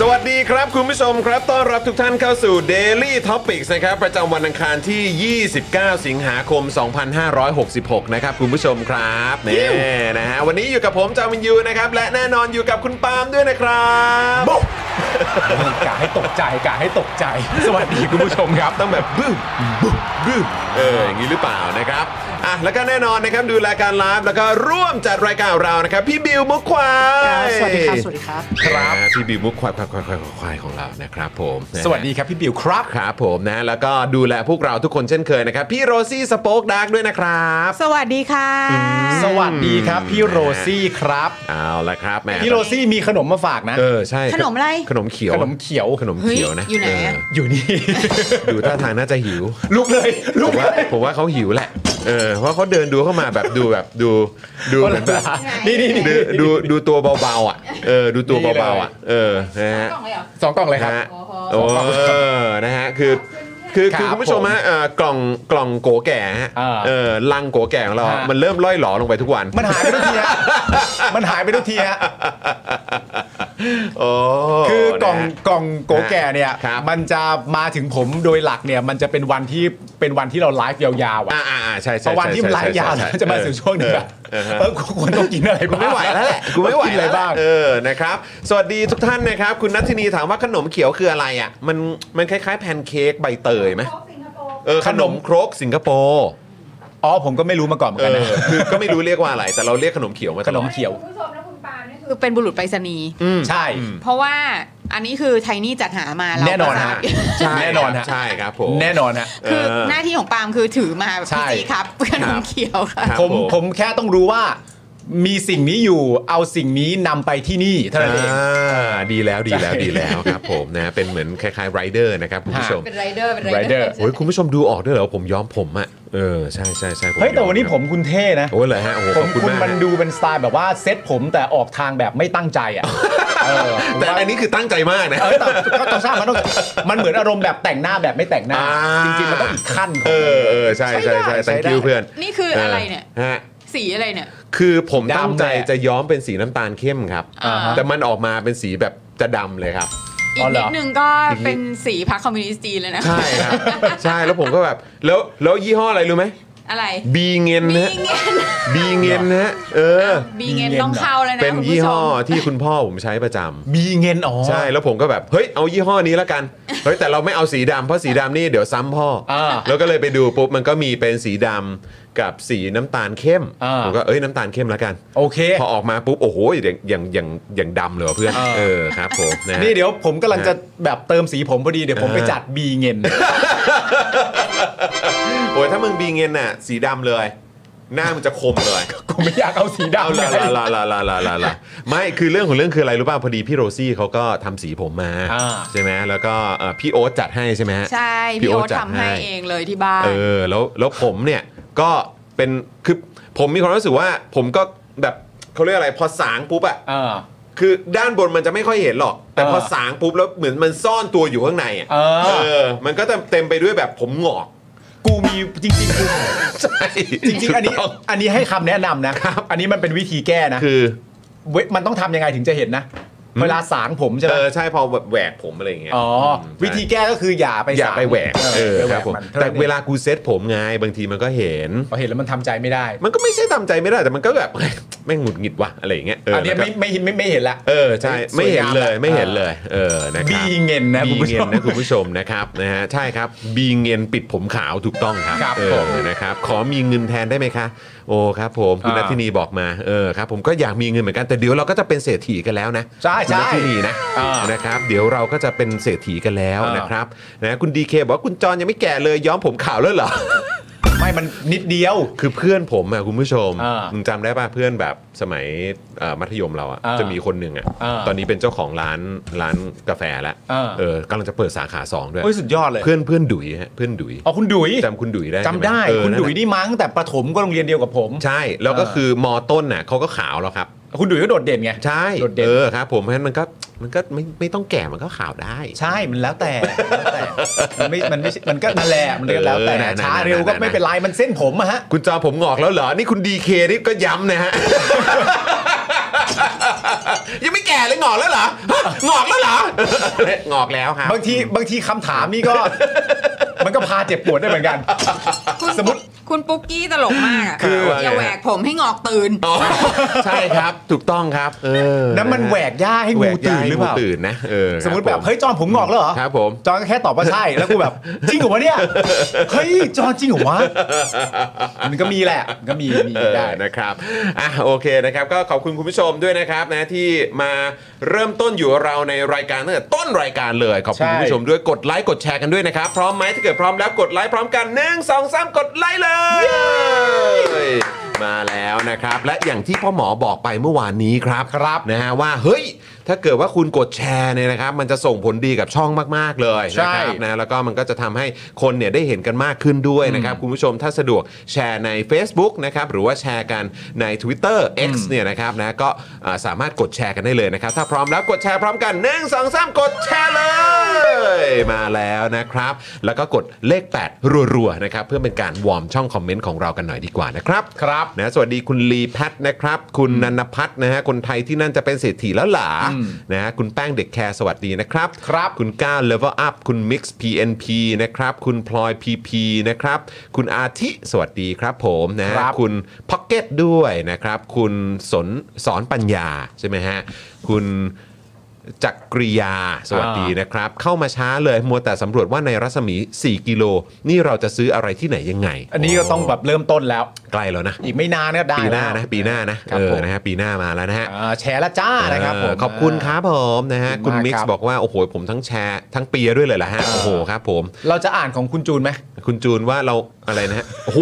สวัสดีครับคุณผู้ชมครับ ต้อนรับทุกท่านเข้าสู่ Daily Topics นะครับ ประจำวันอังคารที่ 29 สิงหาคม 2566 นะครับ คุณผู้ชมครับนี่นะฮะวันนี้อยู่กับผมจามินยูนะครับ และแน่นอนอยู่กับคุณปาล์มด้วยนะครับ กะให้ตกใจกะให้ตกใจ สวัสดีคุณผู้ชมครับ ต้องแบบบึ้มบึ้มบึ้มเอออย่างนี้หรือเปล่านะครับอ่ะแล้วก็แน่นอนนะครับดูรายการไลฟ์แล้วก็ร่วมจัดรายการเรานะครับ พี่บิวมุกควาย สวัสดีครับ สวัสดีครับ ครับพี่บิวมุกควายควายควายควายควายของเรานะครับผมนะฮะ สวัสดีครับพี่บิวครับ ครับผมนะ แล้วก็ดูแลพวกเราทุกคนเช่นเคยนะครับ พี่โรซี่สป็อกดาร์กด้วยนะครับ สวัสดีค่ะ สวัสดีครับพี่โรซี่ครับ เอาละครับแหม่ พี่โรซี่มีขนมมาฝากนะ เออใช่ ขนมอะไร ขนมเขียว ขนมเขียว ขนมเขียวนะ เฮ้ยอยู่ไหนอะ เ อยู่นี่ อดูท่าทางน่าจะหิว ลุกเลย ผ ลุก มว่าผมว่าเขาหิวแหละเออเพราะเขาเดินดูเข้ามาแบบดูแบบดูดู คน เหมื ละ อนแบบ นี่นี่นี่ ดูดูดูตัวเบาๆอ่ะเออดูตัวเบาๆอ่ะเออนะฮะ สองกล่องเลยครับ นะฮะโอ้เออนะฮะ คือ คือ ครับ คือคุณผู้ชมฮะเอ่อกล่อง กล่องโกแก่ฮะ อ่า เออลังโกแก่ของเรา ฮะ มันเริ่มล่อยหลอลงไปทุกวัน มันหายไปทุกทีฮะ มันหายไปทุกทีฮะ โอ้ คือกล่อง นะฮะ กล่องโกแก่เนี่ย ครับ มันจะมาถึงผมโดยหลักเนี่ย มันจะเป็นวันที่เป็นวันที่เราไลฟ์ยาวๆอะ อ่าอ่าอ่าใช่ พ ใช่ อวันที่มันไลฟ์ยาว ใช่ แล้ว ใช่ จะมาถึงช่วงหนึงแบบ เออเออฮะ เออกูควรต้องกินอะไรบ้าง ไม่ไหวแล้วแหละกูไม่ไหว กิน แล้ อะ วแหละไรบ้าง เออ นะครับ สวัสดีทุกท่านนะครับ คุณนัทธินีถามว่าขนมเขียวคืออะไรอ่ะ มัน มันคล้ายๆแพนเค้กใบเตยไหมเออ ขนมครกสิงคโปร์ อ๋อผมก็ไม่รู้มาก่อนเหมือน เอ กัน อ นะ คือก็ไม่รู้เรียกว่าอะไร แต่เราเรียกขนมเขียวมาต ข ล น อ ม ด เขียว คุณผู้ชมและคุณปาล์มนี่คือ คือเป็นบุรุษไปรษณีย์ อืม ใช่ เพราะว่าอันนี้คือไทนี่จัดหามาเรา แน่นอน ก็ทรา ฮะ บ ใช่ แน่นอนฮะ ใช่ครับผม แน่นอนฮะ คือ เออ หน้าที่ของปาล์มคือถือมาแบบ ใช่ พี่จีครับขน ครั ม บ เขียวค่ะ ครับ ผม ผม ผมแค่ต้องรู้ว่า มีสิ่งนี้อยู่เอาสิ่งนี้นำไปที่นี่เท่านั้นเอง อ่าดีแล้วดีแล้ว ใช่ ดีแล้วครับผมนะเป็นเหมือนคล้ายๆไรเดอร์นะครับคุณผู้ชม เป็นไรเดอร์ เป็น ไร ไร เด เด อ อ ร์ ร์ โอ้ยคุณผู้ชมดูออกด้วยเหรอว่าผมย้อมผมอ่ะเออใช่ใช่ใช่ เฮ้ย แต่ อ วันนี้ผมคุณเท่นะ โอ้ยเหรอฮะโอ้โหขผอ ม บคุ คุณ ณ มาก มันดูเป็นสไตล์แบบว่าเซ็ตผมแต่ออกทางแบบไม่ตั้งใจ อ่ะเออ แต่อันนี้คือตั้งใจมากนะ เออแต่ก็ต้องทราบมันต้องมันเหมือนอารมณ์แบบแต่งหน้าแบบไม่แต่งหน้า อ่า จริงๆมันต้องอีกขั้นข เอ อง อเออใช่ใช่ใช่ ใช้ ใช่ ได้ ใช่ thank you เพื่อน นี่คืออะไรเนี่ย ฮะ สีอะไรเนี่ย คือผมตั้งใจ ดำแหละ จะย้อมเป็นสีน้ำตาลเข้มครับ อ่าฮะ แต่มันออกมาเป็นสีแบบจะดำเลยครับ อี อ๋อก เหร นิ อ ดนึงก็ อีกนิด เป็นสีพรรคคอมมิวนิสต์จีนเลยนะ ใช่ครับใช่แล้วผมก็แบบแล้วแล้วยี่ห้ออะไรรู้ไหม อะไร บีเงิน บี นะฮะ เงิน บีเงินนะฮะเออ บีเงินต้องเข้าเลยนะ เป็น คุณ ยี่ ผู้ช ห้อ ม ที่คุณพ่อผมใช้ประจำ มีเงินอ๋อ ใช่แล้วผมก็แบบ เฮ้ย เอายี่ห้อนี้แล้วกัน เฮ้ย แต่เราไม่เอาสีดำเพราะสีดำนี่เดี๋ยวซ้ำพ่ออ อ่า แล้วก็เลยไปดูปุ๊บ มันก็มีเป็นสีดำกับสีน้ำตาลเข้ม อ่า ผมก็เอ้ยน้ำตาลเข้มแล้วกัน โอเค พอออกมาปุ๊บ โอ้โห อย่างอย่างอย่างอย่างดำเลยว่ะเพื่อน อ่า เออครับผมนะฮะ นี่เดี๋ยวผมกำลังจะแบบเติมสีผมพอดีเดี๋ยวผมไป อ่า จัดบีเงิ น โอ้ยถ้ามึงบีเงินน่ะ สีดำเลย หน้ามันจะคมเลย กูไม่อยากเอาสี เอา ดำ ละละละละละละละละไม่คือเรื่องของเรื่องคืออะไรรู้ป่ะพอดีพี่โรซี่เขาก็ทำสีผมมา อ่า ใช่ไหมแล้วก็เอ่อพี่โอ๊ตจัดให้ใช่ไหมฮะ ใช่ พี่ พี่ โอ๊ โอ๊ ต ต จัด ทำให้ ให้ เองเลยที่บ้าน เออแล้วแล้วผมเนี่ยก็เป็นคือผมมีความรู้สึกว่าผมก็แบบเขาเรียกอะไรพอสางปุ๊บอะ เออ คือด้านบนมันจะไม่ค่อยเห็นหรอก แต่พอ เออ สางปุ๊บแล้วเหมือนมันซ่อนตัวอยู่ข้างในอ่ะ เออ เออ มันก็จะเต็มไปด้วยแบบผมหงอก กูมีจริงๆกู ใช่ จริงๆ อันนี้อันนี้ให้คำแนะนำนะ อันนี้มันเป็นวิธีแก้นะ คือ เว้ยมันต้องทำยังไงถึงจะเห็นนะ เวลาสางผมใช่ไห เอ ม อใช่พอแบบแหวกผมอะไรอย่างเงี้ย อ๋ออ ม วิธีแก้ก็คืออย่าไป อย่า สง ไปแหวกเออ ไปควแหรับ ก ผม มัน แต่เวลากูเซ็ตผมไงบางทีมันก็เห็น พอเห็นแล้วมันทำใจไม่ได้ มันก็ไม่ใช่ตามใจไม่ได้แต่มันก็แบบ แม่งหงุดหงิดว่ะอะไรอย่างเงี้ยเออ อั อน เนี้ยไม่ไม่ไม่ไม่เห็นละ เออใช่ สวไม่ยงามเห็นเลย ละ ไม่เห็นเลย เออนะครับ บีเงินนะ บี คุณผู้ช เงิน ม นะคุณผู้ชมนะครับนะฮะใช่ครับบีเงินปิดผมขาวถูกต้องครับ ครับ เอ ผ อ ม นะครับขอมีเงินแทนได้ไหมคะ โอ้ครับผมคุณ อ่า นัทธินีบอกมาเออครับผมก็อยากมีเงินเหมือนกันแต่เดี๋ยวเราก็จะเป็นเศรษฐีกันแล้วนะ ใช่ใช่ คุณนัทธินีนะ อ่าน นะครับ เดี๋ยวเราก็จะเป็นเศรษฐีกันแล้วนะครับนะคุณดีเคบอกว่าคุณจรยังไม่แก่เลยย้อมผมขาวแล้วเหรอ ไม่มันนิดเดียว คือเพื่อนผมอะคุณผู้ชม อ่า มึงจำได้ป่ะเพื่อนแบบสมัยเอ่อมัธยมเราอะ อ่า จะมีคนหนึ่งอะ อ่า ตอนนี้เป็นเจ้าของร้านร้านกาแฟแล้ว อ่า เออกำลังจะเปิดสาขาสองด้วย โอ้ยสุดยอดเลย เพื่อนเพื่อนดุยฮะเพื่อนดุย อ๋อคุณดุย จำคุณดุยได้ใช่หม จำได้ เออ คุณดุแหยละ นี่มั้งแต่ประถมก็โรงเรียนเดียวกับผม ใช่ แล้วก็ เออ คือมอต้นน่ะเขาก็ขาวแล้วครับ คุณดุยก็โดดเด่นไง ใช่ โดดเด่น เออครับ ผมเพราะฉะนั้นมันก็มันก็ไม่ไม่ต้องแก่มันก็ขาวได้ ใช่มันแล้ว แต่แล้วแต่มันไม่มันไม่ใช่มันก็นั่นแหละมันก็แล้วแต่ เออนั่นๆๆๆ ช้าเร็วก็ไม่เป็นไรมันเส้นผมอะฮะ คุณจอผมงอกแล้วเหรอ นี่คุณดีเคนี่ก็ย้ำนะฮะ ยังไม่แก่เลยงอกแล้วเหรอฮะงอกแล้วเหรอ งอกแล้วครับ บางทีบางทีคำถามนี่ก็ มันก็พาเจ็บปวดได้เหมือนกัน คุณ สมมุติ คุณปุ๊กกี้ตลกมากอะ คือ อย่าแหวกผมให้งอกตื่น อ๋ อใช่ครับ ถูกต้องครับ เออ นั้นมันแหวกย่าให้ แหว งู กย่ ตื่นหรือเปล่า ให้งูตื่นนะเออ สมมติแบคบรัผ เฮ้ยจอนผมงอกแล้วเหรอ ครับผม จอนก็แค่ตอบว่าใช่แล้วกู แบบจริงเหรอวะเนี่ยเฮ้ยจอนจริงเหรอวะมันก็มีแหละมันก็มีมี เออ ได้ นะครับอ่ะโอเคนะครับ ก็ขอบคุณคุณผู้ชมด้วยนะครับนะที่มาเริ่มต้นอยู่กับเราในรายการตั้งแต่ต้นรายการเลยขอบคุณ ใช่ คุณผู้ชมด้วยกดไลค์กดแชร์กันด้วยนะครับ พร้อมไหมถ้าเกิดพร้อมแล้วกดไลค์พร้อมกันหนึ่งสองสามกดไลค์เลย มาแล้วนะครับ และอย่างที่พ่อหมอบอกไปเมื่อวานนี้ครับครับนะฮะว่าเฮ้ย ถ้าเกิดว่าคุณกดแชร์เนี่ยนะครับ มันจะส่งผลดีกับช่องมาก ๆ เลยนะครับ ใช่ นะแล้วก็มันก็จะทำให้คนเนี่ยได้เห็นกันมากขึ้นด้วยนะครับ คุณผู้ชมถ้าสะดวกแชร์ใน Facebook นะครับ หรือว่าแชร์กันใน Twitter X เนี่ยนะครับนะก็อ่าสามารถกดแชร์กันได้เลยนะครับ ถ้าพร้อมแล้วกดแชร์พร้อมกัน1 2 3 กดแชร์เลย มาแล้วนะครับ แล้วก็กดเลข 8 รัวๆนะครับเพื่อเป็นการวอร์มช่องคอมเมนต์ของเรากันหน่อยดีกว่านะครับครับนะสวัสดีคุณลีแพทนะครับ คุณนันพัฒน์นะฮะคนไทยที่นั่นจะเป็นเศรษฐีแล้วหลานะฮะคุณแป้งเด็กแคร์สวัสดีนะครับ ครับ คุณก้าว level up คุณ mix pnp นะครับ คุณพลอย pp นะครับ คุณอาทิ สวัสดีครับผมนะฮะ ครับ คุณพ็อกเก็ตด้วยนะครับ คุณสนสอนปัญญาใช่ไหมฮะ คุณจักริยา สวัสดี อ่าน นะครับ เข้ามาช้าเลย มัวแต่สำรวจว่าในรัศมี 4 กิโล นี่เราจะซื้ออะไรที่ไหนยังไง อันนี้ก็ต้องแบบเริ่มต้นแล้ว ใกล้แล้วนะ อีกไม่นานก็ได้ ปีหน้า แล้ว นะ ปีหน้านะ ครับ เออ ผม นะฮะ ปีหน้ามาแล้วนะฮะ อ่าแชร์ละจ้านะครับผม เออขอบคุณครับผมนะฮะ ข คุ อบคุณ ณมาก มิก ครั ซ์ บ บอกว่า โอ้โห ผมทั้งแชร์ทั้งเปียร์ด้วยเลยเหรอฮะ โอ้โหครับผม เราจะอ่านของคุณจูนไหม คุณจูนว่าเราอะไรนะฮะ โอ้โห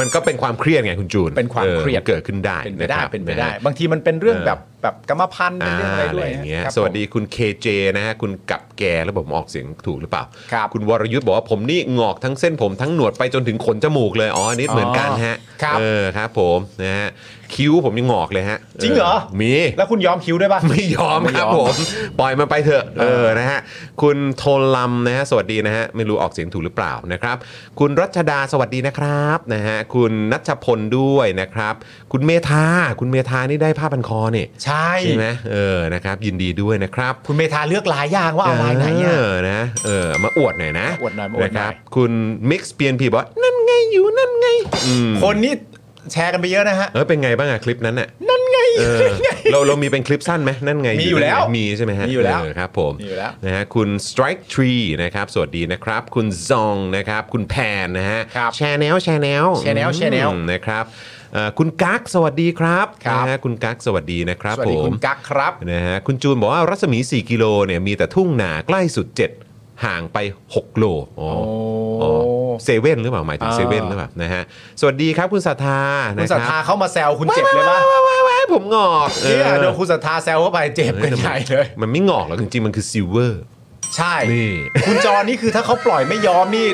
มันก็เป็นความเครียดไงคุณจูน เป็นความ ออ เครียด เกิดขึ้นได้ เป็นไปะได้ครับ เป็นไปได้ ะฮะ บางทีมันเป็นเรื่อง เออ แบบแบบกรรมพันธุ์เป็นเรื่องอะไรด้วย อ่าอย่างเงี้ย นะครับ สวัสดี ผม คุณ KJ นะฮะคุณกับแกแล้วผมออกเสียงถูกหรือเปล่า ครับ ณวรยุทธ์บอกว่าผมนี่งอกทั้งเส้นผมทั้งหนวดไปจนถึงขนจมูกเลยอ๋ออนนิด อ๋อ เหมือนกันฮะ ครับ เออครับผมนะฮะคิ้วผมยังงอกเลยฮะ จริงเหรอ มี แล้วคุณยอมคิ้วด้วยป่ะ ไม่ยอมครับผม ปล่อยมันไปเถอะเออนะฮะคุณโทลัมนะฮะสวัสดีนะฮะไม่รู้ออกเสียงถูกหรือเปล่านะครับ คุณรัชดาสวัสดีนะครับนะฮะคุณนัชพลด้วยนะครับ คุณเมธาคุณเมธานี่ได้ผ้าพันคอเนี่ย ใช่ ใช่ไหมเออนะครับยินดีด้วยนะครับ คุณเมธาเลือกลายยางว่าเอาลายไหน เอ อ่ะ อนะเออมาอวดหน่อยนะ อวดหน่อยมาอวดหน่อย ะครับคุณมิกซ์เปียนพีบอกว่านั่นไงอยู่นั่นไงอืม คนนี้แชร์กันไปเยอะนะฮะ เออเป็นไงบ้างอะคลิปนั้นอะ นั่นไง เออเราเรามีเป็นคลิปสั้นไหมนั่นไง มีอยู่แล้ว นั่นไงมีใช่ไหมฮะ มีอยู่แล้ว เครับผม มีอยู่แล้ว นะฮะคุณ strike tree นะครับ สวัสดีนะครับ คุณซองนะครับ คุณแพนนะฮะ ครับ แชร์แนวแชร์แนว Channel Channel นะครับเอ่อคุณกั๊กสวัสดีครับ ครับ นะฮะคุณกั๊กสวัสดีนะครับ สวัส ผ ดีคุ ม ณกั๊กครับ นะฮะคุณจูนบอกว่ารัศมี 4 กิโลเนี่ยมีแต่ทุ่งนาใกล้สุด 7 ห่างไป 6 โลอ๋อ โอ้ อ๋อเซเว่นหรือเปล่าหมายถึงเซเว่นหรือเปล่านะฮะสวัสดีครับคุณสัทธา คุ นะ ณศรัท ค ธา รับ เข้ามาแซวคุณเจ็บเลยป่ะ ว้ายว้ายว้ายผมงอกอ เนี่ย อ โดนคุณศรัทธาแซวเข้าไปเจ็บกันใหญ่เลย มันไม่งอกหรอกจริงๆ มันคือซิลเวอร์ ใช่ นี่ คุณจอนี่คือถ้าเขาปล่อยไม่ยอมนี่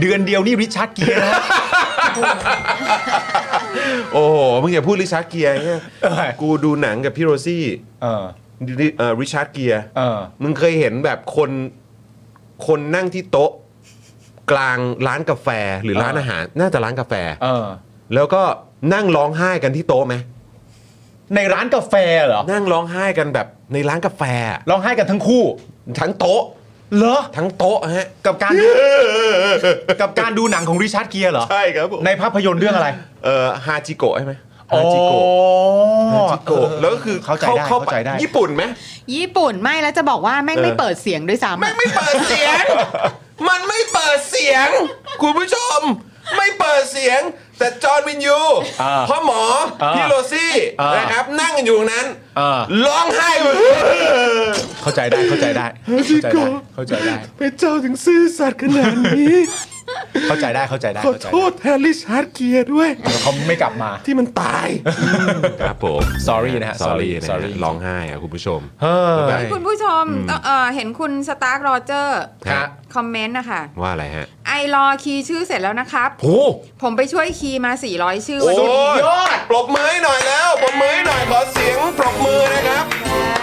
เดือนเดียวนี่ริชาร์ดเกียร์นะฮะ โอ้โห มึงอย่าพูดลิชาร์ดเกียร์เนี่ย เออ กูดูหนังกับพี่โรซี่ เออ ริชาร์ดเกียร์ เออ มึงเคยเห็นแบบคนคนนั่งที่โต๊ะ กลางร้านกาแฟหรือ เออ ร้านอาหาร น่าจะร้านกาแฟ เออ แล้วก็นั่งร้องไห้กันที่โต๊ะไหม ในร้านกาแฟเหรอ นั่งร้องไห้กันแบบในร้านกาแฟอะ ร้องไห้กันทั้งคู่ ทั้งโต๊ะ เหรอ ทั้งโต๊ะฮะ กับ การดูกับการดูหนังของริชาร์ดเกียร์เหรอ ใช่ครับผม ในภาพยนตร์เรื่องอะไร เอ่อฮาจิโกะใช่ไหม อ๋อ ฮาจิโกะฮาจิโกะเออ แล้วก็คือ เข้าใจได้ เข้า เข้าใจได้ ญี่ปุ่นไหม ญี่ปุ่นไม่แล้วจะบอกว่าแม่งไม่เปิดเสียงด้วยซ้ำ แม่ อะ งไม่เปิดเสียง มันไม่เปิดเสียง คุณผู้ชม ไม่เปิดเสียง แต่จอร์นวินยู อ่า พ่อหมอ อ่า พี่โรซี่ อ่าน นะครับ นั่งกันอยู่ตรงนั้น อ่า ร้องไห้ เข้าใจได้เข้าใจได้เข้าใจได้เข้าใจได้ พระเจ้าถึงซื่อสัตย์ขนาดนี้ เข้าใจได้เข้าใจได้ ขอโทษแทนริชาร์ดเกียร์ด้วย เข้าใจได้เขาไม่กลับมา ที่มันตายครับผม Sorry นะฮะ Sorry sorry นะ Sorry ฮะร้องไห้อะคุณผู้ชม เฮ้ย คุณผู้ชมต้องเอ่อเห็นคุณสตาร์คโรเจอร์ ครับ คอมเมนต์นะคะ ว่าอะไรฮะ ไอรอคีย์ชื่อเสร็จแล้วนะครับ โอ้ ผมไปช่วยคีย์มา 400 ชื่อ โห วันนี้ ยอดปรบมือให้หน่อยแล้วปรบมือให้หน่อยขอเสียงปรบมือนะครับ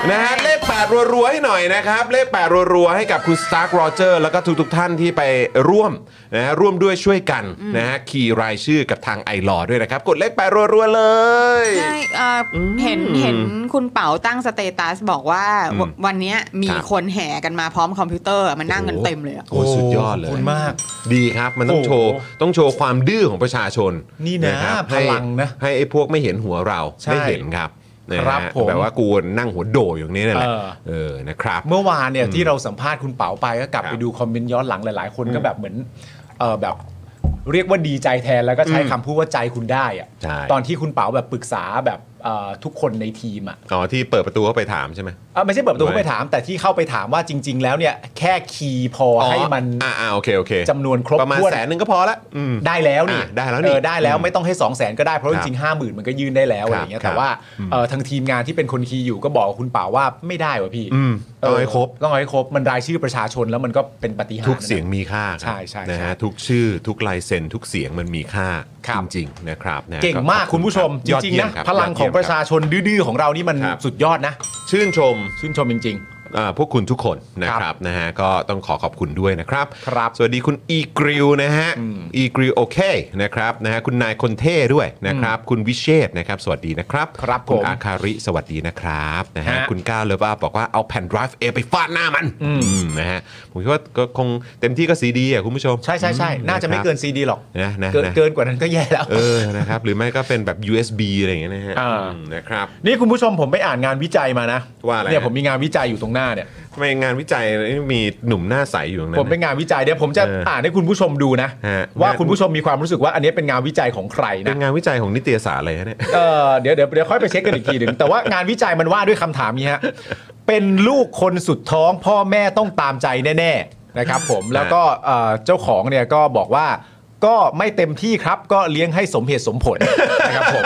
นะฮะเลขแปดรัวๆให้หน่อยนะครับ เลขแปดรัวๆให้กับคุณ Stark Roger แล้วก็ทุกๆท่านที่ไปร่วมนะฮะร่วมด้วยช่วยกันนะฮะขี่รายชื่อกับทางไอลอด้วยนะครับ กดเลขแปดรัวๆเลย ใช่เอ่ออเห็นเห็นคุณเป๋าตั้งสเตตัสบอกว่าวันวันเนี้ยมี ครับ คนแห่กันมาพร้อมคอมพิวเตอร์มานั่งกันเต็มเลยอะ โอ้โหสุดยอดเลย ขอบคุณมาก ดีครับมันต้อง โอ้ โชว์ต้องโชว์ความดื้อของประชาชน นี่นะครับ พลังนะ ให้ให้ไอ้พวกไม่เห็นหัวเรา ใช่ ได้เห็นครับนะฮะ ครับผม แบบว่ากูนั่งหัวโดอยู่ตรงนี้นั่นแหละ เออ เออนะครับ เมื่อวานเนี่ยที่เราสัมภาษณ์คุณเป๋าไปก็กลับ ครับ ไปดูคอมเมนต์ย้อนหลังหลาย ๆ คนก็แบบเหมือนเออแบบเรียกว่าดีใจแทนแล้วก็ใช้คำพูดว่าใจคุณได้อะ ใช่ ตอนที่คุณเป๋าแบบปรึกษาแบบเอ่อทุกคนในทีมอะ อ๋อที่เปิดประตูเข้าไปถามใช่ไหม เอ่อไม่ใช่แบบตัว ไว้ เข้าไปถาม แต่ที่เข้าไปถามว่าจริง ๆ แล้วเนี่ยแค่คีย์พออให้มัน อ๋ออ่าอ่าโอเคโอเค จำนวนครบ ประมาณ ถ้วน แสนหนึ่งก็พอละอืม ได้แล้วนี่ อ่ะได้แล้วนี่ เออได้แล้ว อืม ไม่ต้องให้2องแสนก็ได้เพราะ ครั จ บ ริงๆห้าหมื่นมันก็ยื่นได้แล้วอะไรอย่างเงี้ย ครับ แต่ว่าเอ่อทางทีมงานที่เป็นคนคีย์อยู่ก็บอกกับคุณเป๋าว่าไม่ได้ว่ะพี่ อืมต้องให้ครบ เต้องเอาให้ครบมันรายชื่อประชาชนแล้วมันก็เป็นปาฏิหารย์ ทุก นะ เสียงมีค่าครับ ใช่ใช่ นะ ใช่ ฮะทุกชื่อทุกลายเซ็นทุกเสียงมันมีค่า ครับ จริงๆนะครับนะ เก่งมาก ขอบ คุณผู้ชม จ ยอด ริง เยี่ ๆ ยม นะ คบ พลัง ยด ขอ เยี่ ง ยม ประ ค ชา บ ชนดื้อๆของเรานี่มัน ครับ สุดยอดนะ ชื่นชม ชื่นชมจริง อ่าพวกคุณทุกคนนะค ครั รับบ นะฮะก็ต้องขอขอบคุณด้วยนะครับ ครับ สวัสดีคุณอีกริวนะฮะอีกริวโอเคนะครับนะฮะคุณนายคนเท่ด้วยนะครับ คุณวิเชษฐ์นะครับ สวัสดีนะครับ ครับ คุณ ผม อาคาริสวัสดีนะครับนะฮะ ฮะ คุณก้าวเลว่าบอกว่าเอาแผ่น drive A ไปฟาดหน้ามันอืมนะฮะผมคิดว่าก็คงเต็มที่ก็ซีดีอ่ะคุณผู้ชม ๆ ใช่ใช่ใช่ อื น่าจะไม่ ครับ เกินซีดีหรอก นะนะ เกิน นะ เกินกว่านั้นก็แย่แล้ว เออนะครับหรือไม่ก็เป็นแบบ USB อะไรอย่างเงี้ยนะฮะ อ่า อืมนะครับ นี่คุณผู้ชมผมไปอ่านงานวิจัยมานะ ว่าอะไร เนี่ยผมมีงานวิจัยอยู่ตรงหน้าเนี่ย ทำไมงานวิจัยมีหนุ่มหน้าใสอยู่ตรงนั้น ผมเป็น นะ งานวิจัยเดี๋ยวผมจะ เอออ่ อ่านให้คุณผู้ชมดูนะ ฮะ ว่าคุณผู้ชมมีความรู้สึกว่าอันนี้เป็นงานวิจัยของใคร เป็ นะ นงานวิจัยของนิตยสารอะไรฮะเนี่ย เออเดี๋ยวเดี๋ยวเดี๋ยวค่อยไปเช็คกันอีกทีหนึ่งแต่ว่างานวิจัยมันว่าด้วยคำถามนี้ฮะเป็นลูกคนสุดท้อง พ่อแม่ต้องตามใจแน่ๆนะครับผมแล้วก็เอ่อเจ้าของเนี่ยก็บอกว่าก็ไม่เต็มที่ครับก็เลี้ยงให้สมเหตุสมผลนะครับผม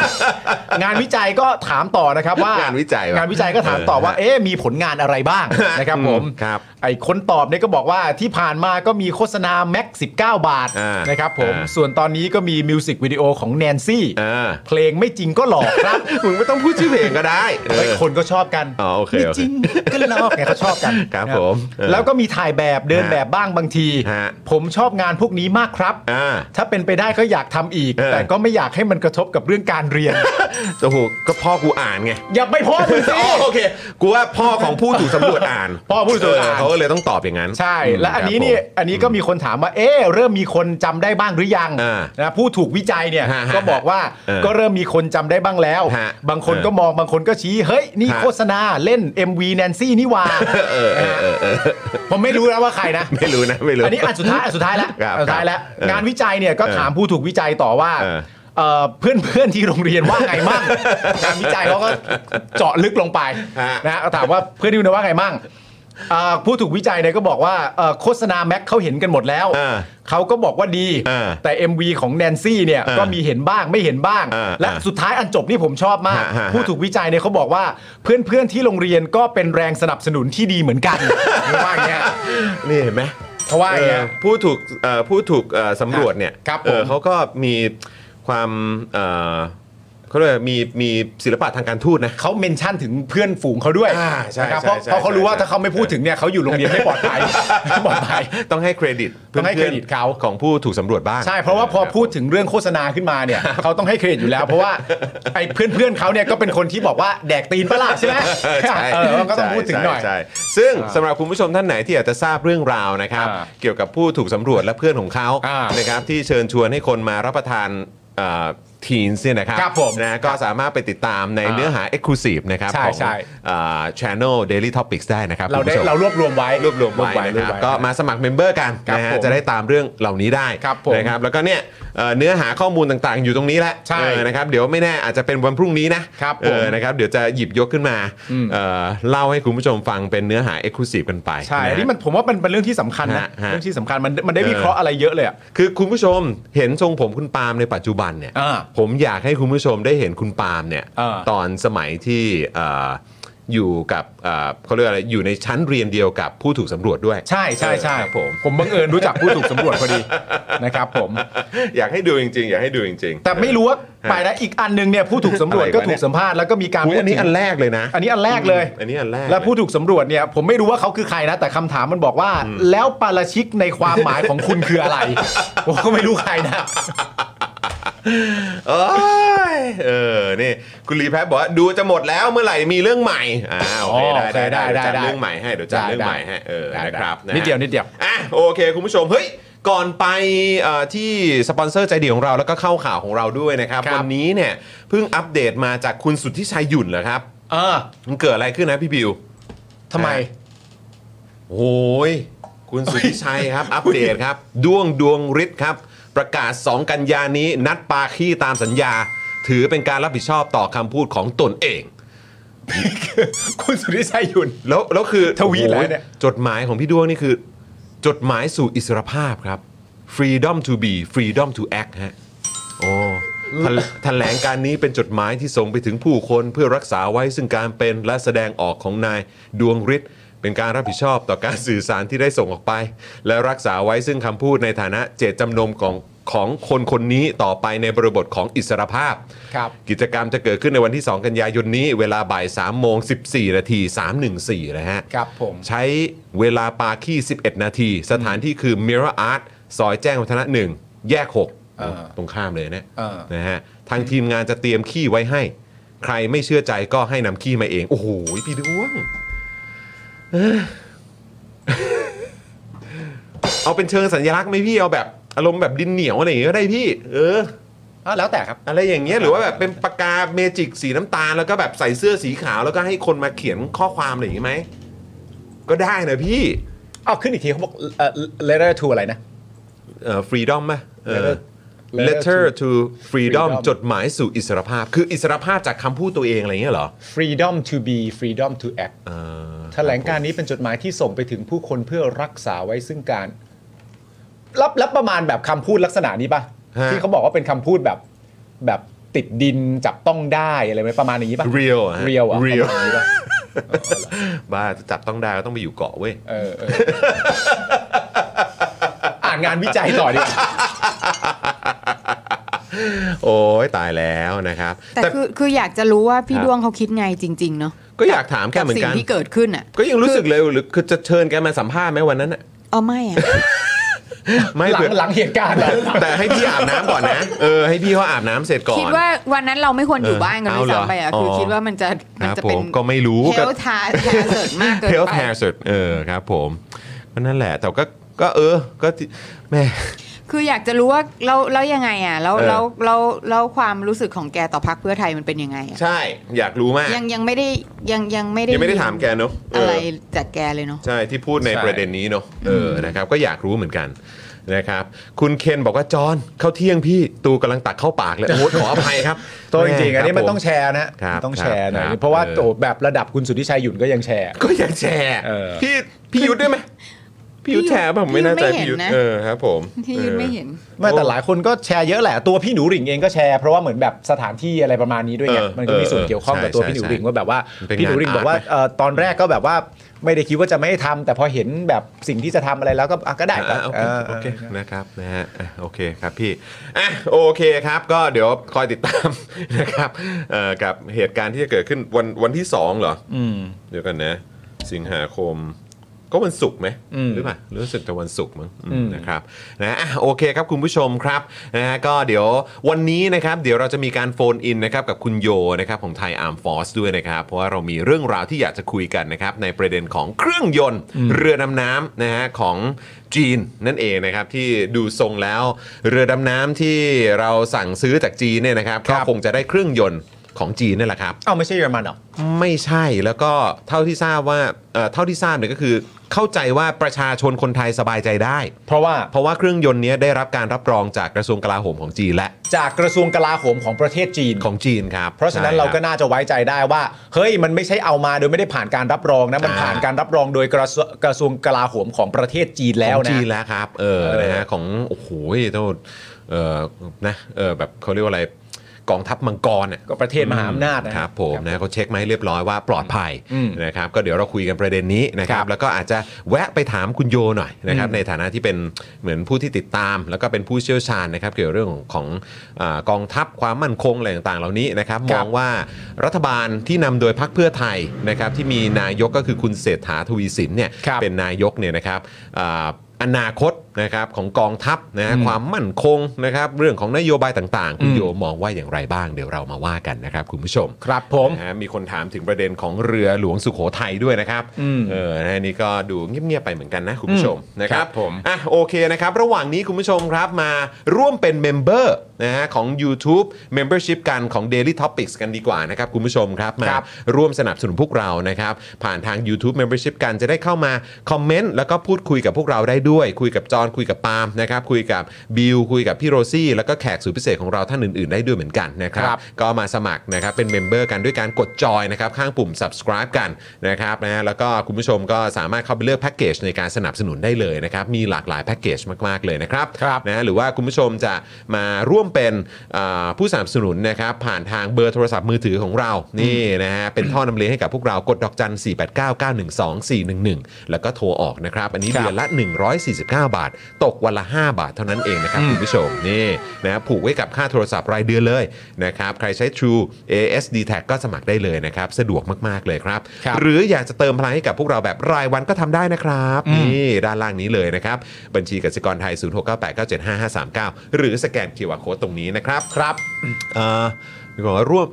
งานวิจัยก็ถามต่อนะครับว่าง านวิจัยว่ะ งานวิจัยก็ถามต่อว่า เออฮะ เอ๊ะมีผลงานอะไรบ้างนะครับผม อืครับ ไอ้คนตอบเนี่ยก็บอกว่าที่ผ่านมาก็มีโฆษณาแม็ก19 บาท อ่าน นะครับผม ส่วนตอนนี้ก็มีมิวสิกวิดีโอของแนนซี่ อ่า เพลงไม่จริงก็หลอกครับ มึงไม่ต้องพูดชื่อเพลงก็ได้เออ ไอ้คนก็ชอบกัน อ๋อโอเค ไม่ โอเค จริงก็หลอกไงเขาชอบกัน ครับผมเออ แล้วก็มีถ่ายแบบเดิน ฮะ แบบบ้างบางที ฮะ ผมชอบงานพวกนี้มากครับ อ่า ถ้าเป็นไปได้ก็อยากทำอีก เออ แต่ก็ไม่อยากให้มันกระทบกับเรื่องการเรียน โอ้โหก็พ่อกูอ่านไง อย่าไปพ่อมึงสิ อ๋อโอเค กูว่าพ่อของผู้ถูกสำรวจอ่าน พ่อผู้ถูกสำรวจอ่าน เเขาก็เลยต้องตอบอย่างนั้น ใช่ ม และอันนี้ ครับผม นี่อันนี้ก็มีคนถามว่า เอ๊ะเริ่มมีคนจำได้บ้างหรือยัง อ่า นะผู้ถูกวิจัยเนี่ย ฮะฮะ ก็บอกว่า เออ ก็เริ่มมีคนจำได้บ้างแล้ว ฮะ บางคน เออ ก็มองบางคนก็ชี้เฮ้ย นี่ ฮะ โฆษณาเล่น MV แนนซี่นี่หว่านะฮะผมไม่รู้แล้วว่าใครนะ ไม่รู้นะไม่รู้ อันนี้อันสุดท้ายอันสุดท้ายแล้ว ครับ อันสุดท้ายแล้ว ครับเออง านวิจัยเนี่ยก็ถามผู้ถูกวิจัยต่อว่า เออ เพื่อนเพื่อนๆที่โรงเรียนว่าไง มั่ง งานวิจัยเขาก็เจาะลึกลงไป ฮะ นะถามว่าเพื่อนที่โรงเรียนว่าไงมั่งเอ่อผู้ถูกวิจัยเนี่ยก็บอกว่าเอ่อโฆษณาแม็กเขาเห็นกันหมดแล้ว อ่า เขาก็บอกว่าดี อ่า แต่ MV ของแนนซี่เนี่ย อ่า ก็มีเห็นบ้างไม่เห็นบ้าง อ่า และสุดท้ายอันจบนี่ผมชอบมาก ฮะฮะฮะ ผู้ถูกวิจัยเนี่ยเขาบอกว่าเพื่อนๆที่โรงเรียนก็เป็นแรงสนับสนุนที่ดีเหมือน กันเขาว่าอย่างเงี้ย นี่เห็นไหม เขาว่าอย่างเงี้ย เออผู้ถูกเอ่อผู้ถูกเอ่อสำรวจเนี่ย ครับผม เออเขาก็มีความเอ่อ เขาเรียกว่ามีมีศิลปะทางการทูตนะ เขาเมนชั่นถึงเพื่อนฝูงเขาด้วย อ่าใช่ นะครับ ใช่ เพราะ ใช่ เพราะเขารู้ว่า ใช่ ถ้าเขาไม่พูดถึงเนี่ยเขาอยู่โรงเรียนไม่ปลอดภัยไม่ปลอดภัย ต้องให้เครดิต ต้องให้เครดิตเขา ของผู้ถูกสำรวจบ้าง ใช่เพราะว่าพอพูดถึงเรื่องโฆษณาขึ้นมาเนี่ยเขาต้องให้เครดิตอยู่แล้ว เพราะว่าไอ้เพื่อนเพื่อนๆเขาเนี่ยก็เป็นคนที่บอกว่าแดกตีนประหลาดใช่ไหม เออใช่ เออก็ต้องพูดถึงหน่อย ใช่ใช่ซึ่งสำหรับคุณผู้ชมท่านไหนที่อยากจะทราบเรื่องราวนะครับ อ่า เกี่ยวกับผู้ถูกสำรวจและเพื่อนของเขา อ่า นะครับที่เชิญชวนให้คนมารับประทานทีนเนี่ยนะครับ ครับผม นะก็สามารถไปติดตามใน อ่า เนื้อหา Exclusive นะครับ ใช่ ของ ใช่ อ่า Channel Daily Topics ได้นะครับ เรา คุณ ได้ ผู้ชม เรารวบรวมไว้ รวบรวมไว้นะครับ ว ก็มาสมัครเมมเบอร์กัน ครับ นะฮะ ผม จะได้ตามเรื่องเหล่านี้ได้ ครับผม นะครับแล้วก็เนี่ยเอ่อเนื้อหาข้อมูลต่างๆ อยู่ตรงนี้แหละ ใช่ เออนะครับเดี๋ยวไม่แน่อาจจะเป็นวันพรุ่งนี้นะครับ ผม เออนะครับเดี๋ยวจะหยิบยกขึ้นมาเอ่อเล่าให้คุณผู้ชมฟังเป็นเนื้อหา e x c l u s i v e กันไป ใช่ ะฮะ อันนี้มันผมว่ามันเป็นเรื่องที่สำคัญนะ ฮะฮะ เรื่องที่สำคัญมันมันได้วิเคราะห์อะไรเยอะเลยอะ คือคุณผู้ชมเห็นทรงผมคุณปาล์มในปัจจุบันเนี่ย อ่า ผมอยากให้คุณผู้ชมได้เห็นคุณปาล์มเนี่ย อ่า ตอนสมัยที่เอ่ออยู่กับเอ่อเขาเรียกอะไรอยู่ในชั้นเรียนเดียวกับผู้ถูกสำรวจด้วย ใช่ใช่ใช่ เออครับผม ผมบังเอิญรู้จักผู้ถูกสำรวจพอดี นะครับผม อยากให้ดูจริงๆ อยากให้ดูจริงๆ แต่ไม่รู้ว่าไปนะอีกอันหนึงเนี่ยผู้ถูกสำรวจ อะไรวะ ก็ เนี่ ถู ย กสัมภาษณ์แล้วก็มีการ อุ๊ย พูด อันนี้ ถึง อันแรกเลยนะ อันนี้อันแรกเลย อันนี้อันแรก และผู้ เย ถูกสำรวจเนี่ยผมไม่รู้ว่าเขาคือใครนะ แต่คำถามมันบอกว่า แล้วปาราชิกในความหมายของคุณคือ อะไร ผมก็ไม่รู้ใครนะ เอ้ยเออ นี่ คุณรีแพทบอกว่าดูจะหมดแล้วเมื่อไหร่มีเรื่องใหม่อ่าโอเค อ๋อ ได้ได้ได้ ได้ เดี๋ยวจัด ได้ เรื่องใหม่ให้เดี๋ยวจัด ได้ เรื่องใหม่ ได้ ให้เออ ได้ นะครับ นิดเดียวนิดเดียว อ่ะโอเค คุณผู้ชมเฮ้ย ก่อนไปเอ่อที่สปอนเซอร์ใจดีของเราแล้วก็เข้าข่าวของเราด้วยนะครับ ครับ วันนี้เนี่ยเพิ่งอัปเดตมาจากคุณสุทธิชัยหยุ่นเหรอครับ เออ มันเกิดอะไรขึ้นนะพี่บิว ทำไม โอ้ยคุณสุทธิชัยครับ อัปเดตครับด้วงดวงฤทธิ์ครับ ประกาศ 2 กันยานี้ นัดปาขี้ตามสัญญา ถือเป็นการรับผิดชอบต่อคำพูดของตนเอง คุณสุริชัยหยุ่น แล้วแล้วคือ ทวีต โอ้โห แล้วเนี่ย จดหมายของพี่ด้วงนี่คือ จดหมายสู่อิสรภาพครับ freedom to be freedom to act ฮะโอ้แถลแถลงการนี้เป็นจดหมายที่ส่งไปถึงผู้คนเพื่อรักษาไว้ซึ่งการเป็นและแสดงออกของนายดวงฤทธิ์เป็นการรับผิดชอบต่อการสื่อสารที่ได้ส่งออกไป และรักษาไว้ซึ่งคำพูดในฐานะเจตจำนงของของคนคนนี้ต่อไปในบริบทของอิสรภาพ ครับ กิจกรรมจะเกิดขึ้นในวันที่ 2 กันยายนนี้ เวลาบ่าย3โมง 14 นาที 314 นะฮะ ครับผม ใช้เวลาปาขี้ 11 นาที สถานที่คือ Mirror Art ซอยแจ้งวัฒนะ 1 แยก 6 เออ ตรงข้ามเลยเนี่ย เออ นะฮะ ทางทีมงานจะเตรียมขี้ไว้ให้ ใครไม่เชื่อใจก็ให้นำขี้มาเอง โอ้โห พี่ดวงเอ้ ยเอาเป็นเชิงสัญลักษณ์ไหมพี่ เอาแบบ อารมณ์แบบดินเหนียวอะไรอย่างเงี้ยก็ได้พี่ เออ อ่ะแล้วแต่ครับ อะไรอย่างเงี้ยหรือว่าแบบเป็นปากกาเมจิกสีน้ำตาล แล้วก็แบบใส่เสื้อสีขาว แล้วก็ให้คนมาเขียนข้อความอะไรอย่างงี้ไหม ก็ได้นะพี่ เอาขึ้นอีกทีเขาบอกเอ่อ letter to อะไรนะ เอ่อ freedom ป่ะเออ Letter- letter to freedom Freedom จดหมายสู่อิสรภาพ คืออิสรภาพจากคำพูดตัวเองอะไรอย่างเงี้ยเหรอ freedom to be freedom to act เออ แถลงการนี้เป็นจดหมายที่ส่งไปถึงผู้คนเพื่อรักษาไว้ซึ่งการ รับรับประมาณแบบคำพูดลักษณะนี้ปะ ฮะ ที่เขาบอกว่าเป็นคำพูดแบบแบบติดดินจับต้องได้อะไรไหมประมาณอย่างนี้ปะ real อะฮะ เรียวอะ real ประมาณนี้ปะ บ้าจับต้องได้ก็ต้องไปอยู่เกาะเว้ย เออเอออ่านงานวิจัยต่อดิ โอ้ยตายแล้วนะครับ แต่ แต่ คือคืออยากจะรู้ว่าพี่ดวงเขาคิดไงจริง ๆ เนาะ ก็อยากถามแก กับ เหมือ สิ่ น ง กัน ที่เกิดขึ้นอ่ะ ก็ยังรู้สึกเลยหรือคือจะเชิญแกมาสัมภาษณ์ไหมวันนั้นอะ เอาไม่อ่ะ ไม่ หลัง เผื่อ หลังเหตุการณ์เหรอ แต่ให้พี่อาบน้ำก่อนนะ เออ ให้พี่เขาอาบน้ำเสร็จก่อน คิดว่าวันนั้นเราไม่ควรอยู่บ้านกันด้วย เออเอาเหรอ ซ้ำไปอ่ะคืออ อ คิดว่ามันจะ ค มัน รับ จะ ผ เป็น มก็ไม่รู้ เฮ ก็ ลทาร์ทาเสิ ร์ตมากเกิน health ไป hazard เออครับผมก็นั่นแหละ แต่ก็ก็เออ ก็ที่แม่ คืออยากจะรู้ว่าแล้วแล้วยังไงอ่ะแล้ว เออ แล้วแล้วแล้วความรู้สึกของแกต่อพักเพื่อไทยมันเป็นยังไงอ่ะ ใช่อยากรู้มาก ยังยังไม่ได้ยังยังไม่ได้ ยังไม่ได้ถามแกเนอะเอออ อะไรจากแกเลยเนาะ ใช่ที่พูดใน ใช่ ประเด็นนี้เนอะเออนะครับ ก็อยากรู้เหมือนกันนะครับ คุณเคนบอกว่าจอนเข้าเที่ยงพี่ตูกำลังตักเข้าปากเลยโอ้โหขออภัย ครับ ตัวจริงๆ แ อันนี้มันต้อง คบ แชร์นะครับ ต้องแชร์หน่อย ครับ เพราะว่า เออ โตแบบระดับคุณสุทธิชัยหยุ่นก็ยังแชร์ ก็อยากแชร์ เออ พี่พี่ยุทธด้วยไหม พี่ยุทธแชร์ป่ะผมไม่แน่ใจพี่ยุทธ พี่ยุทธไม่เห็นนะ เออครับผม ที่ยืนไม่เห็น ไม่แต่หลายคนก็แชร์เยอะแหละ ตัวพี่หนูหริ่งเองก็แชร์เพราะว่าเหมือนแบบสถานที่อะไรประมาณนี้ด้วยไง เออ มันก็มีส่วนเกี่ยวข้องกับ เออ ตัว ใช่ พี่หนู ใช่ หริ่งว่าแบบว่า เป็นงาน พี่หนูหริ่งบอกว่า อาร์ตไหม เอ่อตอนแรกก็แบบว่าไม่ได้คิดว่าจะไม่ให้ทำแต่พอเห็นแบบสิ่งที่จะทำอะไรแล้วก็อ่ะก็ได้ก็ ะโอ เอ เค อ โอเคนะครับนะฮะอ่ะโอเคครับพี่อ่ะโอเคครับก็เดี๋ยวคอยติดตาม นะครับเอ่อกับเหตุการณ์ที่จะเกิดขึ้นวันวันที่สองเหรออเดี๋ยวกันนะ สิงหาคม ก็วันศุกร์ไหม อืม หรือเปล่ารู้สึกจะวันศุกร์มั้งอืม อืม นะครับนะอ่ะโอเคครับคุณผู้ชมครับนะฮะก็เดี๋ยววันนี้นะครับเดี๋ยวเราจะมีการโฟนอินนะครับกับคุณโยนะครับของไทยอาร์มฟอสด้วยนะครับ เพราะว่าเรามีเรื่องราวที่อยากจะคุยกันนะครับในประเด็นของเครื่องยนต์ เรือดำน้ำนะฮะของจีนนั่นเองนะครับที่ดูทรงแล้ว เรือดำน้ำที่เราสั่งซื้อจากจีนเนี่ยนะครับก็คงจะได้เครื่องยนต์ของจีนนั่นแหละครับ เอ้าไม่ใช่เยอรมันเหรอ ไม่ใช่แล้วก็เท่าที่ทราบว่าเอ่อเท่าที่ทราบเนี่ยก็คือ เข้าใจว่าประชาชนคนไทยสบายใจได้ เพราะว่า เพราะว่าเครื่องยนต์เนี้ยได้รับการรับรองจากกระทรวงกลาโหมของจีนและ จากกระทรวงกลาโหมของประเทศจีน ของจีนครับ เพราะฉะนั้น ใช่ค เรา บ ก็น่าจะไว้ใจได้ว่า เฮ้ยมันไม่ใช่เอามาโดยไม่ได้ผ่านการรับรองนะมัน อ่า ผ่านการรับรองโดยกระทรวงกระทรวงกลาโหมของประเทศจีนแล้ว ของ นะ จีนแล้วครับเออ เออ นะฮะของโอ้โหเท่าเออนะเออแบบเขาเรียกว่าอะไรกองทัพมังกรอ่ะ ก็ประเทศมหาอำนาจนะ ค ครั รับบ ผมนะเขาเช็คมาให้เรียบร้อยว่าปลอดภัย อืม นะครับก็เดี๋ยวเราคุยกันประเด็นนี้นะครับ ครับ แล้วก็อาจจะแวะไปถามคุณโยหน่อยนะครับ อืม ในฐานะที่เป็นเหมือนผู้ที่ติดตาม แล้วก็เป็นผู้เชี่ยวชาญนะครับเกี่ยวเรื่องของของอากองทัพความมั่นคงอะไรต่างๆ เหล่านี้นะครับ ค ม รัอบงว่ารัฐบาลที่นำโดยพรรคเพื่อไทยนะครับที่มีนายกก็คือคุณเศรษฐาทวีสินเนี่ย ครับ เป็นนายกเนี่ยนะครับอ่าอนาคตนะครับของกองทัพนะฮะ อืม ความมั่นคงนะครับเรื่องของนโยบายต่างๆ คุณ อืม โยมองว่าอย่างไรบ้างเดี๋ยวเรามาว่ากันนะครับคุณผู้ชม ครับผม นะฮะมีคนถามถึงประเด็นของเรือหลวงสุโขทัยด้วยนะครับ อืม เออนะฮะนี่ก็ดูเงียบๆไปเหมือนกันนะคุณผู้ชม อืม นะครับ ครับผม อ่ะโอเคนะครับ ระหว่างนี้คุณผู้ชมครับมาร่วมเป็นเมมเบอร์นะฮะของ YouTube Membership กันของ Daily Topics กันดีกว่านะครับ คุณผู้ชมครับ มา ครับ ร่วมสนับสนุนพวกเรานะครับ ผ่านทาง YouTube Membership กันจะได้เข้ามาคอมเมนต์แล้วก็พูดคุยกับพวกเราได้ด้วย คุยกับจอห์นคุยกับปาล์มนะครับ คุยกับบิลคุยกับพี่โรซี่ แล้วก็แขกสุดพิเศษของเราท่านอื่น ๆ ได้ด้วยเหมือนกันนะครับ ครับ ก็มาสมัครนะครับเป็นเมมเบอร์กันด้วยการกดจอยนะครับข้างปุ่ม subscribe กันนะครับนะฮะแล้วก็คุณผู้ชมก็สามารถเข้าไปเลือกแพ็กเกจในการสนับสนุนได้เลยนะครับมีหลากหลายแพ็กเกจมาก ๆ เลยนะครับ ครับ นะฮะหรือว่าคุณผู้ชมจะมาร่วมเป็นอ่าผู้สนับสนุนนะครับผ่านทางเบอร์โทรศัพท์มือถือของเรานี่นะฮะเป็นท่อนำเลี้ยงให้กับพวกเรากดดอกจัน 4 8 9 9 1 2 4 1 1 แล้วก็โทรออกนะครับอันนี้ ครับ เดือนละ 149 บาท ตกวันละ 5 บาทเท่านั้นเองนะครับคุณผู้ชมนี่นะผูกไว้กับค่าโทรศัพท์รายเดือนเลยนะครับใครใช้ True ASD Tag ก็สมัครได้เลยนะครับสะดวกมาก ๆ เลยครับ ครับ หรืออยากจะเติมพลังให้กับพวกเราแบบรายวันก็ทำได้นะครับ อืม นี่ ด้านล่างนี้เลยนะครับ บัญชีกสิกรไทย 0698975539 หรือสแกน QR Code ตรงนี้นะครับครับเอ่อพี่บอกว่าร่วม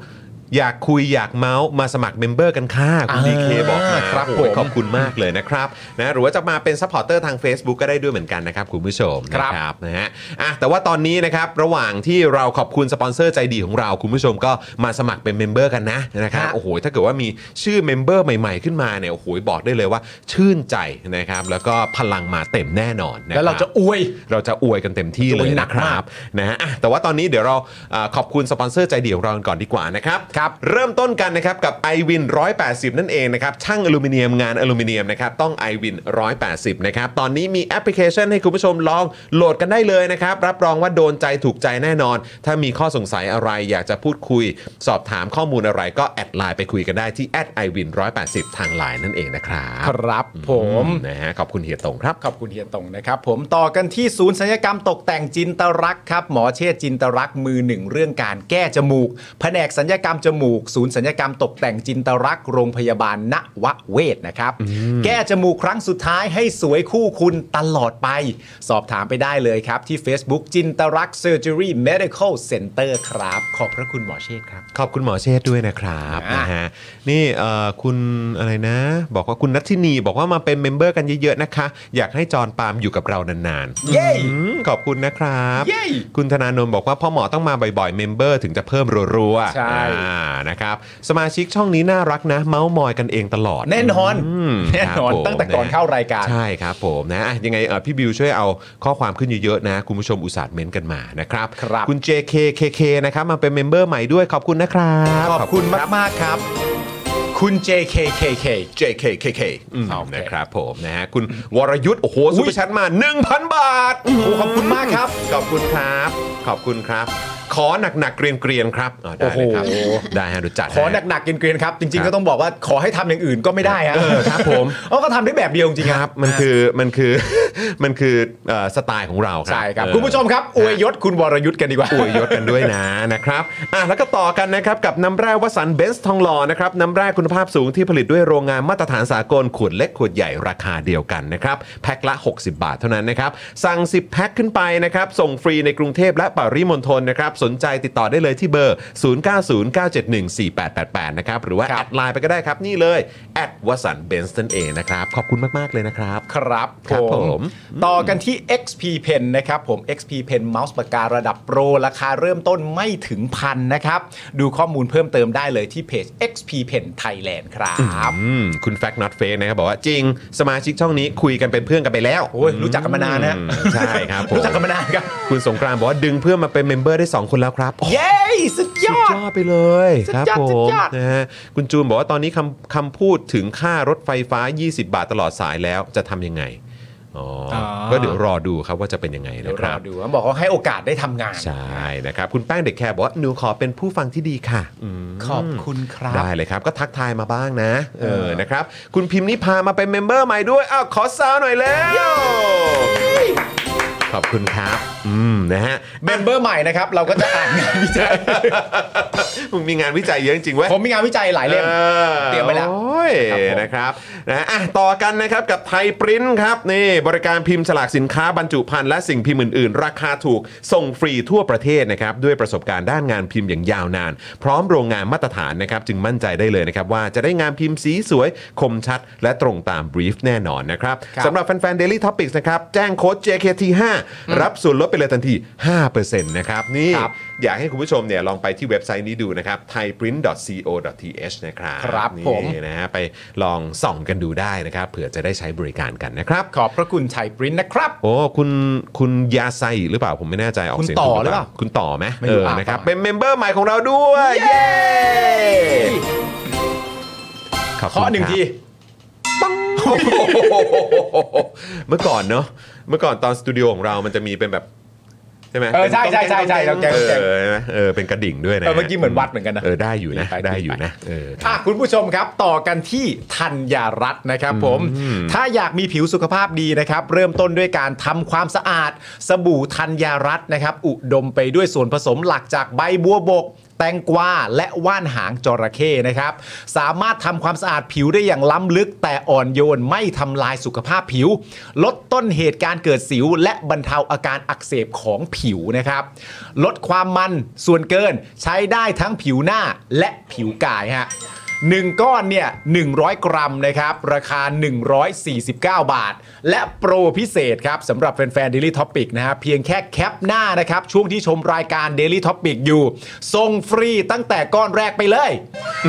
อยากคุยอยากเมาส์มาสมัครเมมเบอร์กันค่ะคุณดีเคบอกมา อ่าครับ โอ้โห ผม ขอบคุณมากเลยนะครับนะหรือว่าจะมาเป็นซัพพอร์เตอร์ทาง Facebook ก็ได้ด้วยเหมือนกันนะครับ คุณผู้ชม ครับ นะนะฮะอ่ะแต่ว่าตอนนี้นะครับ ระหว่างที่เราขอบคุณสปอนเซอร์ใจดีของเรา คุณผู้ชมก็มาสมัครเป็นเมมเบอร์กันนะนะครับโอ้โหถ้าเกิดว่ามีชื่อเมมเบอร์ใหม่ๆขึ้นมาเนี่ยโอ้โหบอกได้เลยว่าชื่นใจนะครับ แล้วก็พลังมาเต็มแน่นอนนคบ แล้วเราจะอวย เราจะอวยกันเต็มที่เลย อวยหนั นะ ก ครั มา บ ก นะฮะอ่ะแต่ว่าตอนนี้เดี๋ยวเราเอ่อขอบคุณสปอนเซอร์ใจเดียวเรากันก่อนดีกว่านะครับ ครับ เริ่มต้นกันนะครับกับ i w วิน180 นั่นเองนะครับ ช่างอลูมิเนียมงานอลูมิเนียมนะครับ ต้อง i w วิน180 นะครับ ตอนนี้มีแอปพลิเคชันให้คุณผู้ชมลองโหลดกันได้เลยนะครับ รับรองว่าโดนใจถูกใจแน่นอน ถ้ามีข้อสงสัยอะไรอยากจะพูดคุย สอบถามข้อมูลอะไรก็แอดไลน์ไปคุยกันได้ที่แอดไอวิน180 ทางไลน์นั่นเองนะครับ ครับผม นะฮะขอบคุณเฮียตงครับ ขอบคุณเฮียตงนะครับ ผมต่อกันที่ศูนย์ศัลยกรรมตกแต่งจินตรักษณ์ครับ หมอเชษจินตรักษณ์มือหนึ่งเรื่องการแก้จมูก แผนกศัลยกรรมจมูก ศูนย์ศัลยกรรมตกแต่งจินตรักษณ์โรงพยาบาลนวเวศนะครับ แก้จมูกครั้งสุดท้ายให้สวยคู่คุณตลอดไป สอบถามไปได้เลยครับ ที่ Facebook จินตรักเซอร์เจอรี่เมดิคอลเซ็นเตอร์ Surgery Medical Center ครับ ขอบพระคุณหมอเชษครับ ขอบคุณหมอเชษฐ์ด้วยนะครับ อ่ะ นะฮะนี่เอ่อคุณอะไรนะ บอกว่าคุณนัทธินีบอกว่ามาเป็นเมมเบอร์กันเยอะๆนะคะ อยากให้จอร์นปาล์มอยู่กับเรานาน เย้ ๆอืมขอบคุณนะครับ เย้ คุณธนาโนนบอกว่าพ่อหมอต้องมาบ่อยๆ เมมเบอร์ถึงจะเพิ่มรัวๆ ใช่ อ่านะครับสมาชิกช่องนี้น่ารักนะ เมาส์มอยกันเองตลอด แน่นอน ม แน่นอน ครับผม ตั้งแต่ก่อนเข้ารายการ ใช่ครับผมนะอ่ะยังไงเอ่อพี่บิวช่วยเอาข้อความขึ้นเยอะๆนะ คุณผู้ชมอุตส่าห์เม้นต์กันมานะครับ ครับ คุณ JKKK นะครับมาเป็นเมมเบอร์ใหม่ด้วยขอบคุณนะครับ ขอบคุณมากๆครับ คุณ JKKK JKKK อืม โอเค นะครับผมนะฮะคุณวรยุทธ์โอ้โหซุปเปอร์แชทมา 1,000 บาทโอ้โหขอบคุณมากครับ ขอบคุณครับ ขอบคุณครับ ขอหนักๆเกรียนๆครับอ๋อได้เลยครับ ได้ฮะเดูจัด ขอหนักๆเกรียนๆครับ จริงๆก็ต้องบอกว่าขอให้ทำอย่างอื่นก็ไม่ได้ฮะ เออครับผม เอาก็ทำได้แบบเดียวจริงคๆรับมันคือมันคือ มันคือเอ่อสไตล์ของเราครับ ใช่ครับ เออ คุณผู้ชมครับอวยยศคุณวรยุทธ์กันดีกว่า อวยยศกันด้วยนะ นะครับอ่ะแล้วก็ต่อกันนะครับกับน้ำแร่วสันเบนซ์ทองหล่อนะครับน้ำแร่คุณภาพสูงที่ผลิตด้วยโรงงานมาตรฐานสากลขวดเล็กขวดใหญ่ราคาเดียวกันนะครับแพ็คละ 60 บาทเท่านั้นนะครับสั่ง 10 แพ็คขึ้นไปนะครับส่งฟรีในกรุงเทพและปริมณฑลนะครับสนใจติดต่อได้เลยที่เบอร์ 0909714888 นะครับหรือว่า ครั แอบ ดไลน์ไปก็ได้ครับนี่เลยแอดวสันเบนซ์นั่นเองนะครับขอบคุณมากๆเลยนะครับ ครับ ครับผม ต่อกันที่ XP Pen นะครับผม XP Pen เมาส์ปากการะดับโปร ราคาเริ่มต้นไม่ถึงพันนะครับ ดูข้อมูลเพิ่มเติมได้เลยที่เพจ XP Pen Thailand ครับ อืมคุณแฟกต์น็อตเฟกนะครับบอกว่าจริงสมาชิกช่องนี้คุยกันเป็นเพื่อนกันไปแล้ว โอ้ยรู้จักกันมานานนะ อืใช่ครับผม รู้จักกันมานานครับ คุณสงกรานต์บอกว่าดึงเพื่อนมาเป็นเมมเบอร์ได้ 2 คนแล้วครับโอ้ เย้สุดย สุดอด ยอดไปเลย สุด ครับ ยอด ผ สุ ม ดยอด นะฮะคุณจูนบอกว่าตอนนี้คำคำพูดถึงค่ารถไฟฟ้า 20 บาทตลอดสายแล้วจะทำยังไงอ๋ออก็เดี๋ยวรอดูครับว่าจะเป็นยังไง เดี๋ย นะ ว ค ร รั อบ ดูเขาบอกเขาให้โอกาสได้ทำงาน ใช่นะครับ คุณแป้งเด็กแคร์บอกว่าหนูขอเป็นผู้ฟังที่ดีค่ะอืม ขอบคุณครับ ได้เลยครับ ก็ทักทายมาบ้างนะ เออนะครับ คุณพิมพ์นิพามาเป็นเมมเบอร์ใหม่ด้วย อ้าว ขอซาวหน่อยแล้ว ขอบคุณครับ อืม นะฮ ะ เมมเบอร์ใหม่นะครับ เราก็จะอ่าน งานวิจัย มึงมีงานวิจัยเยอะจริงๆเว้ย ผมมีงานวิจัยหลายเล่ม ออ เตรียมไว้แล้ว โอ้ย ครับผม นะครับนะอ่ะต่อกันนะครับกับไทยปริ้นครับนี่บริการพิมพ์ฉลากสินค้าบรรจุภัณฑ์และสิ่งพิมพ์อื่นๆ ราคาถูกส่งฟรีทั่วประเทศนะครับด้วยประสบการณ์ด้านงานพิมพ์อย่างยาวนาน พร้อมโรงงานมาตรฐานนะครับจึงมั่นใจได้เลยนะครับว่าจะได้งานพิมพ์สีสวยคมชัด และตรงตามบรีฟแน่นอนนะครับ ครับ สำหรับแฟนๆ Daily Topics นะครับแจ้งโค้ด JKT5 รับส่วนลดไปเลยทันที 5%นะครับนี่ ครับ อยากให้คุณผู้ชมเนี่ยลองไปที่เว็บไซต์นี้ดูนะครับ thaiprint.co.th นะครับ ครับ นี่ ผม นะฮะไปลองส่องกันดูได้นะครับเผื่อจะได้ใช้บริการกันนะครับ ขอบพระคุณไทยปริ้นนะครับ โอ้คุณคุณยาไซหรือเปล่าผมไม่แน่ใจออกเสียง คุณต่อ ถูก หรือเปล่า คุณต่อไหม ไม่รู้ เออ อ่ะ นะครับ ต่อ เป็นเมมเบอร์ใหม่ของเราด้วยเย้ขอบคุณ เคาะหนึ่ง ครับ ที เมื่อก่อนเนอะเมื่อก่อนตอนสตูดิโอของเรามันจะมีเป็นแบบ ใช่ไหม เออใช่ใช่ใช่ใช่ เป็น ใช่ เอ ใช่ อใช่ไหมเออเป็นกระดิ่งด้วยนะ เออเมื่อกี้เหมือนวัดเหมือนกันนะ เออได้อยู่นะ ไปไป ได้อยู่นะเออค อ่ะ รับ คุณผู้ชมครับต่อกันที่ธัญรัตน์นะครับผม ถ้าอยากมีผิวสุขภาพดีนะครับ เริ่มต้นด้วยการทำความสะอาด สบู่ธัญรัตน์นะครับ อุดมไปด้วยส่วนผสมหลักจากใบบัวบก แตงกวาและว่านหางจระเข้นะครับ สามารถทำความสะอาดผิวได้อย่างล้ำลึก แต่อ่อนโยนไม่ทำลายสุขภาพผิว ลดต้นเหตุการเกิดสิว และบรรเทาอาการอักเสบของผิวนะครับ ลดความมันส่วนเกินใช้ได้ทั้งผิวหน้าและผิวกายฮะ 1 ก้อนเนี่ย 100 กรัมนะครับ ราคา 149 บาท และโปรพิเศษครับสำหรับแฟนๆ Daily Topic นะฮะเพียงแค่แคปหน้านะครับ ช่วงที่ชมรายการ Daily Topic อยู่ส่งฟรีตั้งแต่ก้อนแรกไปเลย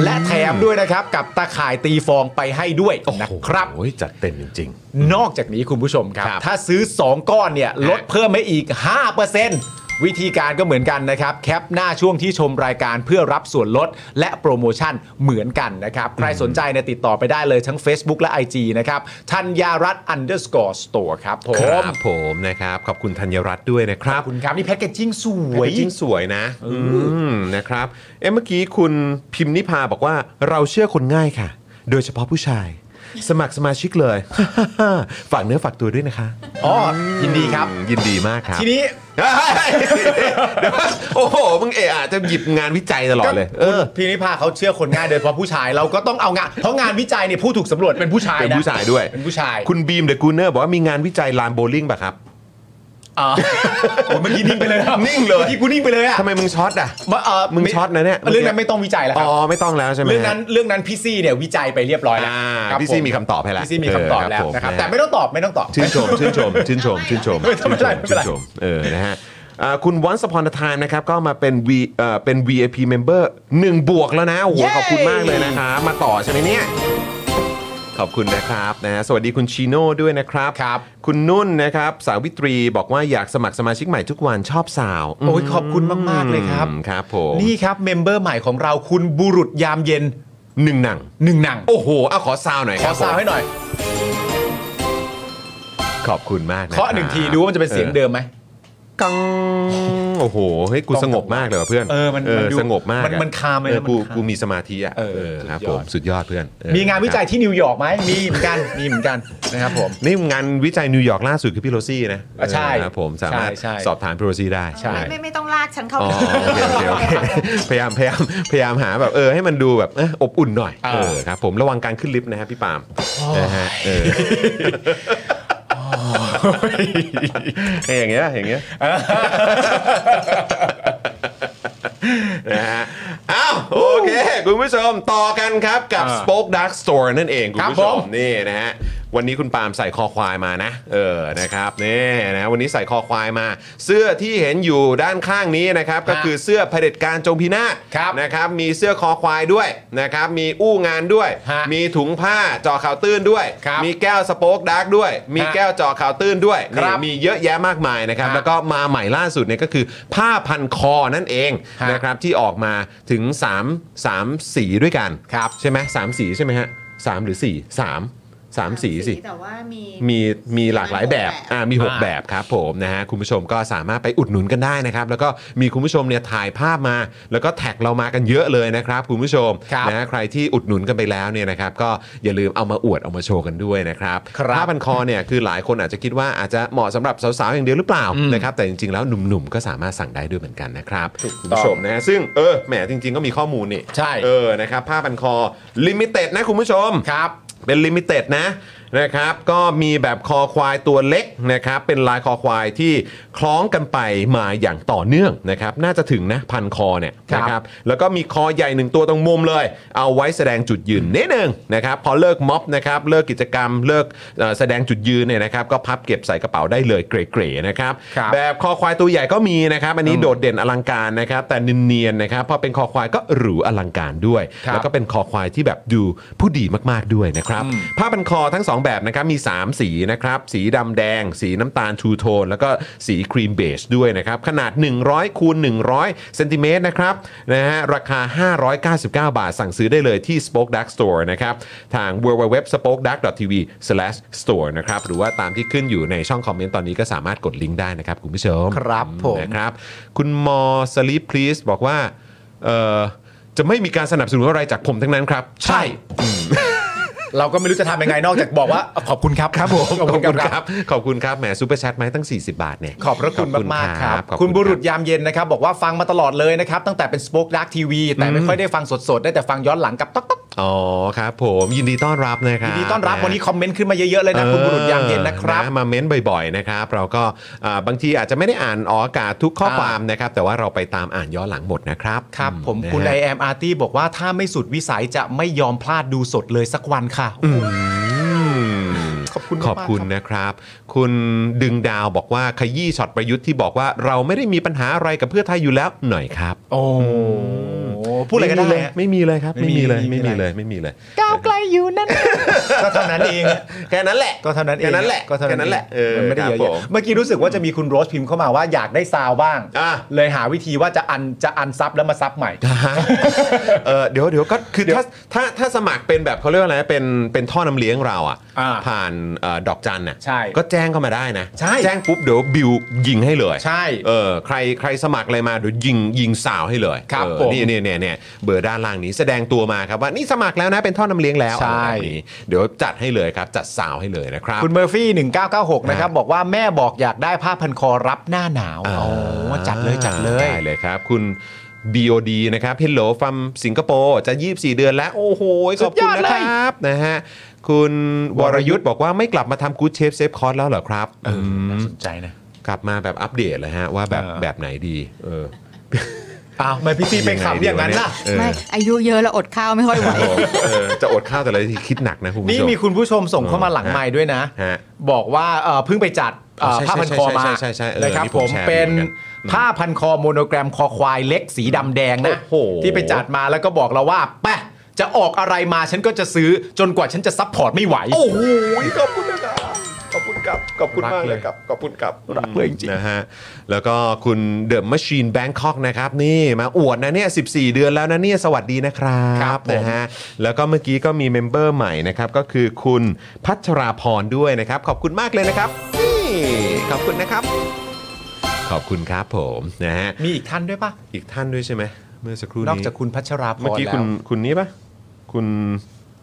และแถมด้วยนะครับ กับตาข่ายตีฟองไปให้ด้วยนะครับ โอ้ยจัดเต็มจริง นอกจากนี้คุณผู้ชมครับ ครับ ถ้าซื้อ 2 ก้อนเนี่ย ลดเพิ่มไปอีก 5%วิธีการก็เหมือนกันนะครับ แคปหน้าช่วงที่ชมรายการเพื่อรับส่วนลดและโปรโมชั่นเหมือนกันนะครับ ใครสนใจเนี่ยติดต่อไปได้เลยทั้ง Facebook และ IG นะครับธัญญารัตน์ underscore store ครับผ ๆค ม รับผมนะครับ ขอบคุณธัญรัตน์ด้วยนะครับ คุณครับนี่แพ็กเกจจิ้งสสว วย ยจริงสวยนะมนะครับเอ๊ะเมื่อกี้คุณพิมพ์นิพาบอกว่าเราเชื่อคนง่ายค่ะ โดยเฉพาะผู้ชาย สมัครสมาชิกเลย ฝากเนื้อฝากตัวด้วยนะคะ อ๋อ ยินดีครับ อืมยินดีมากครับ ทีนี้ เฮ้ยเดี๋ยวโอ้โห มึงเอะอะจะหยิบงานวิจัยตลอดเลย เออ พี่นิพาเขาเชื่อคนง่ายโดยเฉพาะผู้ชายเราก็ต้องเอางานเพราะงานวิจัยเนี่ยผู้ถูกสำรวจเป็นผู้ชายนะ เป็นผู้ชายด้วย เป็นผู้ชาย คุณบีมเดอะกูเนอร์บอกว่ามีงานวิจัยลานโบลิ่งป่ะครับ อ๋อโอ้ยเมื่อกี้นิ่งไปเลยครับ นิ่งเลย มื่อกี้กูนิ่งไปเลยอะ ทำไมมึงช็อตอ่ะ มาเอ่อ มึงช็อตนะเนี่ย เรื่องนั้นไม่ต้องวิจัยแล้วค อ๋ รับ อ ไม่ต้องแล้วใช่ไหม เรื่องนั้นเรื่องนั้นพี่ซี่เนี่ยวิจัยไปเรียบร้อยแล้ว อ่า ครับ พี่ซี่ ผ มีคำตอบให้แล้ว พี่ซี่มีคำตอบแล้ว เผม นะครับ ฮ แต่ไม่ต้องตอบไม่ต้องตอบ ชื่นช ม ชื่นชม ชื่นชม ชื่นชม ไม่ต้องไม่เป็นไรไม่เป็ ชื่นนไร ชม เออ นะฮะอ่าคุณวันสปอนทานนะครับ ก็มาเป็น V เอ่อเป็น VIP member 1 บวกแล้วนะ โอ้โห ขอบคุณมากเลยนะครับ มาต่อใช่ไหมเนี่ย ขอบคุณนะครับนะฮะสวัสดีคุณชิโน่ด้วยนะครับ ครับ คุณนุ่นนะครับ สาวิตรีบอกว่าอยากสมัครสมาชิกใหม่ทุกวันชอบสาว โอ้ยขอบคุณมากๆเลยครับ อืมครับผม นี่ครับเมมเบอร์ใหม่ของเราคุณบุรุษยามเย็น หนึ่งหนัง หนึ่งหนัง โอ้โหเอาขอซาวหน่อย ขอซาวให้หน่อย ขอบคุณมากนะ เคาะหนึ่งทีดูว่ามันจะเป็นเสียงเดิมไหม กังโอ้โหเฮ้ยกูสงบมากเลยว่ะเพื่อน เออมันมันดู สงบมาก มัน อะ มันคามเลย เอ นะ อกู มันคาม กูมีสมาธิอ่ะ เออ ครับ สุ ผ ดยอ ม ด สุดยอดเพื่อนเออ มีงานวิจัย ครับ ที่นิวยอร์กไหมมีเหมื อนกัน มีเหมือนกันนะครับผม นี่งานวิจัยนิวยอร์กล่าสุดคือพี่โรซี่นะ อ่ะใช่ เออครับผมสามารถ ใช่ใช่ สอบถามพี่โรซี่ได้ ใช่ ไม่ไม่ไม่ต้องลากฉันเข้า อ๋อ ไป โอเคโอเคโอเคพยายามพยายามพยายามหาแบบเออให้มันดูแบบเอ้ยอบอุ่นหน่อย อ่า เออครับผมระวังการขึ้นลิฟต์นะฮะพี่ปาล์มนะฮะเออเอออย่างเงี้ยอย่างเงี้ยนะฮะอ้าวโอเค คุณผู้ชมต่อกันครับกับ อ่า Spoke Dark Store นั่นเอง คุณผู้ช ครับผม ม นี่นะฮะวันนี้คุณปาล์มใส่คอควายมานะ เออนะครับนี่นะวันนี้ใส่คอควายมา เสื้อที่เห็นอยู่ด้านข้างนี้นะครับ ก็คือเสื้อเผด็จการจงพินาศ ครับ นะครับ มีเสื้อคอควายด้วยนะครับ มีอู้งานด้วย ฮะ มีถุงผ้าเจอข่าวตื้นด้วย ครับ มีแก้วสโป๊กดาร์กด้วย มี ฮะ แก้วเจอข่าวตื้นด้วย ครั นี่ บ มีเยอะแยะมากมายนะครับ ฮะ แล้วก็มาใหม่ล่าสุดเนี่ยก็คือผ้าพันคอนั่นเอง ฮะ นะครับที่ออกมาถึงสามสามสีด้วยกัน ครับ ใช่ไหมสามสีใช่ไหมฮะสามหรือสี่สามสามสีสิ แต่ว่ามี มีมีหลากหลายแบบ หกแบบ อ่ามี 6 อ่า แบบครับผมนะฮะคุณผู้ชมก็สามารถไปอุดหนุนกันได้นะครับ แล้วก็มีคุณผู้ชมเนี่ยถ่ายภาพมา แล้วก็แท็กเรามากันเยอะเลยนะครับ คุณผู้ชม ครับ นะฮะใครที่อุดหนุนกันไปแล้วเนี่ยนะครับ ก็อย่าลืมเอามาอวดเอามาโชว์กันด้วยนะครับ ครับ ผ้าพันคอเนี่ยคือหลายคนอาจจะคิดว่าอาจจะเหมาะสำหรับสาวๆอย่างเดียวหรือเปล่า อืม นะครับแต่จริงๆแล้วหนุ่มๆก็สามารถสั่งได้ด้วยเหมือนกันนะครับ ถูกต้อง คุณผู้ชมนะฮะซึ่งเออแหมจริง ๆก็มีข้อมูลนี่ ใช่ เออนะครับผ้าพันคอลิมิเต็ดนะคุณผู้ชม ครับ เป็นลิมิเต็ดนะนะครับ ก็มีแบบคอควายตัวเล็กนะครับ เป็นลายคอควายที่คล้องกันไปมาอย่างต่อเนื่องนะครับ น่าจะถึงนะพันคอเนี่ย ครับ นะครับ แล้วก็มีคอใหญ่หนึ่งตัวตรงมุมเลย เอาไว้แสดงจุดยืนนิดนึงนะครับ พอเลิกม็อบนะครับ เลิกกิจกรรมเลิกเอ่อแสดงจุดยืนเนี่ยนะครับ ก็พับเก็บใส่กระเป๋าได้เลยเกรๆนะครับ ครับ แบบคอควายตัวใหญ่ก็มีนะครับ อันนี้โดดเด่นอลังการนะครับ แต่เนียนๆนะครับพอเป็นคอควายก็หรูอลังการด้วย ครับ แล้วก็เป็นคอควายที่แบบดูผู้ดีมากๆด้วยนะครับ อืม ผ้าพันคอทั้ง 2 แบบนะครับมี 3 สีนะครับ สีดำแดง สีน้ำตาลทูโทน แล้วก็สีครีมเบจด้วยนะครับ ขนาด 100คูณ100เซนติเมตรนะครับนะฮะราคา 599 บาทสั่งซื้อได้เลยที่ Spoke Dark Store นะครับทาง www.spokedark.tv/store นะครับหรือว่าตามที่ขึ้นอยู่ในช่องคอมเมนต์ตอนนี้ก็สามารถกดลิงก์ได้นะครับคุณผู้ชม ครับผม นะครับ คุณมอสลีปพลีสบอกว่าเอ่อจะไม่มีการสนับสนุนอะไรจากผมทั้งนั้นครับ ใช่ เราก็ไม่รู้จะทำยังไงนอกจากบอกว่าขอบคุณครับครับผม ขอบคุณครับ ขอบคุณครับ แหมซูเปอร์แชทมาให้ตั้ง 40 บาทเนี่ย ขอบพระคุณมาก ๆ ครับ ขอบ คุณบุรุษ ค ยามเย็นนะครับ บอกว่าฟังมาตลอดเลยนะครับ ตั้งแต่เป็น Spoke Dark TV แต่ไม่ค่อยได้ฟังสด ๆ ได้แต่ฟังย้อนหลังกับต๊อกต๊อก อ๋อครับผมยินดีต้อนรับนะครับ ยินดีต้อนรับ ะฮะ วันนี้คอมเมนต์ขึ้นมาเยอะ ๆ เลยนะ คุณบุรุษยามเย็นนะครับ ออมาเม้นบ่อยๆนะครับ เราก็อ่าบางทีอาจจะไม่ได้อ่านออกอากาศทุกข้อ อ่า ความนะครับ แต่ว่าเราไปตามอ่านย้อนหลังหมดนะครับ ครับ อื ผมคุณ นะ ไอ ฮะ แอมอาร์ตี้บอกว่าถ้าไม่สุดวิสัยจะไม่ยอมพลาดดูสดเลยสักวันค่ะโอ้โห ม ขอบคุณ ขอบคุณ มากๆครับ นะครับ คุณดึงดาวบอกว่าขยี้ช็อตประยุทธ์ที่บอกว่าเราไม่ได้มีปัญหาอะไรกับเพื่อไทยอยู่แล้วหน่อยครับ โอ้โหพูดอะไรก็ได้ ม่มีเลย อะ ไม่มีเลยครับ ไม่ ไม่ มี มีเลยไม่มีไม่มีอะไร เลยไม่มีเลย ก้าวไกลอยู่นั่น ก็เท่านั้นเอง แค่นั้นแหละ ก็เท่านั้นเอง แค่นั้นแหละ ก็เท่าแค่นั้นั้นนแหละ เองมันไม่ได้เยอะ เออครัแยะบผม เมื่อกี้รู้สึกว่าจะมีคุณโรสพิมพ์เข้ามาว่าอยากได้ซาวบ้าง อ่ะ เลยหาวิธีว่าจะอันจะอันซับแล้วมาซับใหม่ ฮะเออเดี๋ยวเดี๋ยวก็คือถ้าถ้าถ้าสมัครเป็นแบบเขาเรียกว่าอะไรนะเป็นเป็นท่อน้ำเลี้ยงเราอ่ะ อ่า ผ่านเอ่อดอกจันน่ะ ใช่ ก็แจ้งเข้ามาได้นะ ใช่ แจ้งปุ๊บเดี๋ยวบิวยิงให้เลย ใช่ เออใครใครสมัครอะไรมาเดี๋ยวยิงยิงสาวให้เลย ครับ เออ ผม นี่เนี่ยเนี่ยเนี่ยเบอร์ด้านล่างนี้แสดงตัวมาครับว่านี่สมัครแล้วนะเป็นท่อน้ำเลี้ยงแล้วอะใช่ไรแบบนี้เดี๋ยวจัดให้เลยครับจัดสาวให้เลยนะครับ คุณเมอร์ฟี่ 1996 นะครับ บอกว่าแม่บอกอยากได้ผ้าพันคอรับหน้าหนาวโอ้จัดเลยจัดเลย ได้เลยครับ คุณ BOD นะครับเฮลโลฟัมสิงคโปร์จะ 24 เดือนแล้ว โอ้โห ขอบคุณ สุดนะยอดเล ค ย รับนะฮะคุณวรยุทธ์บอกว่าไม่กลับมาทำกู๊ดเชฟเซฟคอร์สแล้วเหรอครับ เออ ม น่าสนใจนะ กลับมาแบบอัปเดตเลยฮะ ว่าแบบ เออ แบบไหนดีเออ อ้าวทำไม่พี่ซีไปขับอย่างนั้นล่ะ เออ ไม่อายุเยอะแล้วอดข้าวไม่ค่อยไหว เออจะอดข้าวแต่ละทีคิดหนักนะคุณผู้ชม นี่มีคุณผู้ชมส่งเข้ามาหลังไม้ด้วยนะ ฮะ บอกว่าเอ่อเพิ่งไปจัดเอ่อ ใช่ ผ้าพันคอมา ใช่ใช่ใช่ใช่เออ นะครับ นี่ ผ ผม ม แชร์ เป็น เหมือนกัน ผ้าพันคอโมโนแกรมคอควายเล็กสีดำแดงนะ โอ้โห ที่ไปจัดมาแล้วก็บอกเราว่าแปะจะออกอะไรมาฉันก็จะซื้อจนกว่าฉันจะซัพพอร์ตไม่ไหว โอ้โหขอบคุณนะครับขอบคุณ ครับ ขอบคุณมากเลยครับ ขอบคุณครับ รักเลยจริง นะฮะ แล้วก็คุณเด e m ม c ช i นแบงคอกนะครับ นี่มาอวดนะเนี่ย 14 เดือนแล้วนะเนี่ย สวัสดีนะครั ครับ บ ผม นะฮะ แล้วก็เมื่อกี้ก็มีเมมเบอร์ใหม่นะครับ ก็คือคุณพัชราพรด้วยนะครับ ขอบคุณมากเลยนะครับนี่ขอบคุณนะครับ ขอบคุณครับผมนะฮะ มีอีกท่านด้วยปะ อีกท่านด้วยใช่ไหมเมื่อสักครู่นี้ นอกจากคุณพัชราพร เมื่อกี้คุณ แล้ว คุณนี้ปะคุณ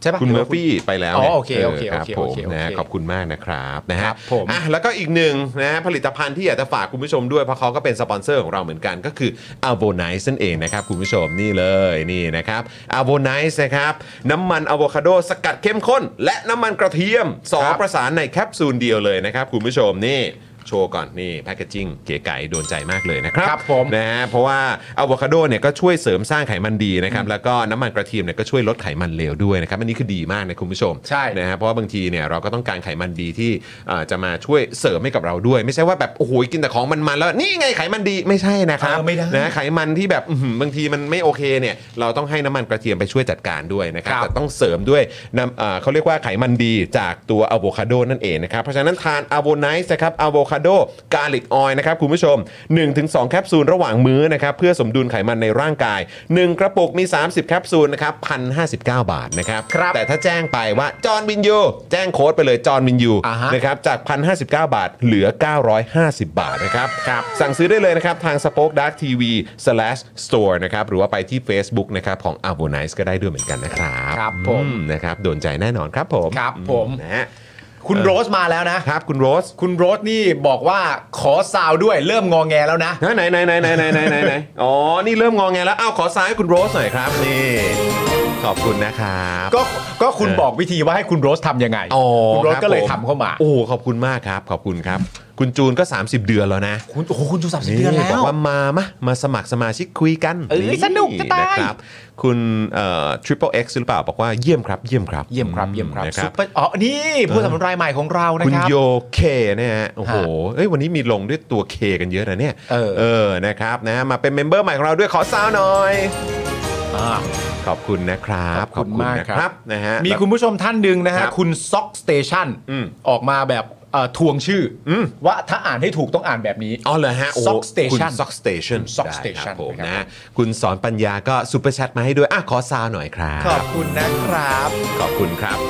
ใช่ปะ คุณ ห เม รื อ ว่า ร์ฟี่ไปแล้ว อ๋อ นี่ย โอเคโอเค ครับ โอเค ผ โอ ม เคโอเค นะขอบคุณมากนะครับนะฮะ ครับผม อ่ะแล้วก็อีกหนึ่งนะผลิตภัณฑ์ที่อยากจะฝากคุณผู้ชมด้วยเพราะเขาก็เป็นสปอนเซอร์ของเราเหมือนกันก็คือ a l b o n i c e นั่นเองนะครับ คุณผู้ชมนี่เลยนี่นะครับ a l b o n i c e นะครับน้ำมันอะโวคาโดสกัดเข้มข้น และน้ำมันกระเทียมสองประสานในแคปซูลเดียวเลยนะครับคุณผู้ชมนี่โชว์ก่อนนี่แพคเกจิ้งเก๋ไก๋โดนใจมากเลยนะครับ ครับผม นะฮะเพราะว่าอะโวคาโดเนี่ยก็ช่วยเสริมสร้างไขมันดีนะครับแล้วก็น้ำมันกระเทียมเนี่ยก็ช่วยลดไขมันเลวด้วยนะครับอันนี้คือดีมากนะคุณผู้ชม ใช่ นะฮะเพราะว่าบางทีเนี่ยเราก็ต้องการไขมันดีที่อ่าจะมาช่วยเสริมให้กับเราด้วย ไม่ใช่ว่าแบบโอ้โหกินแต่ของมันๆแล้วนี่ไงไขมันดีไม่ใช่นะครับ เออไม่ได้ นะไขมันที่แบบอื้อหือบางทีมันไม่โอเคเนี่ยเราต้องให้น้ำมันกระเทียมไปช่วยจัดการด้วยนะครับ ครับ แต่ต้องเสริมด้วยน้ำอ่าเขาเรียกว่าไขมันดีจากตัวอะโวคาโดนั่นเองนะครับเพราะฉะนั้นทานอะโวไนซ์นะครับอะโวคาโดกาลิกออยนะครับคุณผู้ชม 1-2 แคปซูลระหว่างมื้อนะครับเพื่อสมดุลไขมันในร่างกาย 1 กระปุกมี 30 แคปซูลนะครับ1,059 บาทนะครับ ครับ แต่ถ้าแจ้งไปว่าจอห์นวินยูแจ้งโค้ดไปเลยจอห์นวินยู อ่าฮะ นะครับจาก 1,059 บาท เหลือ 950 บาทนะครับ สั่งซื้อได้เลยนะครับ ทาง Spoke Dark TV slash store นะครับ หรือว่าไปที่ Facebook นะครับ ของ a v o n i c e ก็ได้ด้วยเหมือนกันนะครับ ครับผม อืนะครับ โดนใจแน่นอนครับผม ครับผม นะฮะ คุณโรสมาแล้วนะ ครับคุณโรส คุณโรสนี่บอกว่าขอซาวด้วยเริ่มงอแงแล้วนะ ไหนไหนไหนไหนไหนไหนไหนไหนอ๋อ นี่เริ่มงองแงแล้ว อ้าว ขอซ้ายคุณโรสหน่อยครับ นี่ ขอบคุณนะครับ ก็ก็คุณ เออ บอกวิธีว่าให้คุณโรสทำยังไง อ๋อ คุณโรส บ ก็เลย ผ ทำเข้ามา โอ้โหขอบคุณมากครับ ขอบคุณครับ คุณจูนก็ 30 เดือนแล้วนะ คุณโอ้โหคุณจูสามสิบเดือนแล้ บอ ว กว่ามามามาสมัครสมาชิกคุยกัน เอ้ยสนุกจะตาย นะครับ คุณเอ่อ triple x หรือเปล่าบอกว่าเยี่ยมครับเยี่ยมครับ เยี่ยมครับเยี่ยมครับ นะ ซุปเปอร์อ๋อนี่ผู้สำรวจรายใหม่ของเรานะ คุณ ครับ โยเคเนี่ยฮะโอ้โหเอ้ยวันนี้มีลงด้วยตัวเคกันเยอะนะเนี่ย เออ นะครับนะมาเป็นเมมเบอร์ใหม่ของเราด้วยขอซาวหน่อย อ่า ขอบคุณนะครับ ขอบคุณมากครับ ขอณนะฮะ มีคุณผู้ชมท่านหนึ่งนะ ครั ฮะ บ คุณซ็อกสเตชัน อืม ออกมาแบบเอ่อทวงชื่ออ ม ว่าถ้าอ่านให้ถูกต้องอ่านแบบนี้ อ๋อเหรอฮะ Sock Station ซ็อกสเตชัน Sock Station ผม นะครับ นะ คุณสอนปัญญาก็ซูเปอร์แชทมาให้ด้วยอ่ะขอซาวหน่อยครับ ขอบคุณนะครับ ขอบคุณครับ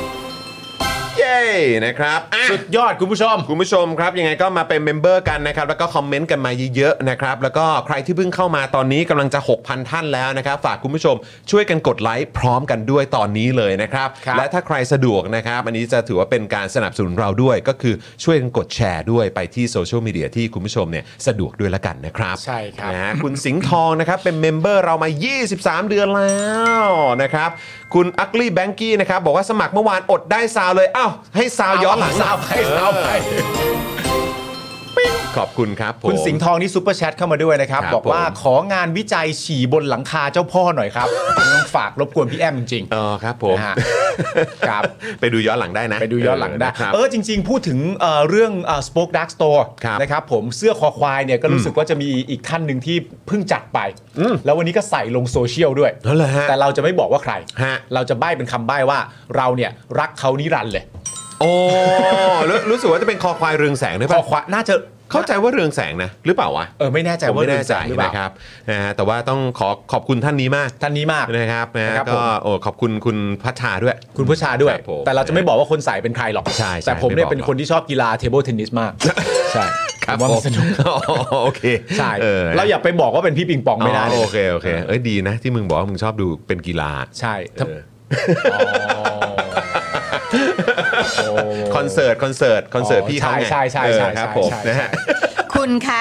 เย้นะครับอ่ะ สุดยอดคุณผู้ชม คุณผู้ชมครับยังไงก็มาเป็นเมมเบอร์กันนะครับ แล้วก็คอมเมนต์กันมาเยอะๆนะครับ แล้วก็ใครที่เพิ่งเข้ามาตอนนี้กำลังจะ 6,000 ท่านแล้วนะครับ ฝากคุณผู้ชมช่วยกันกดไลค์พร้อมกันด้วยตอนนี้เลยนะครับ ครับ และถ้าใครสะดวกนะครับ อันนี้จะถือว่าเป็นการสนับสนุนเราด้วย ก็คือช่วยกันกดแชร์ด้วยไปที่โซเชียลมีเดียที่คุณผู้ชมเนี่ยสะดวกด้วยละกันนะครับ ใช่ครับ นะฮะคุณสิงห์ทองนะครับเป็นเมมเบอร์เรามา 23 เดือนแล้วนะครับคุณอักลี่แบงกี้นะครับบอกว่าสมัครเมื่อวานอดได้ซาวเลยอ้าวให้ซาวย้อนหลัง สาวไปสาวไป ขอบคุณครับผม คุณสิงห์ทองนี่ซูเปอร์แชทเข้ามาด้วยนะครับ ครับ บอกว่า ผม ของานวิจัยฉี่บนหลังคาเจ้าพ่อหน่อยครับ ต้องฝากรบกวนพี่แอมจริง เออครับผมๆนะฮะครับ ไปดูย้อนหลังได้นะ ไปดูย้อนหลังได้ เครับ เออจริง ๆ พูดถึงเอ่อเรื่องเอ่อ Spoke Dark Store ครับ นะครับผมเสื้อคอควายเนี่ยก็รู้สึกว่าจะมีอีกท่านหนึ่งที่เพิ่งจัดไป แล้ววันนี้ก็ใส่ลงโซเชียลด้วย แล้วเหรอฮะ แต่เราจะไม่บอกว่าใคร ฮะ เราจะใบ้เป็นคำใบ้ว่าเราเนี่ยรักเขานิรันดร์เลย โอ้ รู้รู้สึกว่าจะเป็นคอควายเรืองแสงด้วย ค ป่ะ อควายน่าจะ เข้าใจว่าเรืองแสงนะ หรือเปล่าวะ เออไม่แน่ใจ ผม ว่า ไม่แน่ใจ หรือเปล่า นะครับนะฮะแต่ว่าต้องขอขอบคุณท่านนี้มาก ท่านนี้มาก นะครับนะฮะ ครับผม ก็โอ้ขอบคุณคุณพัชชาด้วย คุณผู้ชาด้วย ครับผม แต่เราจะไม่บอกว่าคนใส่เป็นใครหรอก ใช่ใช่ แต่ผมเนี่ไม่ยบอก เป็นคนที่ชอบกีฬาเทเบิลเทนนิสมาก ใช่ผมว่ามันสนุก อ๋อโอเค ใช่ ออ เราอย่าไปบอกว่าเป็นพี่ปิงปองไม่ได้ อ๋อ เลย โอเคโอเคเอ้ยดีนะ ที่มึงบอกว่ามึงชอบดูเป็นกีฬา ใช่ถ้า เออ โอ้ คอนเสิร์ตคอนเสิร์ตคอนเสิร์ตพี่เขาไง ใช่ใช่ใช่ เออครับ ใช่ ผม ใช่ นะฮะ คุณคะ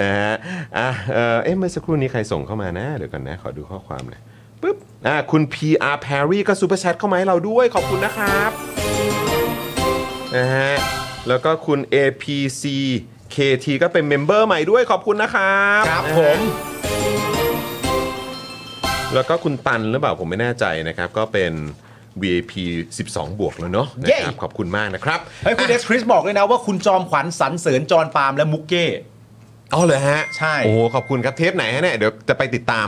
นะฮะอ่ะเอ่อเอ๊ะเมื่อสักครู่นี้ใครส่งเข้ามานะ เดี๋ยวกันนะ ขอดูข้อความหน่อยปึ๊บอ่ะคุณ PR Perry ก็ซูเปอร์แชทเข้ามาให้เราด้วย ขอบคุณนะครับนะฮะแล้วก็คุณ APC KT ก็เป็นเมมเบอร์ใหม่ด้วยขอบคุณนะครับ ครับ นะฮะ ผม แล้วก็คุณตันหรือเปล่าผมไม่แน่ใจนะครับ ก็เป็น VIP 12 บวกแล้วเนาะนะ เย้ ครับขอบคุณมากนะครับ เฮ้ยคุณเอ อ่ะ สคริสบอกเลยนะว่าคุณจอมขวัญสรรเสริญจรปาล์มและมุกเก้ อ๋อเลยฮะ ใช่ โอ้โหขอบคุณครับเทปไหนฮะเนี่ยเดี๋ยวจะไปติดตาม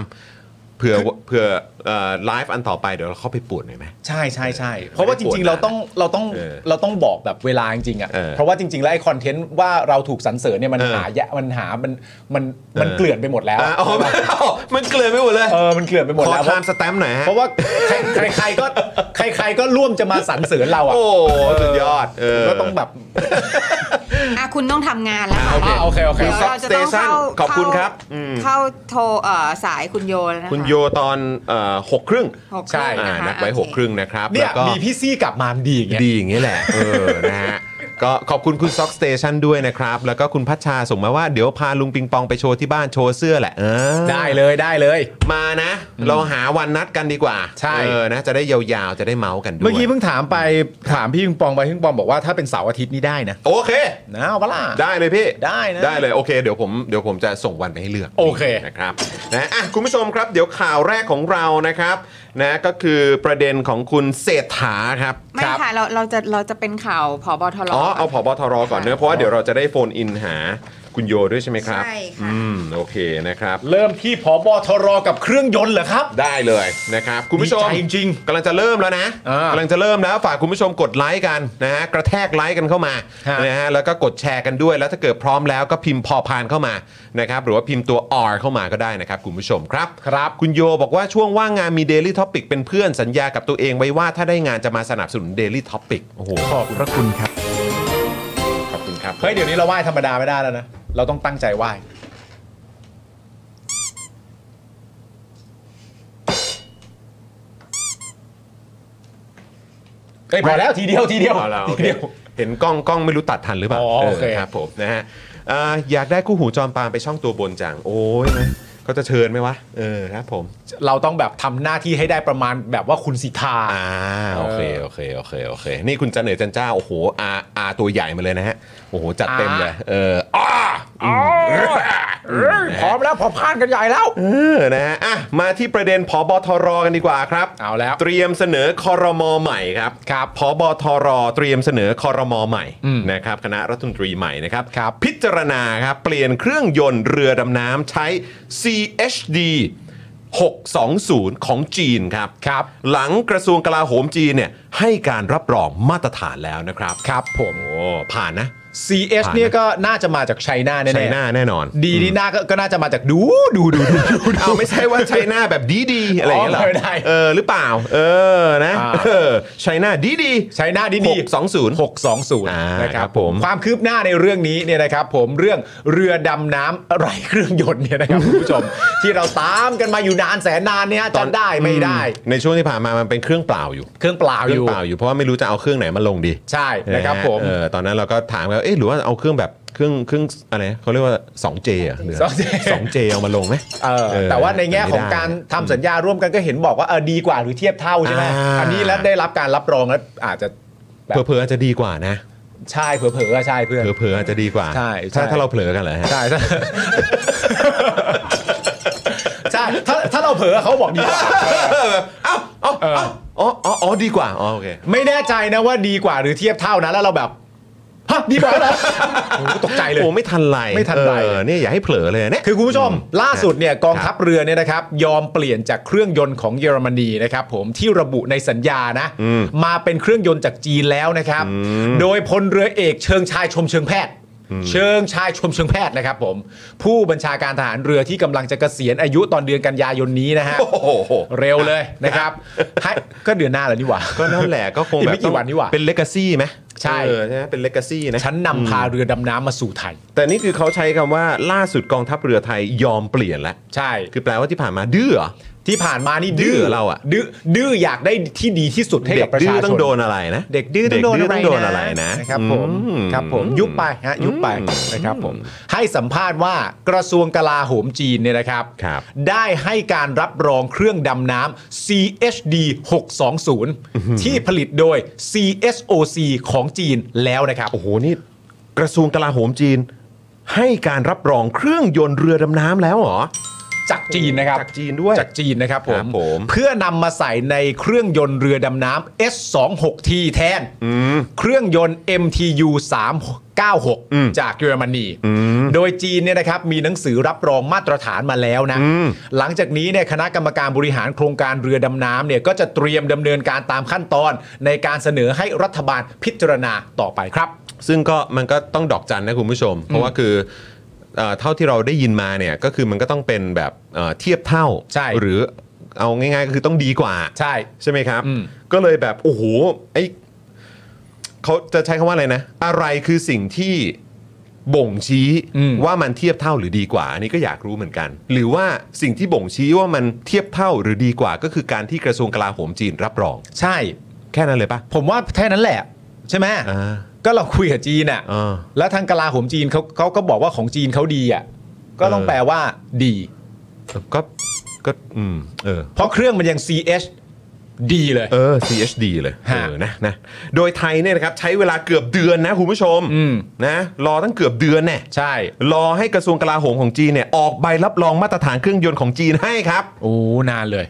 เผื่อเผื่อไลฟ์อันต่อไปเดี๋ยวเราเข้าไปปวดหน่อยไหม ใช่ใช่ใช่เพราะว่าจริงๆ เราต้องเราต้อง เออ เราต้องบอกแบบเวลาจริงๆอ่ะ เออ เพราะว่าจริงๆ แล้วไอ้คอนเทนต์ว่าเราถูกสรรเสริญเนี่ยมัน เออ หายะมันหามันมันมันเกลื่อนไปหมดแล้ว อ่ะอ๋อไม่เอามันเกลื่อนไปหมดเลย เออมันเกลื่อนไปหมด ขอ แล้ว ไทม์สแตมป์หน่อยฮะ เพราะว่าใครใครใครก็ใครใครก็ร่วมจะมาสรรเสริญเราอ่ะ โอ้สุดยอดเออ ก็ต้องแบบ อ่ะคุณต้องทำงานแล้ว อ่ะ ค่ะ โอเค อ่ะโอเคโอเค เดี๋ยวเราจะต้องเข้า Substation ขอบคุณครับอืม เข้าโทรเอ่อสายคุณโยแล้วนะคะ คุณโยตอนเอ่อหกครึ่ง หก ใช่ ครึ่ง อ่า นะคะ นัดไว้หก โอเค ครึ่งนะครับ เนี่ แล้ ยว ก็ มีพี่ซี่กลับมามันดีอย่างเงี้ย ดีอย่างนี้แหละ เออ นะฮะ ก็ขอบคุณคุณซ็อกสเตชันด้วยนะครับ แล้วก็คุณพัชชาส่งมาว่าเดี๋ยวพาลุงปิงปองไปโชว์ที่บ้านโชว์เสื้อแหละเออ ได้เลยได้เลย มานะ เราหาวันนัดกันดีกว่า ใช่ เออนะ จะได้ยาวๆ จะได้เมาส์กันด้วย เมื่อกี้เพิ่งถามไปถามพี่พิงปองไปพี่พิงปองบอกว่าถ้าเป็นเสาร์อาทิตย์นี่ได้นะ โอเค นะเอาปะล่ะ ได้เลยพี่ ได้นะ ได้เลยโอเคเดี๋ยวผมเดี๋ยวผมจะส่งวันไปให้เลือก โอเค นะครับนะอ่ะคุณผู้ชมครับ เดี๋ยวข่าวแรกของเรานะครับนะก็คือประเด็นของคุณเศรษฐาครับ ไม่ รับ ค่ะ เราเราจะเราจะเป็นข่าวผบทร อ๋อ เอาผบทรก่อนเนอะเพราะว่าเดี๋ยวเราจะได้โฟนอินหาคุณโยด้วยใช่ไหมครับ ใช่ค่ะ อืม โอเคนะครับ เริ่มที่ผบทรกับเครื่องยนต์เหรอครับ ได้เลยนะครับ คุณผู้ชม ดีใจจริง ๆกำลังจะเริ่มแล้วนะ อ่าก ำลังจะเริ่มแล้วฝากคุณผู้ชมกดไลค์กันนะฮะกระแทกไลค์กันเข้ามา ฮะ นะฮะแล้วก็กดแชร์กันด้วยแล้วถ้าเกิดพร้อมแล้วก็พิมพ์พอพานเข้ามานะครับหรือว่าพิมพ์ตัว R เข้ามาก็ได้นะครับคุณผู้ชมครับ ครับ คุณโยบอกว่าช่วงว่างงานมี Daily Topic เป็นเพื่อนสัญญากับตัวเองไว้ว่าถ้าได้งานจะมาสนับสนุน Daily Topic โอ้โห ขอบพระคุณครับ ขอบคุณครับ เฮ้ยเดี๋ยวนี้เราไหว้ธรรมดาไม่ได้แล้วนะ เราต้องตั้งใจไหว้เฮ้ยพอแล้วทีเดียวทีเดียว เอาละโอ ที เค เดียว เห็นกล้องกล้องไม่รู้ตัดทันหรือเปล่า อ๋อโอเค ครับผมนะฮะเอ่ออยากได้คู่หูจอมปาล์มไปช่องตัวบนจังโอ้ยเขาจะเชิญไหมวะ เออครับผม เราต้องแบบทำหน้าที่ให้ได้ประมาณแบบว่าคุณสิทธา อ่าโอเค เออ โอเคโอเคโอเค นี่คุณจันเหนือจันเจ้าโอ้โหอาอาตัวใหญ่มาเลยนะฮะโอ้โหจัดเต็มเลย อ่า เอออ้าอืม พร้อมแล้วพอพานกันใหญ่แล้ว เออนะฮะอ่ะมาที่ประเด็นพอบทรกันดีกว่าครับ เอาแล้ว เตรียมเสนอคอรมอใหม่ครับครับพอบทรเตรียมเสนอคอรมอใหม่ อืม นะครับคณะรัฐมนตรีใหม่นะครับ ครับ พิจารณาครับเปลี่ยนเครื่องยนต์เรือดำน้ำใช้ CHD 620 ของจีนครับ ครับ หลังกระทรวงกลาโหมจีนเนี่ยให้การรับรองมาตรฐานแล้วนะครับ ครับผม โอ้ผ่านนะ CS ผ่านนะ เนี่ยก็น่าจะมาจากไชน่าแน่ๆ ใช้หน้าแน่นอน ดีนี่น่าก็ก็น่าจะมาจากดูดูดูดูดูดู เอาไม่ใช่ว่าไชน่าแบบดีดีๆอะไรอย่างเงี้ยเหรอ อ๋อไม่ได้ เออหรือเปล่า เออนะ อ่า เออไชน่าดีดี ไชน่าดี ห ดี กสองศูนย์ หกสองศูนย์ อ่า นะค ครั รับบ ผ ผม ม ความคืบหน้าในเรื่องนี้เนี่ยนะครับผมเรื่องเรือดำน้ำไร้เครื่องยนต์เนี่ยนะครับคุณผู้ชม ที่เราตามกันมาอยู่นานแสนนานเนี่ยจำได้ไม่ได้ ในช่วงที่ผ่านมามันเป็นเครื่องเปล่าอยู่ เครื่องเปล่า เค อ รื่ ยู่ เปล่าอยู่เพราะว่าไม่รู้จะเอาเครื่องไหนมาลงดี ใช่นะครับผม เออตอนนั้นเราก็ถามกันว่าเอ๊ะหรือว่าเอาเครื่องแบบเครื่องเครื่องอะไรนะเขาเรียกว่า 2J อ่ะหรือ สองเจ 2J เอามาลงไหม เออ เออ แต่ว่าในแง่ของ ไม่ได้ การทำสัญญาร่วมกันก็เห็นบอกว่าเออดีกว่าหรือเทียบเท่าใช่ไหม อ่า อันนี้แล้วได้รับการรับรองแล้วอาจจะแบบ เผลอๆอาจจะดีกว่านะ ใช่เผลอๆอะใช่เพื่อน เผลอๆอาจจะดีกว่า ใช่ใช่ ถ้าถ้าเราเผลอกันเหรอฮะ ใช่ใช่ ใช่ ถ้าถ้าเราเผลอเขาบอกดีกว่า เออแบบเอ้าเอ้าเอ้าอ๋ออ๋ออ๋อดีกว่าอ๋อโอเค ไม่แน่ใจนะว่าดีกว่าหรือเทียบเท่านะ แล้วเราแบบฮะดีกว่าแล้วเหรอโอ้โหตกใจเลย โอ้ไม่ทันไร ไม่ทันไร เออเนี่ยอย่าให้เผลอเลยเนี่ย คือคุณผู้ชม ล่าสุดเนี่ยกอง ครับ ทัพเรือเนี่ยนะครับ ยอมเปลี่ยนจากเครื่องยนต์ของเยอรมนีนะครับผมที่ระบุในสัญญานะ อืม มาเป็นเครื่องยนต์จากจีนแล้วนะครับ โดยพลเรือเอกเชิงชายชมเชิงแพทย์ เชิงชายชมเชิงแพทย์นะครับผมผู้บัญชาการทหารเรือที่กำลังจะเกษียณอายุตอนเดือนกันยายนนี้นะฮะ โอ้โห เร็วเลยนะครับให้ก็เดือนหน้าแล้วนี่หว่า ก็นั่นแหละก็คง อีก แบ ไม่ บ กี่วันนี่หว่า เป็นเลก a ซี่ไหม ใช่ เออใช่ไหมเป็นเลก a ซี่นะ ฉันนำพาเรือดำน้ำมาสู่ไทย แต่นี่คือเขาใช้คำว่าล่าสุดกองทัพเรือไทยยอมเปลี่ยนแล้ว ใช่ คือแปลว่าที่ผ่านมาดื้อเหรอ ที่ผ่านมานี่ ดื้อเราอะ ดื้อดื้ออยากได้ที่ดีที่สุดให้ เด็ กับ ก ประ ดื้อ ชาชน ต้องโดนอะไรนะ เด็กดื้อต้องโดนอะไร เก นะ ดื้อต้องโดนอะไรนะ ครับผม อื ครับผมยุบไปฮะยุบไปนะครับผมให้สัมภาษณ์ว่ากระทรวงกลาโหมจีนเนี่ยนะครับ ครับ ได้ให้การรับรองเครื่องดำน้ำ CHD 620 ที่ผลิตโดย CSOC ของจีนแล้วนะครับ โอ้โหนี่กระทรวงกลาโหมจีน ให้การรับรองเครื่องยนต์เรือดำน้ำแล้วเหรอ จากจีนนะครับ จากจีนด้วย จากจีนนะครับผ ครั ม บผม เพื่อนำมาใส่ในเครื่องยนต์เรือดำน้ำ S26T แทน เครื่องยนต์ MTU 396 จากเยอรมนี โดยจีนเนี่ยนะครับมีหนังสือรับรองมาตรฐานมาแล้วนะ หลังจากนี้เนี่ยคณะกรรมการบริหารโครงการเรือดำน้ำเนี่ยก็จะเตรียมดำเนินการตามขั้นตอน ในการเสนอให้รัฐบาลพิจารณาต่อไปครับ ซึ่งก็มันก็ต้องดอกจันนะคุณผู้ชม เพราะว่าคือเอ่อเท่าที่เราได้ยินมาเนี่ยก็คือมันก็ต้องเป็นแบบเอ่อเทียบเท่า ใช่ หรือเอาง่ายๆก็คือต้องดีกว่า ใช่ ใช่ไหมครับ อืม ก็เลยแบบ โอ้โหไอเขาจะใช้คำว่าอะไรนะ อะไรคือสิ่งที่บ่งชี้ว่ามันเทียบเท่าหรือดีกว่าอันนี้ก็อยากรู้เหมือนกัน หรือว่าสิ่งที่บ่งชี้ว่ามันเทียบเท่าหรือดีกว่า ก็คือการที่กระทรวงกลาโหมจีนรับรอง ใช่ แค่นั้นเลยปะ ผมว่าแค่นั้นแหละ ใช่ไหม อ่า ก็เราคุยกับจีนอ่ะ เออ แล้วทางกลาโหมจีนเขาเขาก็บอกว่าของจีนเขาดีอ่ะก็ต้อง เออ แปลว่าดี ก็ก็อืมเออ เพราะเครื่องมันยัง CH ดีเลย เออ CHD เลยเอ ฮะ อนะนะโดยไทยเนี่ยนะครับใช้เวลาเกือบเดือนนะคุณผู้ชม อืม นะรอตั้งเกือบเดือนเนี่ย ใช่ รอให้กระทรวงกลาโหมของจีนเนี่ยออกใบรับรองมาตรฐานเครื่องยนต์ของจีนให้ครับ โอ้นานเลย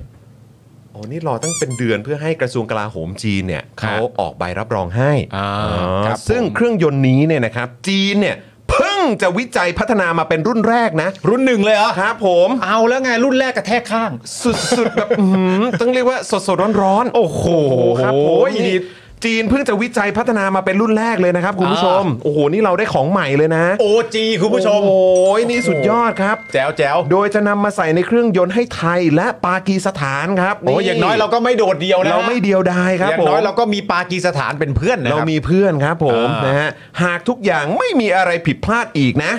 โอ้นี่รอตั้งเป็นเดือนเพื่อให้กระทรวงกลาโหมจีนเนี่ยเขาออกใบรับรองให้ อ่า อ๋อ ครับ ซึ่ง ผม เครื่องยนต์นี้เนี่ยนะครับจีนเนี่ยเพิ่งจะวิจัยพัฒนามาเป็นรุ่นแรกนะ รุ่นหนึ่งเลยเหรอ ครับผม เอาแล้วไงรุ่นแรกกระแทกข้าง สุดๆแบบอื้อหือต้องเรียกว่าสดๆร้อนๆ โอ้โห ครับผม นี่ นี่จีนเพิ่งจะวิจัยพัฒนามาเป็นรุ่นแรกเลยนะครับ คุณผู้ อ่า ชม โอ้โห นี่เราได้ของใหม่เลยนะ OG คุณผู้ชม โอ้ยนี่สุดยอดครับ แจ๋วแจ๋ว โดยจะนำมาใส่ในเครื่องยนต์ให้ไทยและปากีสถานครับ โอ้อย่างน้อยเราก็ไม่โดดเดียวนะ เราไม่เดียวดายครับ อย่า ผ ง ม น้อยเราก็มีปากีสถานเป็นเพื่อนนะค เรา บ มีเพื่อนครับผม อ่าน นะฮะหากทุกอย่างไม่มีอะไรผิดพลาดอีกนะ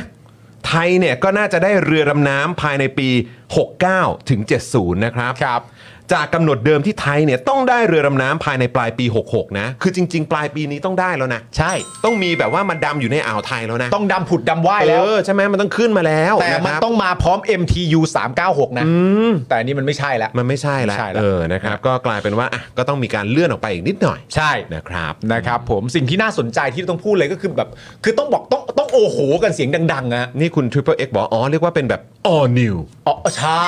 ไทยเนี่ยก็น่าจะได้เรือดำน้ำภายในปี 69ถึง70 นะครับ ครับ จากกำหนดเดิมที่ไทยเนี่ยต้องได้เรือดำน้ำภายในปลายปี 66 นะ คือจริง ๆ ปลายปีนี้ต้องได้แล้วนะ ใช่ ต้องมีแบบว่ามันดำอยู่ในอ่าวไทยแล้วนะ ต้องดำผุดดำว่าย เอ แล้ว อใช่ไหมมันต้องขึ้นมาแล้ว แต่มัคนะรั ต้องมาพร้อม MTU 396 นะ แต่อันนี้มันไม่ใช่แล้ว มันไม่ใช่ละ ไม่ใช่ละ เออนะครับ ก็กลายเป็นว่าอ่ะก็ต้องมีการเลื่อนออกไปอีกนิดหน่อย ใช่ นะครับ นะครับผมสิ่งที่น่าสนใจที่ต้องพูดเลยก็คือแบบ คือต้องบอกต้องต้องโอโหกันเสียงดังๆอะ นี่คุณ Triple X บอกอ๋อเรียกว่าเป็นแบบ all new อ๋อใช่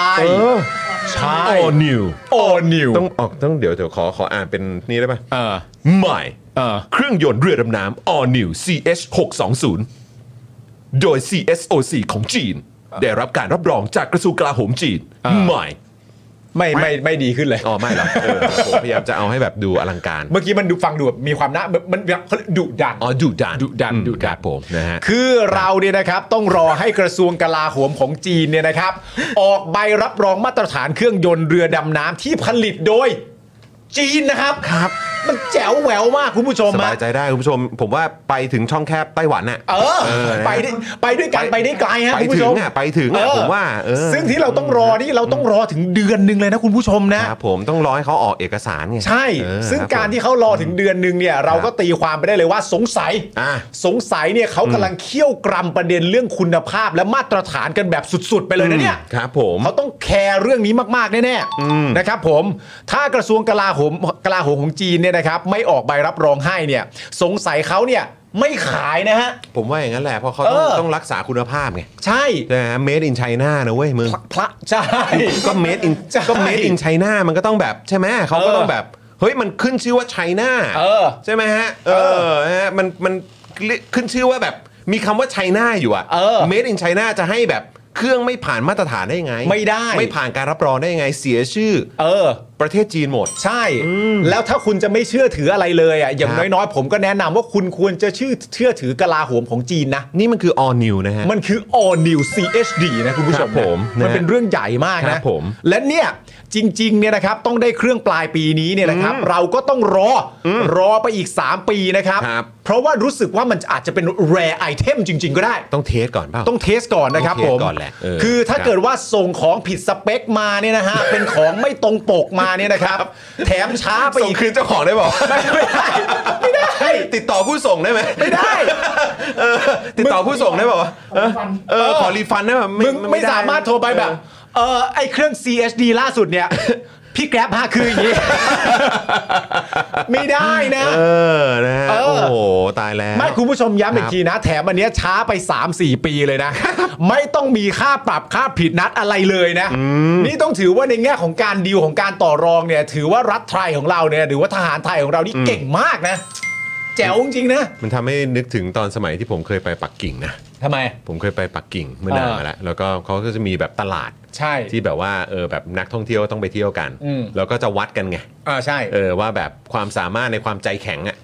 ใช่ all new โอ้นิว ต้องออกต้องเดี๋ยวเดี๋ยวขอขออ่านเป็นนี่ได้ปะ เออ ใหม่ เออ เครื่องยนต์เรือดำน้ำ All New CH 6 2 0โดย CSOC ของจีน ได้รับการรับรองจากกระทรวงกลาโหมจีน อ่า ใหม่ ไม่ไม่ไม่ดีขึ้นเลย อ๋อไม่หรอกเออผมพยายามจะเอาให้แบบดูอลัง การ เมื่อกี้มันดูฟังดูแบบมีความน่าแบบมันแบบเขาเรียกดุดัน อ๋อดุดัน ดุดัน อืม ดุดัน ครับผมนะฮะ คือเราเนี่ยนะครับต้องรอให้กระทรวงกลาโหมของจีนเนี่ย นะครับ ออกใบรับรองมาตรฐานเครื่องยนต์เรือดำน้ำที่ผลิตโดย จีนนะครับ ครับ มันแจ๋วแหววมากคุณผู้ชม ส อะ บายใจได้คุณผู้ชม ผมว่าไปถึงช่องแคบไต้หวันน่ะ เออ เออนะ ไปได้ไปด้วยกันไปได้ไกลฮะ ไป คุณผู้ ถึ ช ง ม อ่ะไปถึงอ่ะ เออ ผมว่าเออ ซึ่งที่เราต้องรอนี่เราต้องรอถึงเดือนหนึ่งเลยนะคุณผู้ชมนะ ครับผมต้องรอให้เขาออกเอกสารไง ใช่ เออ ซึ่ง คบ การที่ ผม เขารอถึงเดือนหนึ่งเนี่ยเราก็ตีความไปได้เลยว่าสงสัย อ่ะ สงสัยเนี่ยเขากำลังเคี่ยวกรำประเด็นเรื่องคุณภาพและมาตรฐานกันแบบสุด ๆ ไปเลยนะเนี่ย ครับผม เขาต้องแคร์เรื่องนี้มากๆ แน่ๆนะครับผม ถ้ากระทรวงกลาโหมกลาโหมของจีนเนี่ยนะครับไม่ออกใบรับรองให้เนี่ย สงสัยเขาเนี่ยไม่ขายนะฮะ ผมว่าอย่างนั้นแหละเพราะเขาต้อง เออ ต้องรักษาคุณภาพไง ใช่ ใช่ไหม made in China นะเว้ย มึง พระใช่ ก็ made in ใช่ ก็ made in China มันก็ต้องแบบใช่ไหมเขาก็ เออ ต้องแบบ เฮ้ยมันขึ้นชื่อว่า China เออ ใช่ไหมฮะ เออฮะมันมันขึ้นชื่อว่าแบบมีคำว่า China อยู่อะ เออ made in China จะให้แบบเครื่องไม่ผ่านมาตรฐานได้ยังไง ไม่ได้ ไม่ผ่านการรับรองได้ยังไงเสียชื่อ เออ ประเทศจีนหมด ใช่ แล้วถ้าคุณจะไม่เชื่อถืออะไรเลยอ่ะอย่าง ครับ น้อยๆ ผมก็แนะนำว่าคุณควรจะชื่อเชื่อถือกลาโหมของจีนนะ นี่มันคือ all new นะฮะ มันคือ all new CHD นะคุณผู้ชม ครับผม นะมัน นะ เป็นเรื่องใหญ่มาก ครั นะ บผม และเนี่ยจริงๆเนี่ยนะครับต้องได้เครื่องปลายปีนี้เนี่ยนะครับ เราก็ต้องรออรอไปอีก 3 ปีนะครับ ครับ เพราะว่ารู้สึกว่ามันอาจจะเป็น rare item จริง ๆ ก็ได้ ต้องเทสก่อนเปล่า ต้องเทสก่อนนะครับ ต้อง ผ เทส ม ก่อนแหละเออ คือถ้า ครับ เกิดว่าส่งของผิดสเปคมาเนี่ยนะฮะ เป็นของไม่ตรงปกมาเนี่ยนะครับ แถมช้าไป ส่ อี ง ก คืนเจ้าของได้บอก ไม่ได้ไม่ได้ ติดต่อผู้ส่งได้ไหม ไม่ได้ เออติดต่อผู้ส่งได้เปล่าวะเออเออขอรีฟันได้ป่ะ มึงไม่ ด้ สามารถโทรไปแบบ เออไอเครื่อง CHD ล่าสุดเนี่ย พี่แกร็บฮะคืออย่าง นี้ ไม่ได้นะ เออนะฮะ เออ โอ้โหตายแล้ว ไม่คุณผู้ชมย้ำอีก ครับ ทีนะ แถมอันเนี้ยช้าไป 3-4 ปีเลยนะ ไม่ต้องมีค่าปรับค่าผิดนัดอะไรเลยนะ นี่ต้องถือว่าในแง่ของการดีลของการต่อรองเนี่ย ถือว่ารัฐไทยของเราเนี่ยหรือว่าทหารไทยของเรานี่เก่งมากนะ แจ๋วจริงๆนะ มันทำให้นึกถึงตอนสมัยที่ผมเคยไปปักกิ่งนะ ทำไม ผมเคยไปปักกิ่งเมื่อนานมาแล้ว แล้วก็เขาก็จะมีแบบตลาด ใช่ ที่แบบว่าเออแบบนักท่องเที่ยวต้องไปเที่ยวกัน อืม แล้วก็จะวัดกันไง อ่าใช่ เออว่าแบบความสามารถในความใจแข็งอะ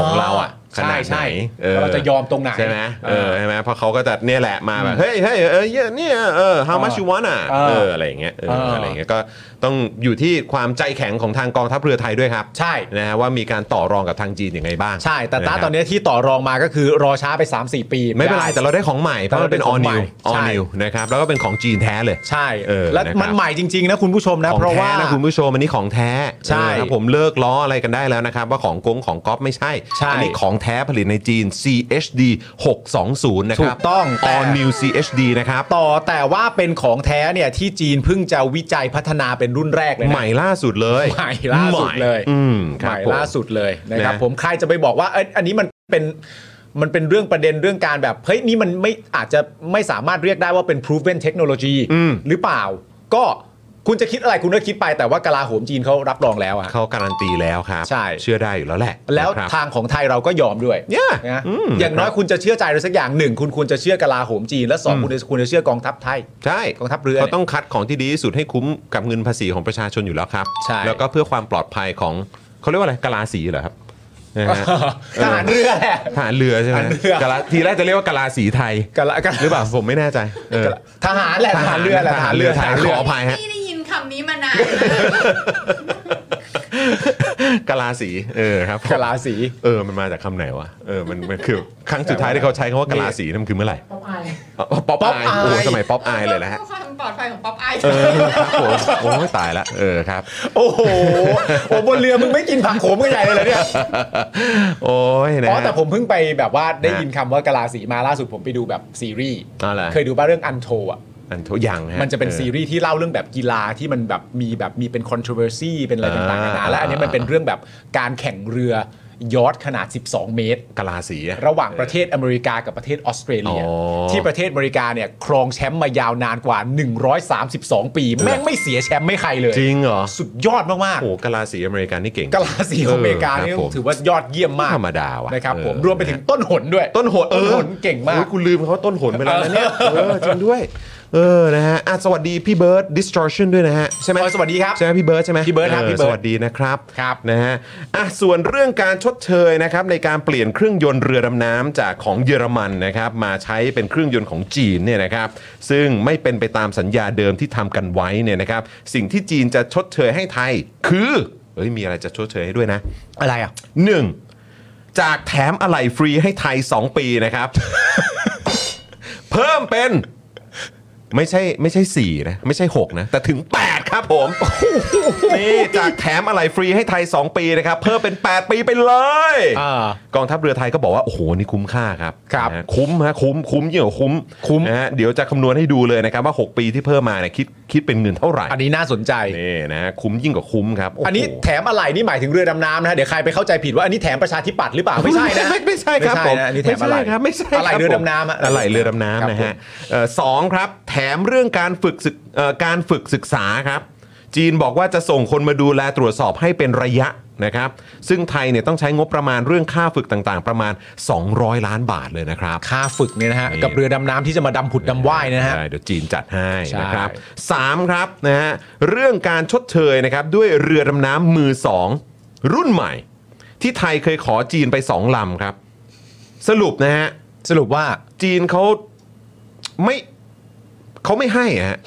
ของเราอ่ะขนาดไหน ใช่ ออ เราจะยอมตรงไหน ใช่ไหมเออ เออ ใช่ไหมเพราะเขาก็จะเนี่ยแหละมาแบบเฮ้ยเฮ้ยเออเนี่ยเนี่ยเออ how much you want อ่ะ เออ เอออะไรอย่างเงี้ยเออ เอออ อะไรอย่างเงี้ยก็ต้องอยู่ที่ความใจแข็งของทางกองทัพเรือไทยด้วยครับ ใช่ นะฮะว่ามีการต่อรองกับทางจีนยังไงบ้าง ใช่ แต่ตา ะครับ ตอนเนี้ยที่ต่อรองมาก็คือรอช้าไป 3-4 ปี ไม่เป็นไร ด้ แต่เราได้ของใหม่เพราะมันเป็น all new แต่เราได้ของ all ใหม่ new นะครับแล้วก็เป็นของจีนแท้เลย ใช่ เออ และ นะครับ มันใหม่จริง ๆ นะคุณผู้ชมนะ ของ เพราะ แท้ ว่า นะคุณผู้ชมอันนี้ของแท้ ใช่ นะครับผมเลิกล้ออะไรกันได้แล้วนะครับ ว่าของกงของก๊อฟไม่ใช่ ใช่ อันี้ของแท้ผลิตในจีน CHD 620 นะครั ถู บ กต้องแต่แต่ All New CHD นะครับ ต่อแต่ว่าเป็นของแท้เนี่ยที่จีนเพิ่งจะวิจัยพัฒนาเป็นรุ่นแรกเลยนะ ใหม่ล่าสุดเลย ใหม่ล่าสุดเลย ใหม่อืมค ให รับ ม่ ผม ล่าสุดเลยนะครับ นะ ผมใครจะไปบอกว่าเอยอันนี้มันเป็นมันเป็นเรื่องประเด็นเรื่องการแบบเฮ้ยนี่มันไม่อาจจะไม่สามารถเรียกได้ว่าเป็น proven technology อืม หรือเปล่า ก็คุณจะคิดอะไรคุณก็คิดไปแต่ว่ากลาโหมจีนเขารับรองแล้วอะ เขาการันตีแล้วครับ ใช่ เชื่อได้อยู่แล้วแหละ แล้ว นะครับ ทางของไทยเราก็ยอมด้วย Yeah นะ อืม อย่างน้อย นะครับ คุณจะเชื่อใจอะไรสักอย่างหนึ่งคุณควรจะเชื่อกลาโหมจีนและสองคุณจะคุณจะเชื่อกองทัพไทย ใช่ กองทัพเรือ เขาต้องคัดของที่ดีที่สุดให้คุ้มกับเงินภาษีของประชาชนอยู่แล้วครับ ใช่ แล้วก็เพื่อความปลอดภัยของเขาเรียกว่าอะไรกะลาสีเหรอครับนะฮะ ทหารเรือแหละ ทหารเรือใช่ไหม ทหารเรือ กะลาทีแรกจะเรียกว่ากะลาสีไทย กะละกะ หรือเปล่าผมไม่แน่ใจเออ ทหารแหละทหารเรือแหละ ทหารเรือ ท ไทย หาร ข เรือ ออภัยฮะ นี่ได้ยินคำนี้มานาน กะลาสีเออครับผม กะลาสี เออมันมาจากคำไหนวะเออมันมันคือครั้งสุดท้ายที่เขาใช้คำว่ากะลาสีนั่นมันคือเมื่อไหร่อ๋อป๊อป ป๊อป อาย อาย โอ้โหสมัยป๊อปอายเลยนะฮะ พื่อความปลอดภัยของป๊อปไอาย เออครับผมโอ้ยตายละเออครับ โอ้โหโอ้บนเรือมึงไม่กินผักโขมกันใหญ่เลยเหรอเนี่ย โอ้ยนะ อ๋อ ฮะ แต่ผมเพิ่งไปแบบว่าได้ยิน นะ คำว่ากะลาสีมาล่าสุดผมไปดูแบบซีรีส์ อ๋อเหรอ เคยดูบ้าเรื่องอันโทอ่ะ อันโทยังฮะ มันจะเป็น ออ ซีรีส์ที่เล่าเรื่องแบบกีฬาที่มันแบบมีแบบมีเป็น controversy เป็นอะไรต่างๆนานา อ่า และอันนี้มันเป็นเรื่องแบบการแข่งเรือยอทขนาด 12 เมตร กะลาสีอะ ระหว่างประเทศอเมริกากับประเทศออสเตรเลีย อ๋อ ที่ประเทศอเมริกาเนี่ยครองแชมป์มายาวนานกว่า 132 ปี แม่งไม่เสียแชมป์ไม่ใครเลย จริงเหรอ สุดยอดมาก โอ้โหกะลาสีอเมริกันนี่เก่ง ๆกลาสีของอเมริกานี่ คบผม ถือว่ายอดเยี่ยมมาก ธรรมดาว่ะ นะครับ เออ ผมรวมไปถึงต้นหนด้วย ต้นหนเอ ต้น อ หนเก่งมาก โอ้ยกูลืมเขาต้นหนไปแล้วนะเนี่ยเออจริงด้วย เออนะฮะอ่ะสวัสดีพี่เบิร์ด distortion ด้วยนะฮะใช่ไหม เออสวัสดีครับ ใช่ไหมพี่เบิร์ดใช่ไหม พี่เบิร์ดครับ ออ พี่เบิร์ด สวัสดีนะครับ ครับ นะฮะอ่ะส่วนเรื่องการชดเชยนะครับในการเปลี่ยนเครื่องยนต์เรือดำน้ำจากของเยอรมันนะครับมาใช้เป็นเครื่องยนต์ของจีนเนี่ยนะครับซึ่งไม่เป็นไปตามสัญญาเดิมที่ทำกันไว้เนี่ยนะครับสิ่งที่จีนจะชดเชยให้ไทย คือเฮ้ยมีอะไรจะชดเชยให้ด้วยนะ อะไรอ่ะ หนึ่งจากแถมอะไหล่ฟรีให้ไทย 2 ปีนะครับ เพิ่มเป็น ไม่ใช่ไม่ใช่ 4 นะ ไม่ใช่ 6 นะ แต่ถึง 8 ครับ ผมนี่จากแถมอะไหล่ฟรีให้ไทย 2 ปีนะครับ เพิ่มเป็น 8 ปีไปเลย อ่าก องทัพเรือไทยก็บอกว่า โอ้โห นี่คุ้มค่าครับ ครับ นะฮะคุ้มฮะคุ้มคุ้มยิ่งกว่าคุ้ม คุ้ม นะฮะเดี๋ยวจะคำนวณให้ดูเลยนะครับว่า 6 ปีที่เพิ่มมาเนี่ยคิดคิดเป็นเงินเท่าไหร่ อันนี้น่าสนใจ นี่นะฮะคุ้มยิ่งกว่าคุ้มครับโโห อันนี้แถมอะไรนี่หมายถึงเรือดำน้ำนะฮะเดี๋ยวใครไปเข้าใจผิดว่าอันนี้แถมประชาธิปัตย์ หรือเปล่าไม่ใช่นะ ไม่ใช่ครับ ไม่ ผ ใช่ ม นะอันนี้แถมอะไร ครับไม่ใช่คบ อะไรเรือดำน้ำอะ อะไรเรือดำ ครับ น้ำนะ ผม ฮะเอ่อสองครับ แถมเรื่องการฝึกศึกเอ่อการฝึกศึกษาครับ จีนบอกว่าจะส่งคนมาดูแลตรวจสอบให้เป็นระยะนะครับ ซึ่งไทยเนี่ยต้องใช้งบประมาณเรื่องค่าฝึกต่างๆ ประมาณ 200 ล้านบาทเลยนะครับ ค่าฝึกเนี่ยนะฮะ นี่ กับเรือดำน้ำที่จะมาดำผุดดำว่ายนะฮะ ใช่เดี๋ยวจีนจัดให้ ใช่ นะครับสามครับนะฮะเรื่องการชดเชยนะครับด้วยเรือดำน้ำมือสองรุ่นใหม่ ที่ไทยเคยขอจีนไปสองลำครับ สรุปนะฮะ สรุปว่า จีนเขาไม่เขาไม่ให้อะฮะ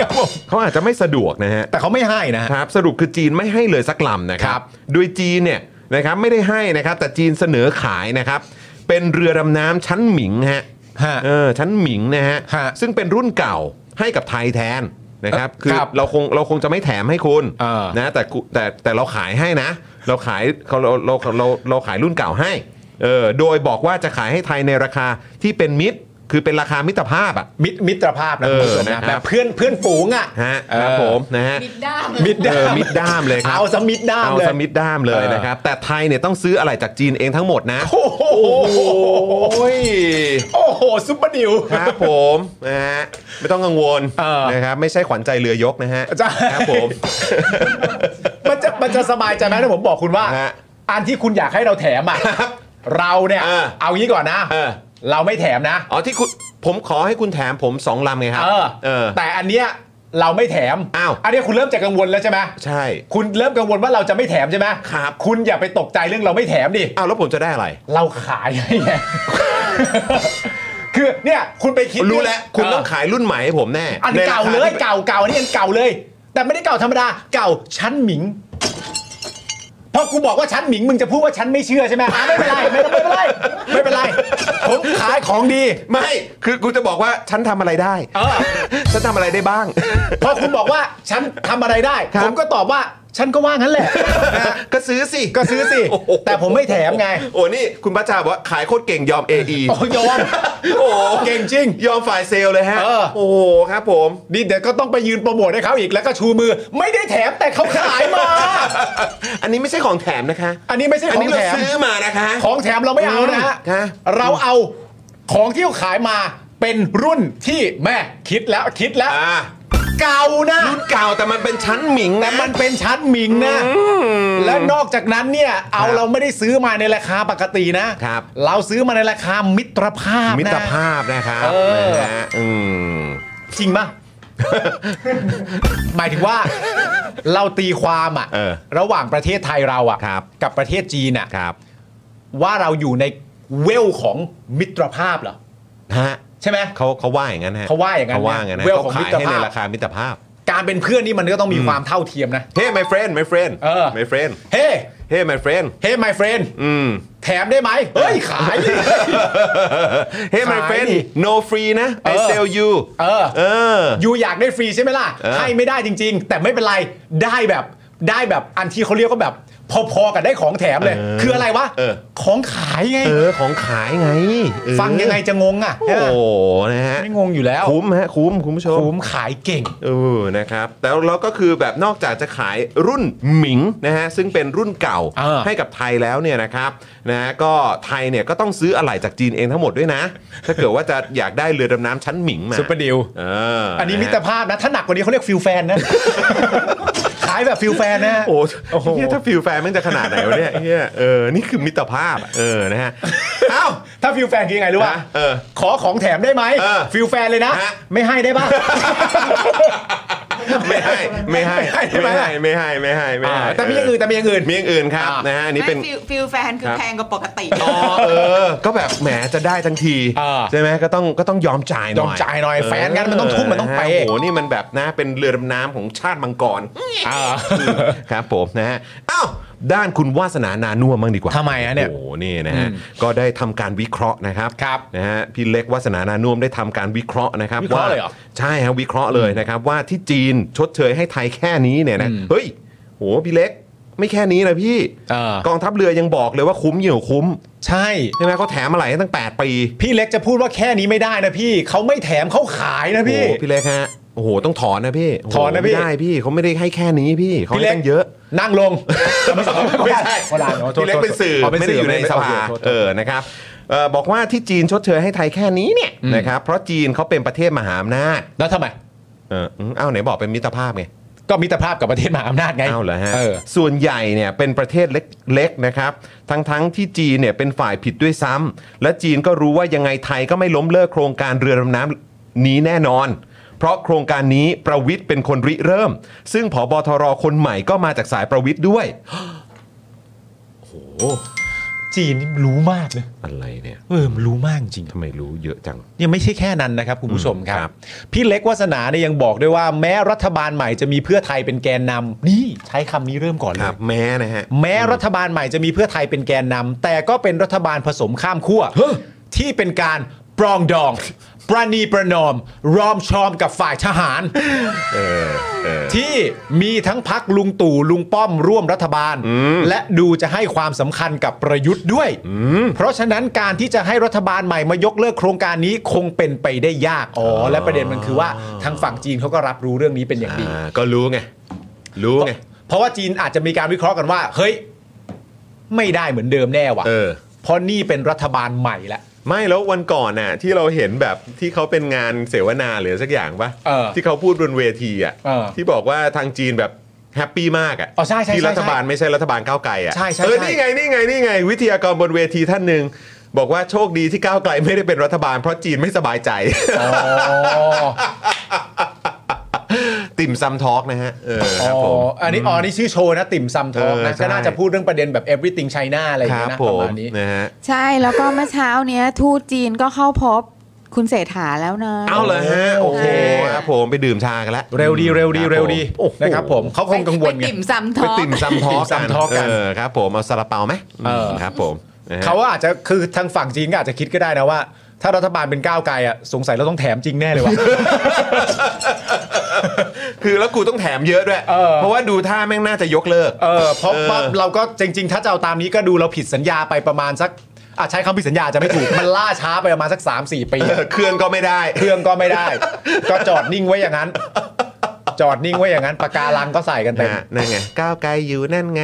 ครับผม เขาอาจจะไม่สะดวกนะฮะ แต่เขาไม่ให้นะฮะ ครับสรุปคือจีนไม่ให้เลยสักลำนะค ค รั รั บบ โดยจีนเนี่ยนะครับไม่ได้ให้นะครับ แต่จีนเสนอขายนะครับ เป็นเรือดำน้ำชั้นหมิงฮะ ฮะ เออชั้นหมิงนะฮะ ฮะ ซึ่งเป็นรุ่นเก่าให้กับไทยแทนนะครับ เอ่อ คือ ครับ เราคงเราคงจะไม่แถมให้คุณ เออ นะแต่กูแต่แต่เราขายให้นะ เราขายเขาเราเราเราเราขายรุ่นเก่าให้เออโดยบอกว่าจะขายให้ไทยในราคาที่เป็นมิตร คือเป็นราคามิตรภาพอ่ะ มิตรมิตรภาพนะ เออ คุณผู้ชมนะ นะครับ แบบเพื่อนเพื่อนฝูงอ่ะ ฮะ เออ ครับผมนะฮะ บิดด้าม มิตรด้า เออ ม มิตรด้ามเลยครับ เอาสมิตรด้าม เอา เลย สมิธด้ามเลย เออ นะครับ แต่ไทยเนี่ยต้องซื้ออะไรจากจีนเองทั้งหมดนะ โอ้โห โอ้ย โอ้โหซุปเปอร์ดิว ครับผมนะฮะไม่ต้องกังวล เออ นะครับไม่ใช่ขวัญใจเรือยกนะฮะ จะ ครับผม มันจะมันจะสบายใจไหมถ้าผมบอกคุณว่า ฮะ อันที่คุณอยากให้เราแถมอ่ะเราเนี่ย เออ เอางี้ก่อนนะ เออ เราไม่แถมนะ อ๋อที่คุณผมขอให้คุณแถมผมสองลำไงครับ เออ เออ แต่อันเนี้ยเราไม่แถม อ้าว อันเนี้ยคุณเริ่มจะกังวลแล้วใช่ไหม ใช่ คุณเริ่มกังวลว่าเราจะไม่แถมใช่ไหม ครับ คุณอย่าไปตกใจเรื่องเราไม่แถมดิ อ้าวแล้วผมจะได้อะไร เราขายให้ ไง คือเนี่ยคุณไปคิด รู้แล้วคุณต้อง เ ขายรุ่นใหม่ให้ผมแน่ อันเก่าเลยเก่าเก่าอันนี้อันเก่าเลย แต่ไม่ได้เก่าธรรมดาเก่าชั้นหมิงพอกูบอกว่าชั้นหมิงมึงจะพูดว่าชั้นไม่เชื่อใช่ไหมอ่ะไม่เป็นไรไม่ไม่เป็นไรไม่เป็นไรผมขายของดี ไม่ คือกูจะบอกว่าฉันทำอะไรได้ เออ ฉันทำอะไรได้ บ้าง พอคุณบอกว่าฉันทำอะไรได้ ครับ ผมก็ตอบว่าฉันก็ว่างั้นแหละ ก็ซื้อสิ ก็ซื้อสิ โโห แต่ผมไม่แถมไง โอ้นี่คุณพระจาบอกว่าขายโคตรเก่งยอม AE โอ้ยโยน โอ้โห เก่งจริง ยอมฝ่ายเซลล์เลยฮะ เออ โอ้โหครับผม นี่เดี๋ยวก็ต้องไปยืนโปรโมทให้เขาอีกแล้วก็ชูมือ ไม่ได้แถมแต่เขาขายมา อันนี้ไม่ใช่ของแถมนะคะ อันนี้ไม่ใช่ อั ข น อง นี้เรา แถม ซื้อมานะคะ ของแถมเราไม่เอานะฮะ ฮะ เราเอาของที่เขาขายมาเป็นรุ่นที่แม่คิดแล้วคิดแล้ว อ่า เก่านะ รุ่นเก่าแต่มันเป็นชั้นหมิง แต่ นะ มันเป็นชั้นหมิงนะ และนอกจากนั้นเนี่ย เอา ครับ เราไม่ได้ซื้อมาในราคาปกตินะ ครับ เราซื้อมาในราคามิตรภาพนะ มิตรภาพนะครับ เออ นะฮะอืม จริงปะ หมายถึงว่า เราตีความอะ เออ ระหว่างประเทศไทยเราอะ ครับ กับประเทศจีนอะ ครับ ว่าเราอยู่ในเวลของมิตรภาพเหรอ ฮะ ใช่ไหม เขาเขาว่าอย่างนั้นฮะ เขาว่าอย่างนั้น เขาว่าอย่างนั้นฮะ เวล เขา ของ ขายให้ มิตรภาพ ในราคามิตรภาพ การเป็นเพื่อนนี่มันก็ต้องมีความเท่าเทียมนะ เฮ้ my friend my friend เออ my friend เฮ้ เฮ้ my friend เฮ้ my friend อืม แถมได้ไหม เฮ้ย ขายดิ เฮ้ my ขาย friend ดิ no free นะ I เออ sell you เออ เออ อยู่อยากได้ฟรีใช่ไหมล่ะ เออ ให้ไม่ได้จริง ๆ แต่ไม่เป็นไร ได้แบบ ได้แบบอันที่เขาเรียกก็แบบ พอๆกับได้ของแถมเลย คืออะไรวะ ของขายไง เออ ของขายไงเออ ฟังยังไงจะงงอ่ะ โอ้โหนะฮะ ไม่งงอยู่แล้ว คุ้มฮะ คุ้ม คุณผู้ชม คุ้มขายเก่ง เออ นะครับ แต่เราก็คือแบบนอกจากจะขายรุ่นหมิงนะฮะ ซึ่งเป็นรุ่นเก่า เออ ให้กับไทยแล้วเนี่ยนะครับ นะฮะก็ไทยเนี่ยก็ต้องซื้ออะไหล่จากจีนเองทั้งหมดด้วยนะ ถ้าเกิดว่าจะอยากได้เรือดำน้ำชั้นหมิงมา ซุปเปอร์ดีล เออ อันนี้มิ ะ ตร ฮะ ภาพนะ ถ้าหนักกว่านี้เขาเรียกฟิลแฟนนะ ขายแบบฟิลแฟนนะ โอ้ โอ้โห โหเฮียถ้าฟิลแฟนมันจะขนาดไหนวะเนี่ยเฮียเออ นี่คือมิตรภาพอะเออ นะฮะ เอ้า ถ้าฟิลแฟนคือยังไงรู้ป่ะ ฮะเออ ขอของแถมได้ไหม เออ ฟิลแฟนเลยนะ ฮะ ไม่ให้ได้ป่ะ ไม่ให้ ไม่ให้ ไม่ ไม่ ให้ ให้ ไม่ให้ ไม่ให้ ไม่ให้ อ่าแต่มีอย่างอื่นแต่มีอย่างอื่น มีอย่างอื่นครับ อ่าน นะฮะอันนี่เป็น ไม่ฟิลฟิลแฟนคือ ครับ แพงกว่าปกติ อ๋อเออ ก็แบบแหมจะได้ทั้งที อ่า ใช่ไหมก็ต้องก็ต้องยอมจ่ายหน่อย ยอมจ่ายหน่อยแฟนกันมันต้องทุ่มมันต้องเปย์ โอ้โห นี่มันแบบนะเป็นเรือดำน้ำของชาติมังกร ครับผมนะฮะอ้าวด้านคุณวาสนานานุ่มบ้างดีกว่า ทำไมอะเนี่ย โอ้โหนี่นะฮะก็ได้ทำการวิเคราะห์นะครับ ครับ นะฮะพี่เล็กวาสนานานุ่มได้ทำการวิเคราะห์นะครับ วิเคราะห์เลยเหรอ ใช่ฮะวิเคราะห์เลยนะครับว่าที่จีนชดเชยให้ไทยแค่นี้เนี่ยนะเฮ้ยโหพี่เล็กไม่แค่นี้นะพี่ เออ กองทัพเรือยังบอกเลยว่าคุ้มอยู่คุ้ม ใช่ ใช่ไหมเขาแถมอะไรให้ตั้ง 8 ปี พี่เล็กจะพูดว่าแค่นี้ไม่ได้นะพี่เขาไม่แถมเขาขายนะพี่ โอ้โหพี่เล็กฮะโอ้โหต้องถอนนะพี่ ถอนนะพี่ โโหไม่ได้พี่เขาไม่ได้ให้แค่นี้พี่เขา พี่ ให้ เล็ก ตั้งเยอะ นั่งลงไม่ใช่ ไม่ใช่ คนละอันอ๋อโทษ พี่เล็กเป็นสื่อ เป็น ไม่ได้ สื่ อยู่ในสภา โทษโทษโทษ เออนะครับเอ่อบอกว่าที่จีนชดเชยให้ไทยแค่นี้เนี่ยนะครับเพราะจีนเขาเป็นประเทศมหาอำนาจ แล้วทำไม เอออืมอ้าวไหนบอกเป็นมิตรภาพไง ก็มิตรภาพกับประเทศมหาอำนาจไง อ้าวเหรอฮะ อ ส่วนใหญ่เนี่ยเป็นประเทศเล็กๆนะครับทั้งๆที่จีนเนี่ยเป็นฝ่ายผิดด้วยซ้ำและจีนก็รู้ว่ายังไงไทยก็ไม่ล้มเลิกโครงการเรือดำน้ำนี้แน่นอน เพราะโครงการนี้ประวิทย์เป็นคนริเริ่ม ซึ่งผบทรคนใหม่ก็มาจากสายประวิทย์ด้วย จีนนี่รู้มากเลย อะไรเนี่ย เออมันรู้มากจริง ทำไมรู้เยอะจัง ยังไม่ใช่แค่นั้นนะครับคุณผู้ชมค ครั รับ บ พี่เล็กวาสนาเนี่ยยังบอกด้วยว่าแม้รัฐบาลใหม่จะมีเพื่อไทยเป็นแกนนำนี่ใช้คำนี้เริ่มก่อนเล ครั ย บแม้นะฮะ แม้รัฐบาลใหม่จะมีเพื่อไทยเป็นแกนนำแต่ก็เป็นรัฐบาลผสมข้ามขั้วที่เป็นการปรองดอง ประนีประนอม รอมชอมกับฝ่ายทหาร ที่มีทั้งพักลุงตู่ลุงป้อมร่วมรัฐบาล และดูจะให้ความสำคัญกับประยุทธ์ด้วย เพราะฉะนั้นการที่จะให้รัฐบาลใหม่มายกเลิกโครงการนี้คงเป็นไปได้ยากอ๋ออและประเด็นมันคือว่าทางฝั่งจีนเขาก็รับรู้เรื่องนี้เป็นอย่างดี อ่าก็รู้ไง รู้ไง เพราะว่าจีนอาจจะมีการวิเคราะห์กันว่า เฮ้ย ไม่ได้เหมือนเดิมแน่ว่ะ เออ เพราะนี่เป็นรัฐบาลใหม่ละ ไม่แล้ววันก่อนน่ะที่เราเห็นแบบที่เขาเป็นงานเสวนาหรือสักอย่างปะ เออ ที่เขาพูดบนเวทีอ่ะ เออ ที่บอกว่าทางจีนแบบแฮปปี้มากอ่ะ อ๋อใช่ใช่ ที่ ใช่ รัฐบาลไม่ใช่รัฐบาลก้าวไกลอ่ะ ใช่ใช่ เออ ใช่ นี่ไงนี่ไงนี่ไง วิทยากรบนเวทีท่านหนึ่งบอกว่าโชคดีที่ก้าวไกลไม่ได้เป็นรัฐบาลเพราะจีนไม่สบายใจ ติ่มซัมทอกนะฮะเออครับผม อ๋ออันนี้อ๋ออันนี่ชื่อโชว์นะ ติ่มซำทอง เออ นะ ใช่ ก็น่าจะพูดเรื่องประเด็นแบบ everything China อะไรอย่า ค ง รับเงี้ยนะ ผ ปมระมาณนี้ นะฮะ ใช่แล้วก็เมื่อเช้าเนี้ยทูตจีนก็เข้าพบคุณเศรษฐาแล้วนะ เอาเลยฮะโอเคครับผมไปดื่มชากันแล้ว เร็วดีเร็วดีเร็วดี โอ้โห นะครับผมเขาคงกังวลไง ไปติ่มซำท ไป อ ติ่มซำท้อ ติ่ม กัน ซำท้อกัน เออครับผมเอาซาลาเปาไหม เออ ครับผมนะฮะ เขาอาจจะคือทางฝั่งจีนก็อาจจะคิดก็ได้นะว่า ถ้ารัฐบาลเป็นก้าวไกลอ่ะสงสัยเราต้องแถมจริงแน่เลยว่ะ คือแล้วกูต้องแถมเยอะด้วย เออ เพราะว่าดูท่าแม่งน่าจะยกเลิก เออเพราะ เออ ว่าเราก็จริง ๆ ถ้าจะเอาตามนี้ก็ดูเราผิดสัญญาไปประมาณสักอ่ะใช้คำผิดสัญญาจะไม่ถูก มันล่าช้าไปประมาณสัก 3-4 ปี เออเครื่องก็ไม่ได้ เครื่องก็ไม่ได้ ก็จอดนิ่งไว้อย่างนั้น จอดนิ่งไว้อย่างนั้นปากการังก็ใส่กันเต็ม นะนั่นไงก้าวไกลอยู่นั่นไง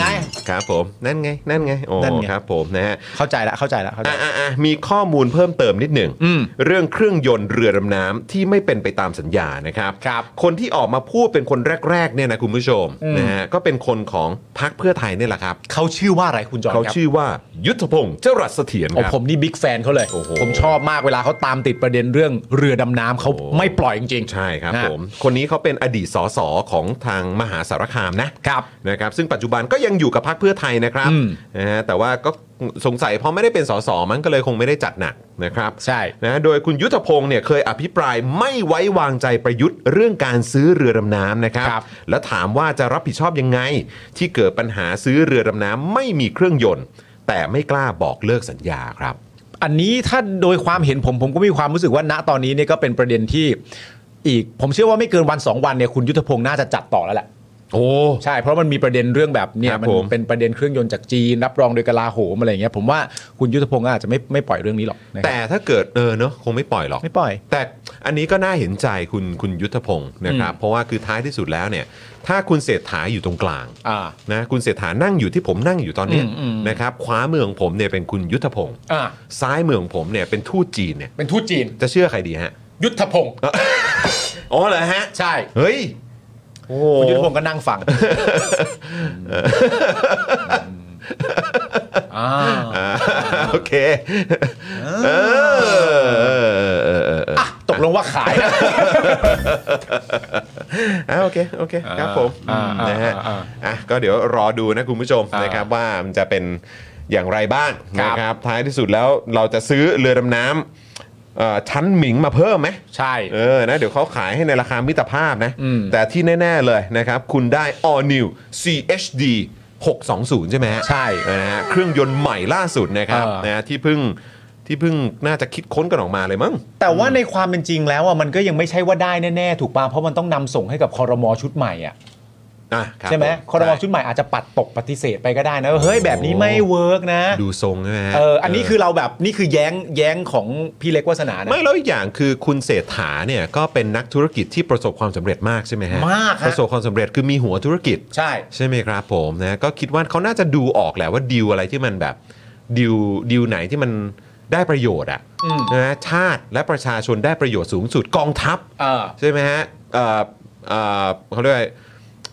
นะ ครับผมนั่นไง นั่นไงโอ้ นั่นไง ครับผมนะฮะ เข้าใจละเข้าใจละเข้าใจ อ่ะอ่ะอ่ะมีข้อมูลเพิ่มเติมนิดหนึ่ง อืม เรื่องเครื่องยนต์เรือดำน้ำที่ไม่เป็นไปตามสัญญานะครับ ครับ คนที่ออกมาพูดเป็นคนแรกๆเนี่ยนะคุณผู้ชมนะฮะก็เป็นคนของพรรคเพื่อไทยนี่แหละครับ เขาชื่อว่าอะไรคุณจอน เขา ครับ ชื่อว่ายุทธพงศ์จรัสเสถียร โอ้ ครับ ผมนี่บิ๊กแฟนเขาเลย โอ้โห ผมชอบมากเวลาเขาตามติดประเด็นเรื่องเรือดำน้ำเขาไม่ปล่อยจริงๆ ใช่ครับ นะ ผม คนนี้เขาเป็นอดีตสสของทางมหาสารคามนะครับ นะครับซึ่งปัจจุบันก็ยังอยู่กับพรรคเพื่อไทยนะครับ อืม นะฮะแต่ว่าก็สงสัยเพราะไม่ได้เป็นสสมันก็เลยคงไม่ได้จัดหนักนะครับ ใช่ นะโดยคุณยุทธพงศ์เนี่ยเคยอภิปรายไม่ไว้วางใจประยุทธ์เรื่องการซื้อเรือดำน้ำนะครับ ครับ แล้วถามว่าจะรับผิดชอบยังไง ที่เกิดปัญหาซื้อเรือดำน้ำไม่มีเครื่องยนต์ แต่ไม่กล้าบอกเลิกสัญญาครับ อันนี้ถ้าโดยความเห็นผมผมก็มีความรู้สึกว่าณตอนนี้เนี่ยก็เป็นประเด็นที่อีกผมเชื่อว่าไม่เกินวัน 2 วันเนี่ยคุณยุทธพงศ์น่าจะจัดต่อแล้วแหละ โอ้ ใช่เพราะมันมีประเด็นเรื่องแบบเนี่ ค ย รับ มัน ผม เป็นประเด็นเครื่องยนต์จากจีนรับรองโดยกลาโหมอะไรอย่างเงี้ยผมว่าคุณยุทธพงศ์อาจจะไม่ไม่ปล่อยเรื่องนี้หรอกนะครับ แต่ถ้าเกิดเออเนอะคงไม่ปล่อยหรอก ไม่ปล่อย แต่อันนี้ก็น่าเห็นใจคุณคุณยุทธพงศ์นะครับ เพราะว่าคือท้ายที่สุดแล้วเนี่ย ถ้าคุณเศรษฐาอยู่ตรงกลาง อ่า นะคุณเศรษฐานั่งอยู่ที่ผมนั่งอยู่ตอนเนี้ย อืมอืม นะครับขวามือของผมเนี่ยเป็นคุณยุทธพงศ์ อ่า ซ้ายมือของผมเนี่ยเป็นทูตจีนเนี่ย เป็นทูตจีน จะเชื่อใครดีฮะ ยุทธพงศ์ อ๋อเหรอฮะ ใช่ เฮ้ยโอ้โห คุณยุทธพงศ์ก็นั่งฟังอ่า อ่า โอเคเออเออเออเออเออเออ อ่ะตกลงว่าขายนะ อ่ะโอเคโอเคครับผม อ่าอ่า นะฮะ อ่า อ่ะก็เดี๋ยวรอดูนะคุณผู้ชม อ่าน นะครับว่ามันจะเป็นอย่างไรบ้าง ครั นะ บ ครับท้ายที่สุดแล้วเราจะซื้อเรือดำน้ำเอ่อชั้นหมิงมาเพิ่มไหม ใช่ เออนะเดี๋ยวเขาขายให้ในราคามิตรภาพนะ อืม แต่ที่แน่ ๆ เลยนะครับ คุณได้ all new CHD 620 ใช่ไหมฮะ ใช่ นะฮะเครื่องยนต์ใหม่ล่าสุดนะครับ เออ นะฮะที่เพิ่งที่เพิ่งน่าจะคิดค้นกันออกมาเลยมั้ง แต่ว่าในความเป็นจริงแล้วอ่ะมันก็ยังไม่ใช่ว่าได้แน่ๆ ถูกป่ะเพราะมันต้องนำส่งให้กับคอรมอชุดใหม่อ่ะ อ่ะรับ ใช่ไหม ผ คอรมอชุดใหม่อาจจะปัดตกปฏิเสธไปก็ได้นะว่าเฮ้ยแบบนี้ไม่เวิร์กนะ ดูทรงใช่ไหมฮะ เอออันนี้คือเราแบบนี่คือแย้งแย้งของพี่เล็กวาสนานะ ไม่แล้วอีกอย่างคือคุณเศรษฐาเนี่ยก็เป็นนักธุรกิจที่ประสบความสำเร็จมากใช่ไหมฮะ มากฮะ ประสบความสำเร็จคือมีหัวธุรกิจ ใช่ ใช่ไหมครับผมนะก็คิดว่าเขาน่าจะดูออกแหละว่าดีลอะไรที่มันแบบดีลดีลไหนที่มันได้ประโยชน์อะ อืม นะชาติและประชาชนได้ประโยชน์สูงสุดกองทัพ เออ ใช่ไหมฮะเอ่อเอ่อเขาเรียกว่า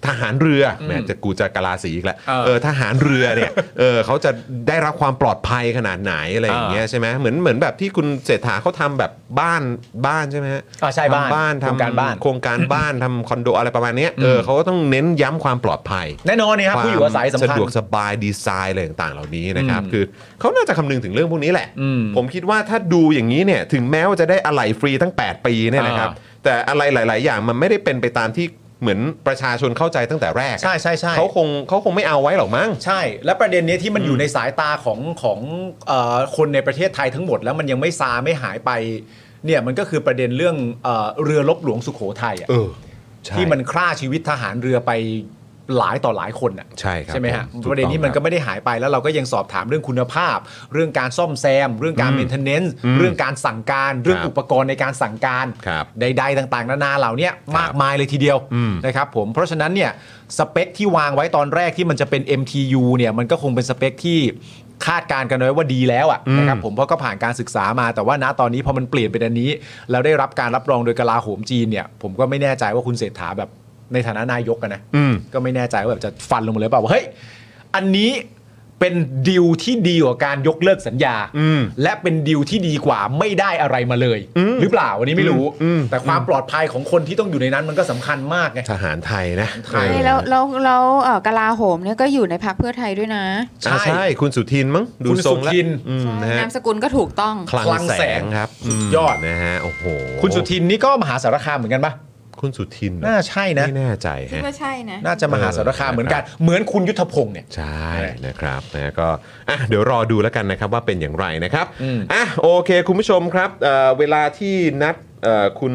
ทหารเรืออแหมจะกูจะกะลาสีอีกแล้ว เออ เออทหารเรือเนี่ย เออเขาจะได้รับความปลอดภัยขนาดไหนอะไรอย่างเงี้ยใช่ไหมเหมือนเหมือนแบบที่คุณเศรษฐาเขาทำแบบบ้านบ้านใช่ไหมฮะ อ่าใช่บ้าน ทำบ้าน โครงการบ้าน โครงการบ้านทำคอนโดอะไรประมาณเนี้ยเออเขาก็ต้องเน้นย้ำความปลอดภัย แน่นอนนี่ครับผู้อยู่อาศัยสำคัญ ดวกสบายดีไซน์อะไรต่างๆ เหล่านี้นะครับ อืม คือเขาน่าจะคำนึงถึงเรื่องพวกนี้แหละ อืม ผมคิดว่าถ้าดูอย่างนี้เนี่ยถึงแม้ว่าจะได้อะไหล่ฟรีทั้ง 8 ปีเนี่ยนะครับ อ่า แต่อะไรหลาย ๆ อย่างมันไม่ได้เป็นไปตามที่เหมือนประชาชนเข้าใจตั้งแต่แรกอะ ใช่ใช่ใช่ เขาคงเขาคงไม่เอาไว้หรอกมั้ง ใช่ และประเด็นเนี้ยที่มันอยู่ในสายตาของของเออคนในประเทศไทยทั้งหมด แล้วมันยังไม่ซาไม่หายไป เนี่ยมันก็คือประเด็นเรื่องเอ่อเรือลบหลวงสุโขทัยอะ เออใช่ ที่มันฆ่าชีวิตทหารเรือไปหลายต่อหลายคนอ่ะ ใช่ครับ ใช่ไหมฮะ ผถู ประเด็นนี้มัน ต้ ก็ องครับ ไม่ได้หายไปแล้วเราก็ยังสอบถามเรื่องคุณภาพ เรื่องการซ่อมแซม เรื่องการเมนเทนเนนซ์ อืม เรื่องการสั่งการ เรื่อง ครับ อุปกรณ์ในการสั่งการ ครับ ใดๆต่างๆ นานาเหล่าเนี้ยมากมายเลยทีเดียว อืม นะครับผมเพราะฉะนั้นเนี่ยสเปคที่วางไว้ตอนแรกที่มันจะเป็น MTU เนี่ยมันก็คงเป็นสเปคที่คาดการณ์กันไว้ว่าดีแล้วอะ อืม นะครับผมเพราะก็ผ่านการศึกษามาแต่ว่าณตอนนี้พอมันเปลี่ยนเป็นอันนี้ แล้วได้รับการรับรองโดยกลาโหมจีนเนี่ยผมก็ไม่แน่ใจว่าคุณเศรษฐาแบบในฐานะนายกอะนะ อืม ก็ไม่แน่ใจว่าแบบจะฟันลงมาเลยเปล่าว่าเฮ้ย อันนี้เป็นดีลที่ดีกว่าการยกเลิกสัญญา อืม และเป็นดีลที่ดีกว่าไม่ได้อะไรมาเลย อืม หรือเปล่าอันนี้ไม่รู้ อืม แต่ความปลอดภัยของคนที่ต้องอยู่ในนั้นมันก็สำคัญมากไง ทหารไทยนะ ทหารไทย ใช่แล้วแล้วแล้วเอ่อกลาโหมเนี่ยก็อยู่ในพักเพื่อไทยด้วยนะ อ่า ใช่ ใช่ คุณสุทินมั้งดู คุณ ทรง สุ แล้ว ทิน อืมนะฮะ นามสกุลก็ถูกต้อง คลัง คลังแสง แสงครับ สุดยอด มนะฮะโอ้โห คุณสุทินนี่ก็มหาสารคามเหมือนกันปะ คุณสุทินเหรอ น่าใช่นะ ไม่แน่ใจ คิด ฮะ ว่าใช่นะ น่าจะมหาสารคามเหมือนกัน เหมือนคุณยุทธพงศ์เนี่ย ใช่นะครับนะก็อ่ะเดี๋ยวรอดูแล้วกันนะครับว่าเป็นอย่างไรนะครับ อืม อ่ะโอเค คุณผู้ชมครับเอ่อเวลาที่นัดเอ่อคุณ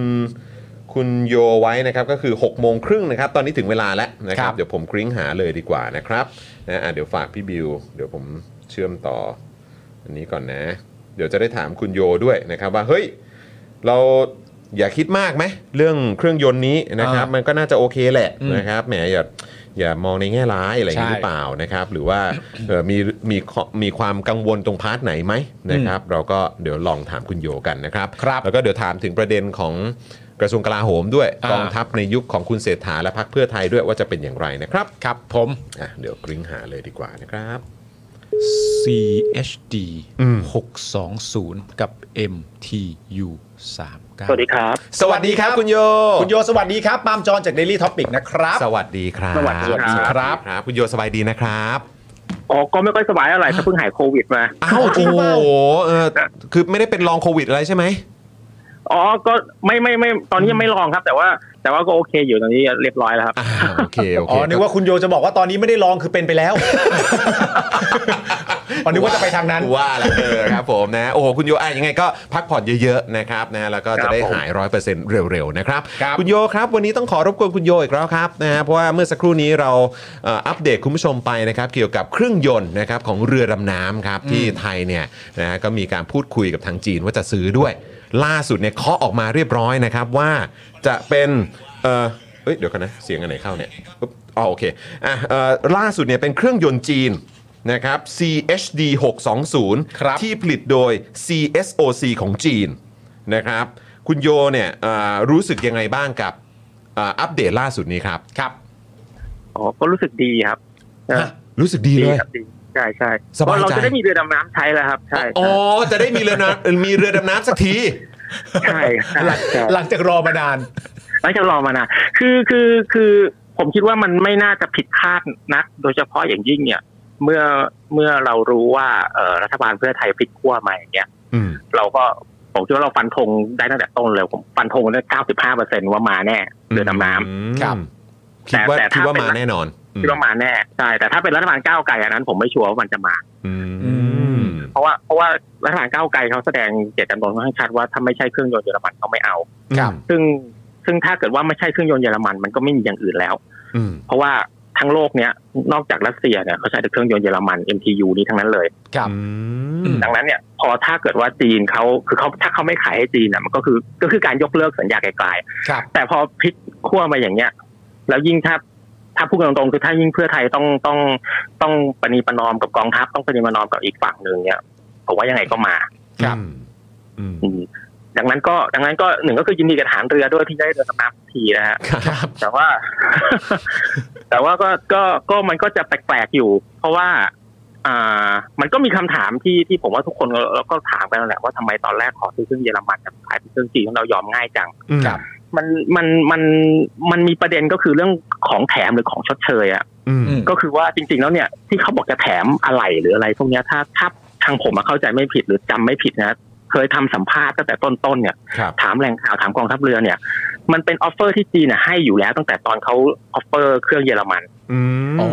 คุณโยไว้นะครับก็คือ6กโมงครึ่งนะครับ ตอนนี้ถึงเวลาแล้วนะครับ เดี๋ยวผมกริ้งหาเลยดีกว่านะครับนะอ่ะเดี๋ยวฝากพี่บิว เดี๋ยวผมเชื่อมต่อ อันนี้ก่อนนะ เดี๋ยวจะได้ถามคุณโยด้วยนะครับว่าเฮ้ย เราอย่าคิดมากไหมเรื่องเครื่องยนต์นี้นะครับ อ่ามั มันก็น่าจะโอเคแหละ อืม นะครับแหมอย่าอย่ามองในแง่ร้ายอะไรอย่างนี้หใช่รือเปล่านะครับ หรือว่า เอ่อมีมีข้อมีความกังวลตรงพาร์ทไหนไหมนะครับ เราก็เดี๋ยวลองถามคุณโยกันนะครับ ครับ แล้วก็เดี๋ยวถามถึงประเด็นของกระทรวงกลาโหมด้วย อ่า กองทัพในยุคของคุณเศรษฐาและพรรคเพื่อไทยด้วยว่าจะเป็นอย่างไรนะครับ ครับผม อ่ะเดี๋ยวกริ้งหาเลยดีกว่านะครับ CHD อืม 620 กับ MTU 39 สวัสดีครับ สวัสดีครับคุณโย คุณโยสวัสดีครับปาล์มจอนจาก Daily Topic นะครับ สวัสดีครับ สวัสดีครับ ครับ คุณโยสบายดีนะครับ อ๋อก็ไม่ค่อยสบายอะไรถ้าเพิ่งหายโควิดมา อ้าวจริงเปล่าโอ้โหเออคือไม่ได้เป็นลองโควิดอะไรใช่ไหม อ๋อก็ไม่ไม่ไม่ตอนนี้ยังไม่ลองครับ แต่ว่าแต่ว่าก็โอเคอยู่ตอนนี้เรียบร้อยแล้วครับ อ่าโอเคโอเค อ๋อ นึกว่าคุณโยจะบอกว่าตอนนี้ไม่ได้ลองคือเป็นไปแล้ว อ๋อ นึกว่าจะไปทางนั้น ว่าแล้วเออครับผมนะโอ้โหคุณโยอ่ะยังไงก็พักผ่อนเยอะๆนะครับนะแล้วก็ ครั จะ บ ได้ ผม หายร้อยเปอร์เซ็นต์เร็วๆนะครับ ครับ ณโยครับ วันนี้ต้องขอรบกวนคุณโยอีกแล้วครับนะฮะเพราะว่าเมื่อสักครู่นี้เราเอ่ออัปเดตคุณผู้ชมไปนะครับ เกี่ยวกับเครื่องยนต์นะครับของเรือดำน้ำครับที่ไทยเนี่ยนะฮะก็มีการพูดคุยกับทางจีนว่าจะซื้อด้วย ล่าสุดเนี่ยเคาะออกมาเรียบร้อยนะครับว่าจะเป็นเอ่อ เอ้ยเดี๋ยวกันนะ เสียงอันไหนเข้าเนี่ยปึ๊บอ๋อโอเคอ่ะเอ่อล่าสุดเนี่ยเป็นเครื่องยนต์จีนนะครับ CHD 620 ครับ ที่ผลิตโดย CSOC ของจีนนะครับ คุณโยเนี่ยเอ่อรู้สึกยังไงบ้างกับเอ่ออัปเดตล่าสุดนี้ครับ ครับ อ๋อก็รู้สึกดีครับนะ ฮะ รู้สึกดี ดี เลย ครับดีใช่ใช่ สบายใจ เราจะได้มีเรือดำน้ำใช้แล้วครับ ใช่ใช่ อ๋อ จะได้มีเรือน้ำมีเรือดำน้ำสักที ใช่ใช่ หลัง ใช่ หลังจากรอมานาน น่าจะรอมานานคือคือคือผมคิดว่ามันไม่น่าจะผิดคาดนัก โดยเฉพาะอย่างยิ่งเนี่ย เมื่อเมื่อเรารู้ว่าเอ่อรัฐบาลเพื่อไทยพลิกขั้วมาอย่างเงี้ย อืม เราก็ผมคิดว่าเราฟันธงได้ตั้งแต่ต้นเลยผมฟันธงได้เก้าสิบห้าเปอร์เซ็นว่ามาแน่เรือดำน้ำ ครับ คิดว่า แต่แต่ คิดว่า ถ้าเป็น มาแน่นอนอืม คิดว่ามาแน่ใช่แต่ถ้าเป็นรัฐบาลก้าวไกลอันนั้น ผมไม่ชัวร์ว่ามันจะมา อืม เพราะว่าเพราะว่ารัฐบาลก้าวไกลเขาแสดงเจตจำนงค่อนข้างชัดว่าถ้าไม่ใช่เครื่องยนต์เยอรมันเขาไม่เอา ครับ ซึ่งซึ่งถ้าเกิดว่าไม่ใช่เครื่องยนต์เยอรมันมันก็ไม่มีอย่างอื่นแล้ว อืม เพราะว่าทั้งโลกเนี้ยนอกจากรัสเซียเนี่ยเขาใช้แต่เครื่องยนต์เยอรมัน MTU นี้ทั้งนั้นเลย ครับ อืม ดังนั้นเนี่ยพอถ้าเกิดว่าจีนเขาคือเขาถ้าเขาไม่ขายให้จีนอ่ะมันก็คือก็คือการยกเลิกสัญญาไกล ครับ ๆแต่พอพลิกขั้วมาอย่างเงี้ย แล้วยิ่งถ้าถ้าพูดกันตรงๆคือถ้ายิ่งเพื่อไทยต้องต้องต้องปณีประนอมกับกองทัพต้องปณีประนอมกับอีกฝั่งหนึ่งเนี่ยผมว่ายังไงก็มา ครับ อืม อืมดังนั้นก็ดังนั้นก็หนึ่งก็คือยินดีกับฐานเรือด้วยที่ได้เรือดำน้ำสักทีนะฮะ ครับ แต่ว่า แต่ว่าก็ก็ก็มันก็จะแปลกๆอยู่ เพราะว่า อ่า มันก็มีคำถามที่ที่ผมว่าทุกคนเราก็ถามกันแล้วแหละว่าทำไมตอนแรกขอซื้อเครื่องเยอรมันกับขายเป็นเครื่องจีนของเรายอมง่ายจัง ครับ มันมันมันมันมีประเด็นก็คือเรื่องของแถมหรือของชดเชยอ่ะ อืม อืม ก็คือว่าจริง ๆ แล้วเนี่ยที่เขาบอกจะแถมอะไรหรืออะไรพวกเนี้ยถ้าถ้าทางผมอะเข้าใจไม่ผิดหรือจำไม่ผิดนะเคยทำสัมภาษณ์ตั้งแต่ต้นๆเนี่ย ครับ ถามแหล่งข่าวถามกองทัพเรือเนี่ย มันเป็นออฟเฟอร์ที่จีนน่ะให้อยู่แล้วตั้งแต่ตอนเขาออฟเฟอร์เครื่องเยอรมัน อืม อ๋อ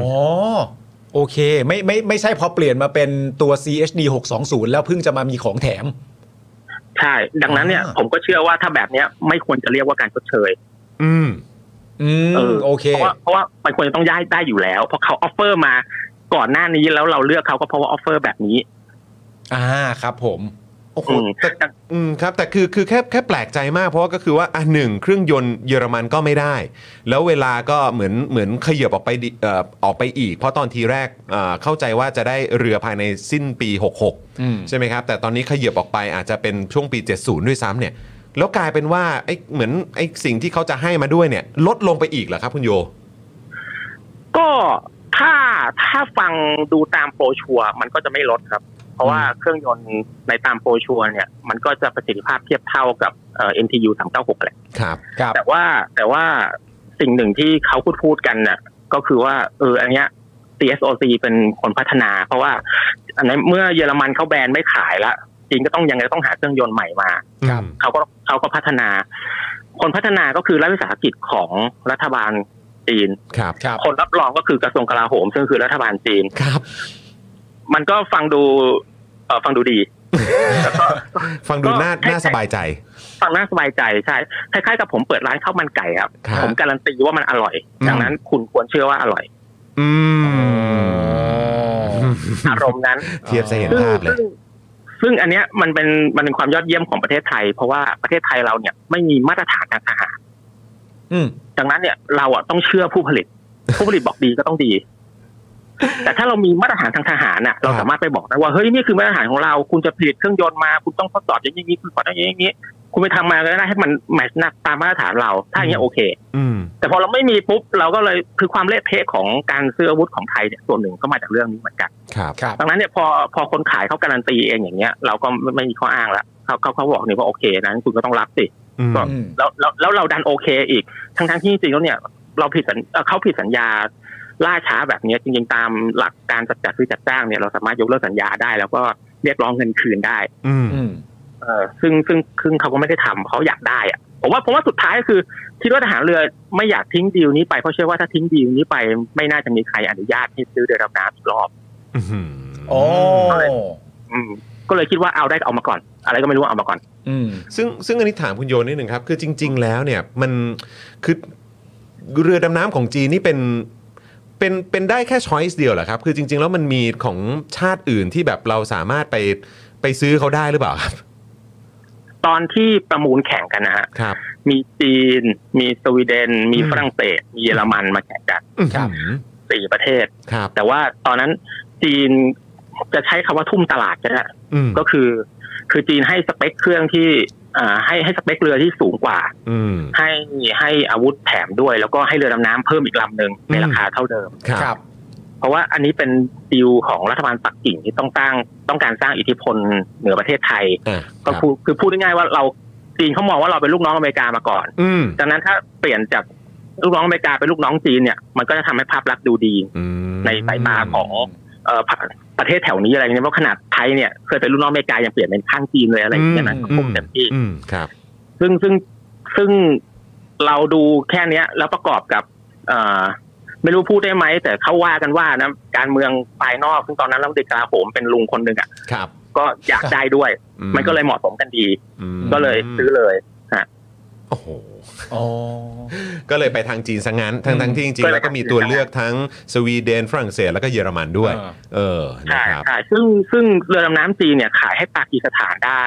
โอเค ไม่ไม่ไม่ใช่พอเปลี่ยนมาเป็นตัว CHD 620 แล้วเพิ่งจะมามีของแถม ใช่ ดังนั้นเนี่ย อ่า ผมก็เชื่อว่าถ้าแบบเนี้ยไม่ควรจะเรียกว่าการชดเชย อืม อืม เออ โอเค เพราะว่าเพราะว่ามันควรจะต้องย้ายได้อยู่แล้ว เพราะเขาออฟเฟอร์มาก่อนหน้านี้แล้วเราเลือกเขาก็เพราะว่าออฟเฟอร์แบบนี้ อ่าครับผม โอ้โห อืม แต่อืมครับแต่คือคือแค่แค่แปลกใจมากเพราะว่าก็คือว่าอ่ะหนึ่งเครื่องยนต์เยอรมันก็ไม่ได้ แล้วเวลาก็เหมือนเหมือนเขยับออกไปดิเอ่อออกไปอีก เพราะตอนทีแรกเอ่อเข้าใจว่าจะได้เรือภายในสิ้นปี 66 อืม ใช่ไหมครับ แต่ตอนนี้เขยับออกไปอาจจะเป็นช่วงปี 70 ด้วยซ้ำเนี่ย แล้วกลายเป็นว่าไอ้เหมือนไอ้สิ่งที่เขาจะให้มาด้วยเนี่ย ลดลงไปอีกเหรอครับคุณโย ก็ถ้าถ้าฟังดูตามโปรชัวร์มันก็จะไม่ลดครับ เพราะว่าเครื่องยนต์ในตามโปรชัวร์เนี่ย มันก็จะประสิทธิภาพเทียบเท่ากับเอ่อ NTU 396แหละ ครับ ครับ แต่ว่าแต่ว่าสิ่งหนึ่งที่เขาพูดพูดกันน่ะ ก็คือว่าเอออันเนี้ย CSOC เป็นคนพัฒนา เพราะว่าอันนั้นเมื่อเยอรมันเขาแบนไม่ขายละจีนก็ต้องยังไงก็ต้องหาเครื่องยนต์ใหม่มา ครับ เขาก็เขาก็พัฒนา คนพัฒนาก็คือรัฐวิสาหกิจของรัฐบาลจีน ครับ ครับ คนรับรองก็คือกระทรวงกลาโหม ซึ่งคือรัฐบาลจีน ครับ มันก็ฟังดูเอ่อฟังดูดี แล้วก็ ฟังดูน่า ก็ น่าสบายใจ ฟังน่าสบายใจใช่คล้ายๆกับผมเปิดร้านข้าวมันไก่ครับ ครับ ผมการันตีว่ามันอร่อย ดังนั้นคุณควรเชื่อว่าอร่อย อืม อารมณ์นั้น เทียบจะเห็น ซึ่ง ภาพเลย ซึ่งซึ่งอันเนี้ยมันเป็นมันเป็นความยอดเยี่ยมของประเทศไทย เพราะว่าประเทศไทยเราเนี่ยไม่มีมาตรฐานทางอาหาร อืม ดังนั้นเนี่ยเราอ่ะต้องเชื่อผู้ผลิต ผู้ผลิตบอกดีก็ต้องดี แต่ถ้าเรามีมาตรฐานทางทหารน่ะเรา ครับ สามารถไปบอกได้ว่าเฮ้ยนี่คือมาตรฐานของเรา คุณจะผลิตเครื่องยนต์มาคุณต้องทดสอบอย่างนี้อย่างนี้คุณขอต้องอย่างนี้อย่างนี้คุณไปทำมาก็ได้ให้มันแมทช์ตามมาตรฐานเรา ถ้าอย่างเงี้ยโอเค อืม แต่พอเราไม่มีปุ๊บเราก็เลยคือความเละเทะของการซื้ออาวุธของไทยเนี่ยส่วนหนึ่งก็มาจากเรื่องนี้เหมือนกัน ครับ ครับ ดังนั้นเนี่ยพอพอคนขายเขาการันตีเองอย่างเงี้ยเราก็ไม่ไม่มีข้ออ้างละเขาเขาเขาบอกเนี่ยว่าโอเคนะงั้นคุณก็ต้องรับสิ อืม ก็ อืม แล้วแล้วแล้วเราดันโอเคอีกทั้งทั้งที่จริงๆแล้วเนี่ยเราผิดสัญเอ่อเขาผิดสัญญาล่าช้าแบบเนี้ยจริงๆตามหลักการจัดจัดซื้อจัดจ้างเนี่ยเราสามารถยกเลิกสัญญาได้ แล้วก็เรียกร้องเงินคืนได้ อืม อืม เออซึ่งซึ่งซึ่งเขาก็ไม่ได้ทำเขาอยากได้อะผมว่าผมว่าสุดท้ายก็คือคิดว่าทหารเรือไม่อยากทิ้งดีลนี้ไปเพราะเชื่อว่าถ้าทิ้งดีลนี้ไปไม่น่าจะมีใครอนุญาตให้ซื้อเรือดำน้ำอีกรอบ โอ้ อืมก็เลยคิดว่าเอาได้ก็เอามาก่อน อะไรก็ไม่รู้เอามาก่อน อืม ซึ่งซึ่งอันนี้ถามคุณโยนนิดหนึ่งครับ คือจริง ๆ แล้วเนี่ยมันคือเรือดำน้ำของจีนนี่เป็นเป็นเป็นได้แค่ช้อยส์เดียวเหรอครับ คือจริง ๆ แล้วมันมีของชาติอื่นที่แบบเราสามารถไปไปซื้อเขาได้หรือเปล่าครับ ตอนที่ประมูลแข่งกันนะฮะ ครับ มีจีน มีสวีเดน มี อืม ฝรั่งเศส มีเยอรมันมาแข่งกัน ครับ สี่ประเทศ ครับ แต่ว่าตอนนั้นจีนจะใช้คำว่าทุ่มตลาดก็ได้ อืม ก็คือ คือจีนให้สเปคเครื่องที่อ่าให้ให้สเปคเรือที่สูงกว่า อืม ให้ให้อาวุธแถมด้วย แล้วก็ให้เรือดำน้ำเพิ่มอีกลำหนึ่งใน อืม ราคาเท่าเดิม ครับ เพราะว่าอันนี้เป็นดีลของรัฐบาลปักกิ่งที่ต้องตั้งต้องการสร้างอิทธิพลเหนือประเทศไทย อ่ะ ก็คือคือพูดง่ายๆว่าเราจีนเขามองว่าเราเป็นลูกน้องอเมริกามาก่อน อืม ดังนั้นถ้าเปลี่ยนจากลูกน้องอเมริกาเป็นลูกน้องจีนเนี่ยมันก็จะทำให้ภาพลักษณ์ดูดี อืม ในสายตาของเอ่อประประเทศแถวนี้อะไรเงี้ยเพราะขนาดไทยเนี่ยเคยเป็นลูกน้องอเมริกายังเปลี่ยนเป็นข้างจีนเลยอะไรอย่างเงี้ยนะ อื ผมเต็มที่ อืมครับ ซึ่งซึ่งซึ่งเราดูแค่เนี้ย แล้วประกอบกับ เอ่อไม่รู้พูดได้ไหมแต่เขาว่ากันว่านะการเมืองภายนอกซึ่งตอนนั้นเราเด็กกลาโหมเป็นลุงคนหนึ่งอ่ะ ครับ ก็อยากได้ด้วย อื มันก็เลยเหมาะสมกันดี อืม ก็เลยซื้อเลย โอ้โห อ๋อ ก็เลยไปทางจีนซะงั้น ทั้งทั้งๆที่จริงๆ แล้วก็มีตัวเลือกทั้งสวีเดนฝรั่งเศสแล้วก็เยอรมันด้วย อ่า เออ นะ ใช่ ครับ ใช่ซึ่งซึ่งเรือดำน้ำจีนเนี่ยขายให้ปากีสถานได้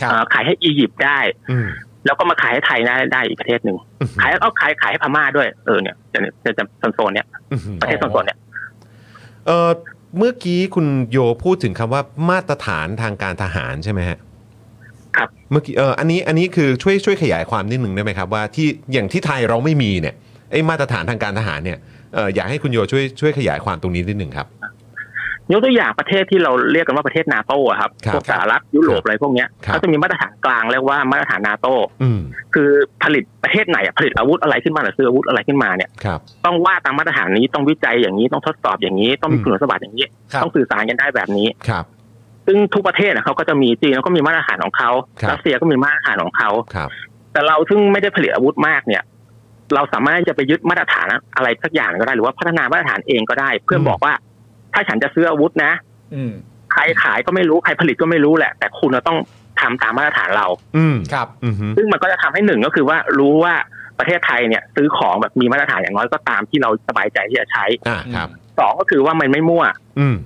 ครับ เอ่อขายให้อียิปต์ได้ อืม แล้วก็มาขายให้ไทยได้ได้อีกประเทศหนึ่ง อือหือ ขายเอาขายขายให้พม่าด้วยเออเนี่ยจะจะจะโซนๆเนี่ย อื้อหือ ประเทศโซนๆเนี่ย เออเมื่อกี้คุณโยพูดถึงคำว่ามาตรฐานทางการทหารใช่ไหมฮะ ครับ เมื่อกี้เอออันนี้อันนี้คือช่วยช่วยขยายความนิดหนึ่งได้ไหมครับว่าที่อย่างที่ไทยเราไม่มีเนี่ยไอ้มาตรฐานทางการทหารเนี่ยเอออยากให้คุณโยช่วยช่วยขยายความตรงนี้นิดหนึ่งครับ ยกตัวอย่างประเทศที่เราเรียกกันว่าประเทศนาโต้อะครับ ครับ พวกสหรัฐยุโรปอะไรพวกเนี้ย ครับ เขาจะมีมาตรฐานกลางเรียกว่ามาตรฐานนาโต้ อืม คือผลิตประเทศไหนอะผลิตอาวุธอะไรขึ้นมาหรือซื้ออาวุธอะไรขึ้นมาเนี่ย ครับ ต้องว่าตามมาตรฐานนี้ต้องวิจัยอย่างนี้ต้องทดสอบอย่างนี้ต้องมี อืม คุณสมบัติอย่างนี้ ครับ ต้องสื่อสารกันได้แบบนี้ ครับ ซึ่งทุกประเทศน่ะเขาก็จะมีจีนเขาก็มีมาตรฐานของเขา ครับ รัสเซียก็มีมาตรฐานของเขา ครับ แต่เราซึ่งไม่ได้ผลิตอาวุธมากเนี่ย เราสามารถจะไปยึดมาตรฐานอะไรสักอย่างก็ได้หรือว่าพัฒนามาตรฐานเองก็ได้ เพื่อบอกว่า ถ้าฉันจะซื้ออาวุธนะ อืม ใครขายก็ไม่รู้ใครผลิตก็ไม่รู้แหละ แต่คุณน่ะต้อง ทำตามมาตรฐานเรา อืม ครับ อืม ซึ่งมันก็จะทำให้หนึ่งก็คือว่ารู้ว่าประเทศไทยเนี่ยซื้อของแบบมีมาตรฐานอย่างน้อยก็ตามที่เราสบายใจที่จะใช้ อ่าครับ สองก็คือว่ามันไม่มั่ว อืม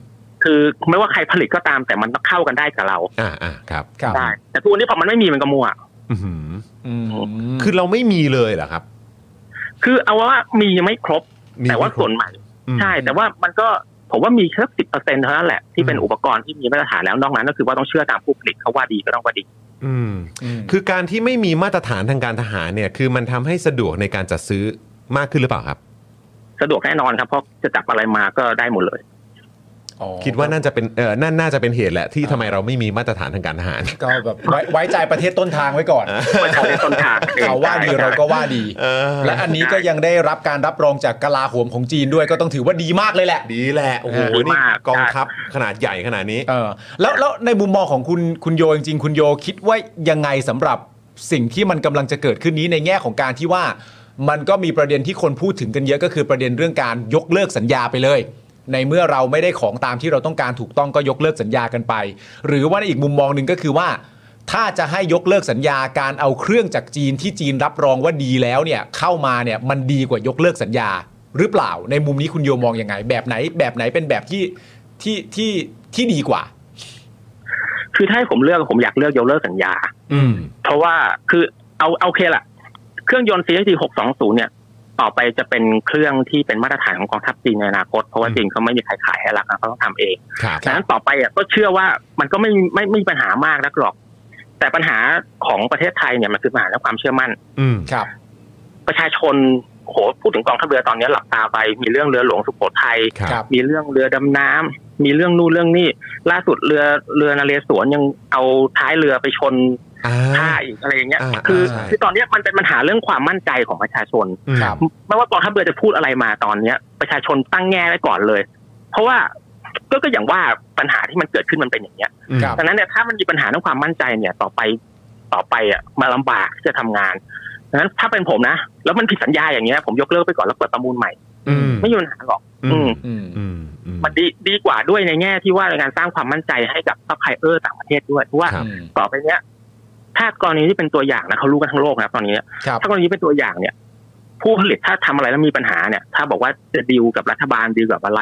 คือไม่ว่าใครผลิตก็ตามแต่มันต้องเข้ากันได้กับเรา อ่าอ่าครับ ครับ ได้แต่ทุกวันนี้พอมันไม่มีมันก็มั่ว อื้อหือ อืม คือเราไม่มีเลยเหรอครับ คือเอาว่ามียังไม่ครบ มี แต่ว่า ไม่ครบ ส่วนใหม่ อืม ใช่ แต่ว่ามันก็ผมว่ามีแค่สิบเปอร์เซ็นต์เท่านั้นแหละที่เป็น อืม อุปกรณ์ที่มีมาตรฐานแล้วนอกนั้นก็คือว่าต้องเชื่อตามผู้ผลิตเขาว่าดีก็ต้องว่าดี อืม อืม คือการที่ไม่มีมาตรฐานทางการทหารเนี่ย คือมันทำให้สะดวกในการจัดซื้อมากขึ้นหรือเปล่าครับ สะดวกแน่นอนครับเพราะจะจับอะไรมาก็ได้หมดเลย คิดว่าน่าจะเป็นเออน่าน่าจะเป็นเหตุแหละที่ทำไมเราไม่มีมาตรฐานทางการทหาร ก็แบบไว้ไว้ใจประเทศต้นทางไว้ก่อน ประเทศต้นทาง เขาว่าดี ใช่ เราก็ว่าดี เออ และอันนี้ก็ยังได้รับการรับรองจากกลาโหมของจีนด้วยก็ต้องถือว่าดีมากเลยแหละ ดีแหละโอ้โห ดี นี่ มาก กองทัพขนาดใหญ่ขนาดนี้ เออแล้วแล้วในมุมมองของคุณคุณโยจริงๆ คุณโยคิดว่ายังไงสำหรับสิ่งที่มันกำลังจะเกิดขึ้นนี้ในแง่ของการที่ว่ามันก็มีประเด็นที่คนพูดถึงกันเยอะก็คือประเด็นเรื่องการยกเลิกสัญญาไปเลย ในเมื่อเราไม่ได้ของตามที่เราต้องการถูกต้องก็ยกเลิกสัญญากันไป หรือว่าในอีกมุมมองหนึ่งก็คือว่า ถ้าจะให้ยกเลิกสัญญาการเอาเครื่องจากจีนที่จีนรับรองว่าดีแล้วเนี่ยเข้ามาเนี่ยมันดีกว่ายกเลิกสัญญาหรือเปล่า ในมุมนี้คุณโยมองยังไง แบบไหนแบบไหนเป็นแบบที่ที่ที่ที่ดีกว่า คือถ้าให้ผมเลือกผมอยากเลือกยกเลิกสัญญา อืม เพราะว่าคือเอาเอาโอเคละเครื่องยนต์ CST 620 เนี่ย ต่อไปจะเป็นเครื่องที่เป็นมาตรฐานของกองทัพจีนในอนาคต เพราะว่า อืม จีนเขาไม่มีใครขายให้รักนะเขาต้องทำเอง ครับ ดังนั้นต่อไปอ่ะก็เชื่อว่ามันก็ไม่ไม่ไม่มีปัญหามากนักหรอก แต่ปัญหาของประเทศไทยเนี่ยมันคือปัญหาเรื่องความเชื่อมั่น อืม ครับ ประชาชนโหพูดถึงกองทัพเรือตอนนี้หลับตาไป มีเรื่องเรือหลวงสุโขทัย ครับ ครับ มีเรื่องเรือดำน้ำมีเรื่องนู่นเรื่องนี่ล่าสุดเรือเรือนเรศวรยังเอาท้ายเรือไปชน อ่า ท่าอีกอะไรอย่างเงี้ย อ่า คือ ใช่ คือตอนเนี้ยมันเป็นปัญหาเรื่องความมั่นใจของประชาชน อืม ครับ ไม่ว่ากองทัพเรือจะพูดอะไรมาตอนเนี้ย ประชาชนตั้งแง่ไว้ก่อนเลย เพราะว่าก็ก็อย่างว่าปัญหาที่มันเกิดขึ้นมันเป็นอย่างเงี้ย อืม ครับ ดังนั้นเนี่ยถ้ามันมีปัญหาเรื่องความมั่นใจเนี่ย ต่อไปต่อไปอ่ะมาลำบากที่จะทำงานดังนั้นถ้าเป็นผมนะ แล้วมันผิดสัญญาอย่างเงี้ยผมยกเลิกไปก่อนแล้วเปิดประมูลใหม่ อืม ไม่มีปัญหาหรอก อืม อืม อืมอืม มันดีดีกว่าด้วยในแง่ที่ว่าในการสร้างความมั่นใจให้กับซัพพลายเออร์ต่างประเทศด้วยเพราะว่า ครับ ต่อไปเนี้ย ถ้ากรณีที่เป็นตัวอย่างนะเขารู้กันทั้งโลกนะครับตอนนี้ ครับ ถ้ากรณีเป็นตัวอย่างเนี่ย ผู้ผลิตถ้าทำอะไรแล้วมีปัญหาเนี่ย ถ้าบอกว่าจะดีลกับรัฐบาลดีลกับอะไร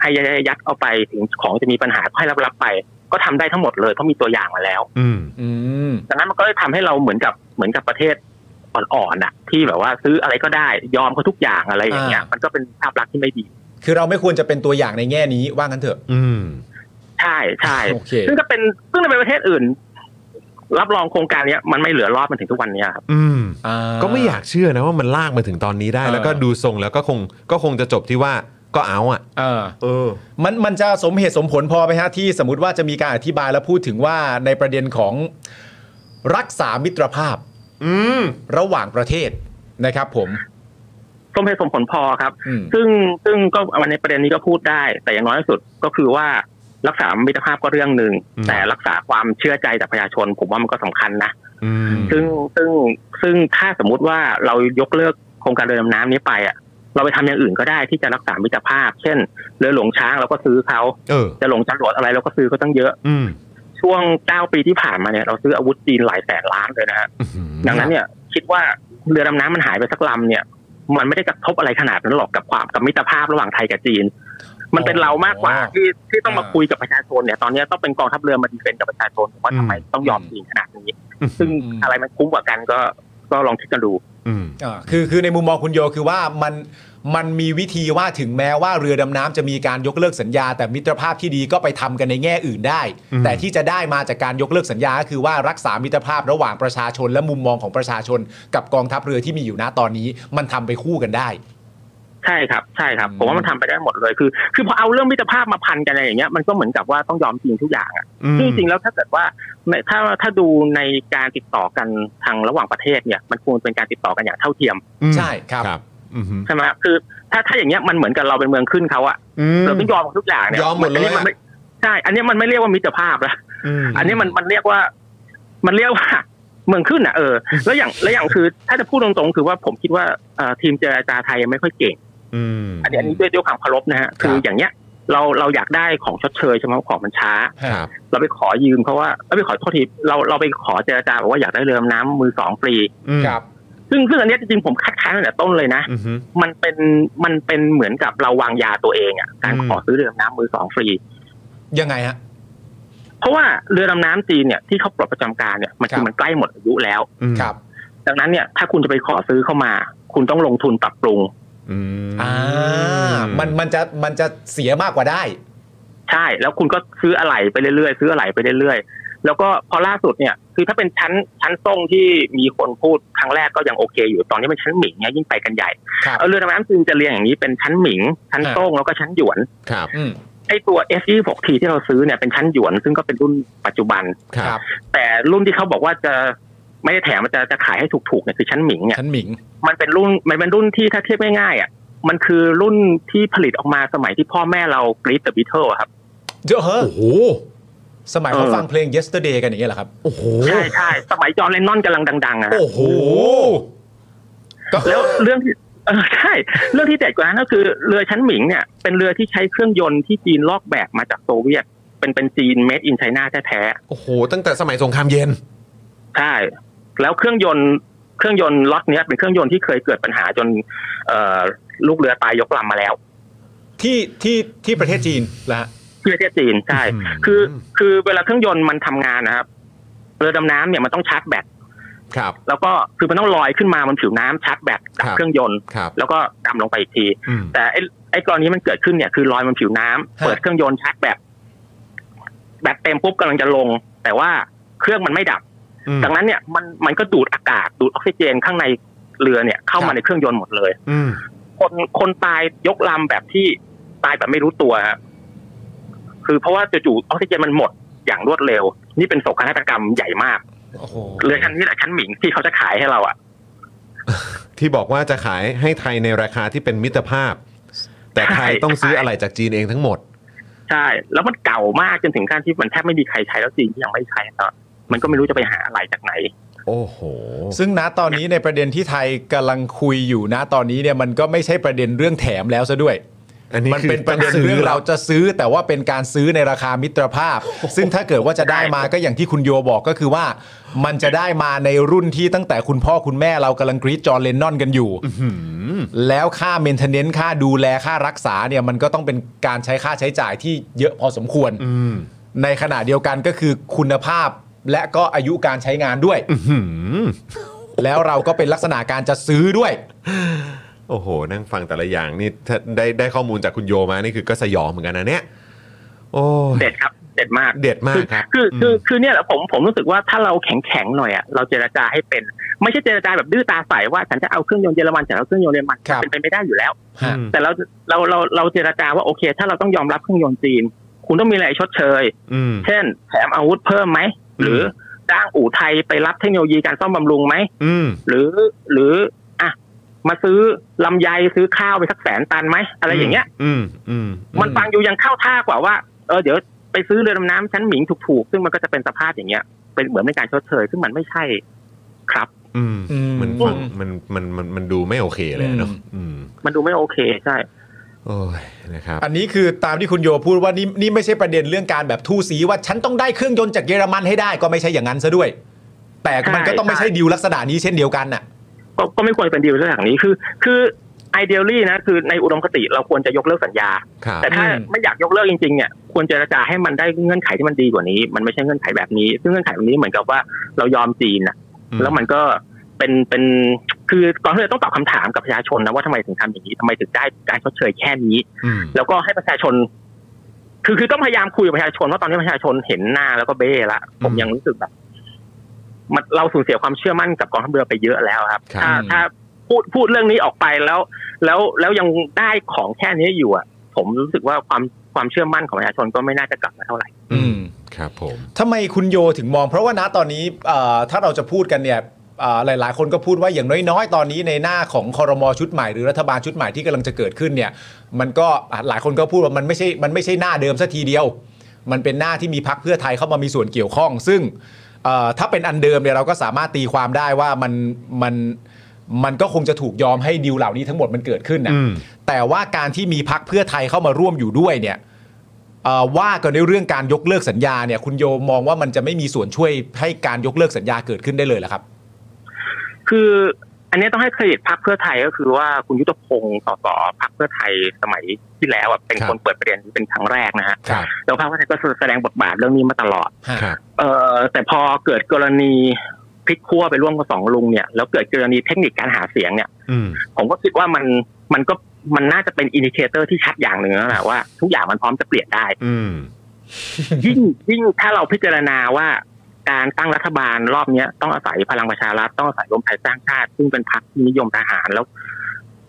ให้ยัดเอาไปถึงของจะมีปัญหาก็ให้รับรับไป ก็ทำได้ทั้งหมดเลยเพราะมีตัวอย่างมาแล้ว อืม อืม ดังนั้นมันก็เลยทำให้เราเหมือนกับเหมือนกับประเทศอ่อนๆน่ะ ที่แบบว่าซื้ออะไรก็ได้ยอมเขาทุกอย่างอะไรอย่างเงี้ย อ่ามั มันก็เป็นภาพลักษณ์ที่ไม่ดี คือเราไม่ควรจะเป็นตัวอย่างในแง่นี้ว่างั้นเถอะ อืม ใช่ใช่ โอเค ซึ่งก็เป็นซึ่งในประเทศอื่น รับรองโครงการเนี้ยมันไม่เหลือรอดมันถึงทุกวันเนี้ยครับ อืม อ่า ก็ไม่อยากเชื่อนะว่ามันลากมาถึงตอนนี้ได้ เออ แล้วก็ดูทรงแล้วก็คงก็คงจะจบที่ว่าก็เอาอ่ะ เออ เออ มันมันจะสมเหตุสมผลพอไหมฮะที่สมมติว่าจะมีการอธิบายและพูดถึงว่าในประเด็นของรักษามิตรภาพ อืม ระหว่างประเทศนะครับผม สมเหตุสมผลพอครับ อืม ซึ่งซึ่งก็วันในประเด็นนี้ก็พูดได้ แต่อย่างน้อยที่สุดก็คือว่ารักษามิตรภาพก็เรื่องหนึ่ง อืม แต่รักษาความเชื่อใจจากประชาชน ผมว่ามันก็สำคัญนะ อืม ซึ่งซึ่งซึ่งถ้าสมมุติว่าเรายกเลิกโครงการเรือดำน้ำนี้ไปอ่ะ เราไปทำอย่างอื่นก็ได้ที่จะรักษามิตรภาพ เช่น เรือหลวงช้างเราก็ซื้อเขา เออ จะหลงจรวดอะไรเราก็ซื้อก็ตั้งเยอะ อืม ช่วงเก้าปีที่ผ่านมาเนี่ยเราซื้ออาวุธจีนหลายแสนล้านเลยนะฮะ อื้อหือ ดังนั้นเนี่ยคิดว่าเรือดำน้ำมันหายไปสักลำเนี่ย มันไม่ได้กระทบอะไรขนาดนั้นหรอกกับความกับมิตรภาพระหว่างไทยกับจีน มันเป็นเรามากกว่า อ๋อ ที่ที่ต้องมา อ่า คุยกับประชาชนเนี่ยตอนเนี้ยต้องเป็นกองทัพเรือมาดีเฟนต์กับประชาชนว่าทำไม อืม ต้องยอมจีนขนาดนี้ ซึ่งอะไรมันคุ้มกว่ากันก็ก็ลองคิดกันดู อืม อ่าคือคือในมุมมองคุณโยคือว่ามันมันมีวิธีว่าถึงแม้ว่าเรือดำน้ำจะมีการยกเลิกสัญญา แต่มิตรภาพที่ดีก็ไปทำกันในแง่อื่นได้ อืม แต่ที่จะได้มาจากการยกเลิกสัญญาก็คือว่ารักษามิตรภาพระหว่างประชาชน และมุมมองของประชาชน กับกองทัพเรือที่มีอยู่ณตอนนี้ มันทำไปคู่กันได้ ใช่ครับใช่ครับ อืม ผมว่ามันทำไปได้หมดเลยคือ คือพอเอาเรื่องมิตรภาพมาพันกันอะไรอย่างเงี้ยมันก็เหมือนกับว่าต้องยอมจีนทุกอย่างอะ อืม ซึ่งจริงๆแล้วถ้าเกิดว่าในถ้าถ้าดูในการติดต่อกันทางระหว่างประเทศเนี่ย มันควรเป็นการติดต่อกันอย่างเท่าเทียม อืม ใช่ครับ ครับ อืม ใช่ไหมคือถ้าถ้าอย่างเงี้ยมันเหมือนกับเราเป็นเมืองขึ้นเขาอะ อืม เราต้องยอมทุกอย่างเนี่ย ยอมหมดเลยอะ นนี้นไใช่ อันนี้มันไม่เรียกว่ามิตรภาพละ ม อันนี้มันมันเรียกว่า มันเรียกว่า เมืองขึ้นอะเออ แล้วอย่างแล้วอย่างคือ ถ้าจะพูดตรงๆคือว่าผมคิดว่าเอ่อทีมเจรจาไทยยังไม่ค่อยเก่ง อืม อันนี้อันนี้ด้วยด้วยความเคารพนะฮะ คืออย่างเงี้ย เราเราอยากได้ของชดเชยใช่ไหมเพราะของมันช้า ครับ เราไปขอยืมเพราะว่าเราไปขอโทษทีเราเราไปขอเจรจาบอกว่าอยากได้เรือดำน้ำมือสองฟรี อืม ครับ ซึ่งซึ่งอันเนี้ยจริงๆผมคัดค้านตั้งแต่ต้นเลยนะ อือฮึ มันเป็นมันเป็นเหมือนกับเราวางยาตัวเองอะ่ะการ อืม ขอซื้อเรือดำน้ำมือสองฟรี ยังไงฮะ เพราะว่าเรือดำน้ำจีนเนี่ยที่เขาปลดประจำการเนี่ยมัน ครั คือบ มันใกล้หมดอายุแล้ว อืม ครับ ดังนั้นเนี่ยถ้าคุณจะไปขอซื้อเข้ามา คุณต้องลงทุนปรับปรุง อืม อ่ามันมันจะมันจะเสียมากกว่าได้ ใช่ แล้วคุณก็ซื้ออะไหล่ไปเรื่อยๆซื้ออะไหล่ไปเรื่อยๆแล้วก็พอล่าสุดเนี่ย คือถ้าเป็นชั้นชั้นส่งที่มีคนพูดครั้งแรกก็ยังโอเค อยู่ตอนนี้เป็นชั้นหมิงเนี่ยยิ่งไปกันใหญ่ ครับ เอาเรือดำน้ำจีนจะเรียงอย่างนี้เป็นชั้นหมิง ชั้น อ่า ส่งแล้วก็ชั้นหยวน ครับ อืม ไอตัว S 2 6 T ที่เราซื้อเนี่ยเป็นชั้นหยวน ซึ่งก็เป็นรุ่นปัจจุบัน ครับ แต่รุ่นที่เขาบอกว่าจะไม่ได้แถมมันจะจะขายให้ถูกๆเนี่ยคือชั้นหมิงเนี่ย ชั้นหมิง มันเป็นรุ่นมันเป็นรุ่นที่ถ้าเทียบง่ายๆอ่ะมันคือรุ่นที่ผลิตออกมาสมัยที่พ่อแม่เรากรีดเดอะบิทเทิลครับ เยอะเฮ้อ โอ้โห สมัยเขา เออ ฟังเพลง yesterday กันอย่างเงี้ยเหรอครับ โอ้โห ใช่ใช่สมัยจอห์นเลนนอนกำลังดังๆอะฮะ โอ้โห แล้วเรื่องที่เออใช่เรื่องที่เด็ดกว่านั้นก็คือเรือชั้นหมิงเนี่ยเป็นเรือที่ใช้เครื่องยนต์ที่จีนลอกแบบมาจากโซเวียต เป็นเป็นจีน made in China แท้ โอ้โห ตั้งแต่สมัยสงครามเย็น ๆใช่ แล้วเครื่องยนต์เครื่องยนต์ล็อตเนี้ยเป็นเครื่องยนต์ที่เคยเกิดปัญหาจนเอ่อลูกเรือตายยกลำมาแล้ว ที่ที่ที่ประเทศจีนละฮะ ที่ประเทศจีนใช่ อืม คือคือเวลาเครื่องยนต์มันทำงานนะครับเรือดำน้ำเนี่ยมันต้องชาร์จแบต ครับ แล้วก็คือมันต้องลอยขึ้นมาบนผิวน้ำชาร์จแบตดับ ครับ เครื่องยนต์ ครับ แล้วก็ดำลงไปอีกที อืม แต่ไอ้ไอ้กรณีมันเกิดขึ้นเนี่ยคือลอยบนผิวน้ำ ฮะ เปิดเครื่องยนต์ชาร์จแบตแบตเต็มปุ๊บกำลังจะลง แต่ว่าเครื่องมันไม่ดับ อืม ดังนั้นเนี่ยมันมันก็ดูดอากาศดูดออกซิเจนข้างในเรือเนี่ย เข้า ครั มา บ ในเครื่องยนต์หมดเลย อืม คนคนตายยกลำแบบที่ตายแบบไม่รู้ตัวฮะคือเพราะว่าจู่ๆออกซิเจนมันหมดอย่างรวดเร็ว นี่เป็นโศกนาฏกรรมใหญ่มาก โอ้โห เรือชั้นนี้แหละชั้นหมิงที่เขาจะขายให้เราอ่ะ ที่บอกว่าจะขายให้ไทยในราคาที่เป็นมิตรภาพ แต่ไทย ใช่ ต้องซื้ออะไรจากจีนเองทั้งหมด ใช่ แล้วมันเก่ามากจนถึงขั้นที่มันแทบไม่มีใครใช้แล้วจริงที่ยังไม่ใช้แล้วมันก็ไม่รู้จะไปหาอะไรจากไหน โอ้โห ซึ่งณตอนนี้ในประเด็นที่ไทยกำลังคุยอยู่ณตอนนี้เนี่ยมันก็ไม่ใช่ประเด็นเรื่องแถมแล้วซะด้วย อันนี้ มัน คือ เป็นประเด็น ต้ซื้ เรื่องเราจะซื้อแต่ว่าเป็นการซื้อในราคามิตรภาพ ซึ่งถ้าเกิดว่าจะได้มาก็อย่างที่คุณโยบอกก็คือว่า มันจะได้มาในรุ่นที่ตั้งแต่คุณพ่อคุณแม่เรากำลังกรีดจอร์นเลนนอนกันอยู่ หืม แล้วค่าเมนเทนเนนค่าดูแลค่ารักษาเนี่ยมันก็ต้องเป็นการใช้ค่าใช้จ่ายที่เยอะพอสมควร อืม ในขณะเดียวกันก็คือคุณภาพและก็อายุการใช้งานด้วย หืม แล้วเราก็เป็นลักษณะการจะซื้อด้วย โอ้โห นั่งฟังแต่ละอย่างนี่ถ้าได้ได้ข้อมูลจากคุณโยมานี่คือก็สยองเหมือนกันนะเนี่ย โอ้ย เด็ดครับ เด็ดมาก เด็ดมากครับ คือคือคือ ม คือเนี่ยแหละผมผมรู้สึกว่าถ้าเราแข็งแข็งๆหน่อยอ่ะเราเจรจาให้เป็น ไม่ใช่เจรจาแบบดื้อตาใสว่าฉันจะเอาเครื่องยนต์เยอรมันฉันเอาเครื่องยนต์เยอรมัน ครับ เป็นไปไม่ได้อยู่แล้ว ฮะ แต่เราเราเราเราเจรจาว่าโอเค ถ้าเราต้องยอมรับเครื่องยนต์จีน คุณต้องมีอะไรชดเชย อืม เช่น แถมอาวุธเพิ่มไหม หรือจ้างอู่ไทยไปรับเทคโนโลยีการซ่อมบำรุงไหม อืม หรือหรืออ่ะมาซื้อลำไยซื้อข้าวไปสักแสนตันไหม อะไรอย่างเงี้ย อืมอืมอื มันฟังอยู่ยังเข้าท่ากว่าว่าเออเดี๋ยวไปซื้อเรือดำน้ำชั้นหมิงถูกๆ ซึ่งมันก็จะเป็นสภาพอย่างเงี้ย เป็นเหมือนเป็นการชดเชยซึ่งมันไม่ใช่ครับ อืม อืม มันฟังมันมันมันมันดูไม่โอเคเลยอะเนาะ อืม อืม มันดูไม่โอเคใช่ โอ้ยนะครับ อันนี้คือตามที่คุณโยพูดว่านี่นี่ไม่ใช่ประเด็นเรื่องการแบบทู่สีว่าฉันต้องได้เครื่องยนต์จากเยอรมันให้ได้ก็ไม่ใช่อย่างนั้นซะด้วย แต่มันก็ต้องไม่ใช่ดีลลักษณะนี้เช่นเดียวกันน่ะ ก็ก็ไม่ควรเป็นดีลเรื่องนี้คือ คือไอเดียลี่นะคือในอุดมคติเราควรจะยกเลิกสัญญา ครับ แต่ถ้า อืม ไม่อยากยกเลิกจริงๆเนี่ยควรเจรจาให้มันได้เงื่อนไขที่มันดีกว่านี้ มันไม่ใช่เงื่อนไขแบบนี้ ซึ่งเงื่อนไขแบบนี้เหมือนกับว่าเรายอมจีนนะ อื แล้วมันก็เป็นเป็นคือตอนที่เราต้องตอบคำถามกับประชาชนนะว่าทำไมถึงทำอย่างนี้ทำไมถึงได้การชดเชยแค่นี้ อืม แล้วก็ให้ประชาชน คือคือต้องพยายามคุยกับประชาชนว่าะตอนนี้ประชาชนเห็นหน้าแล้วก็เบ้ละผมยังรู้สึกแบบมันเราสูญเสียความเชื่อมั่นกับกองทัพเรือไปเยอะแล้วครับ ครับ ถ้าถ้าพูดพูดเรื่องนี้ออกไปแล้ว แล้วแล้วยังได้ของแค่นี้อยู่อ่ะ ผมรู้สึกว่าความความเชื่อมั่นของประชาชนก็ไม่น่าจะกลับมาเท่าไหร่ อืม ครับผม ทำไมคุณโยถึงมอง เพราะว่าณตอนนี้เอ่อถ้าเราจะพูดกันเนี่ยเอ่อหลาย ๆ คนก็พูดว่าอย่างน้อยๆ ตอนนี้ในหน้าของคอรมอชุดใหม่หรือรัฐบาลชุดใหม่ที่กำลังจะเกิดขึ้นเนี่ย มันก็อ่ะหลายคนก็พูดว่ามันไม่ใช่มันไม่ใช่หน้าเดิมสัทีเดียว มันเป็นหน้าที่มีพักเพื่อไทยเข้ามามีส่วนเกี่ยวข้อง ซึ่งเอ่อถ้าเป็นอันเดิมเนี่ยเราก็สามารถตีความได้ว่ามันมันมันก็คงจะถูกยอมให้ดีลเหล่านี้ทั้งหมดมันเกิดขึ้นนะ อืม แต่ว่าการที่มีพักเพื่อไทยเข้ามาร่วมอยู่ด้วยเนี่ย เอ่อว่ากันในเรื่องการยกเลิกสัญญาเนี่ยคุณโยมองว่ามันจะไม่มีส่วนช่วยให้การยกเลิกสัญญาเกิดขึ้นได้เลยเหรอครับ คืออันนี้ต้องให้เครดิตพรรคเพื่อไทยก็คือว่าคุณยุทธพงศ์สสพรรคเพื่อไทยสมัยที่แล้วอะเป็น ครับ คนเปิดประเด็นนี้เป็นครั้งแรกนะฮะ ครับ แล้วพรรคเพื่อไทยก็แสดงบทบาทเรื่องนี้มาตลอด ครับ เออแต่พอเกิดกรณีพลิกขั้วไปร่วมกับสองลุงเนี่ยแล้วเกิดกรณีเทคนิคการหาเสียงเนี่ย อืม ผมก็คิดว่ามันมันก็มันน่าจะเป็นอินดิเคเตอร์ที่ชัดอย่างหนึ่งแล้วแหละว่าทุกอย่างมันพร้อมจะเปลี่ยน ได้ อืม ยิ่งยิ่งถ้าเราพิจารณาว่าการตั้งรัฐบาลรอบเนี้ยต้องอาศัยพลังประชารัฐต้องอาศัยรวมไทยสร้างชาติ ซึ่งเป็นพรรคที่นิยมทหารแล้ว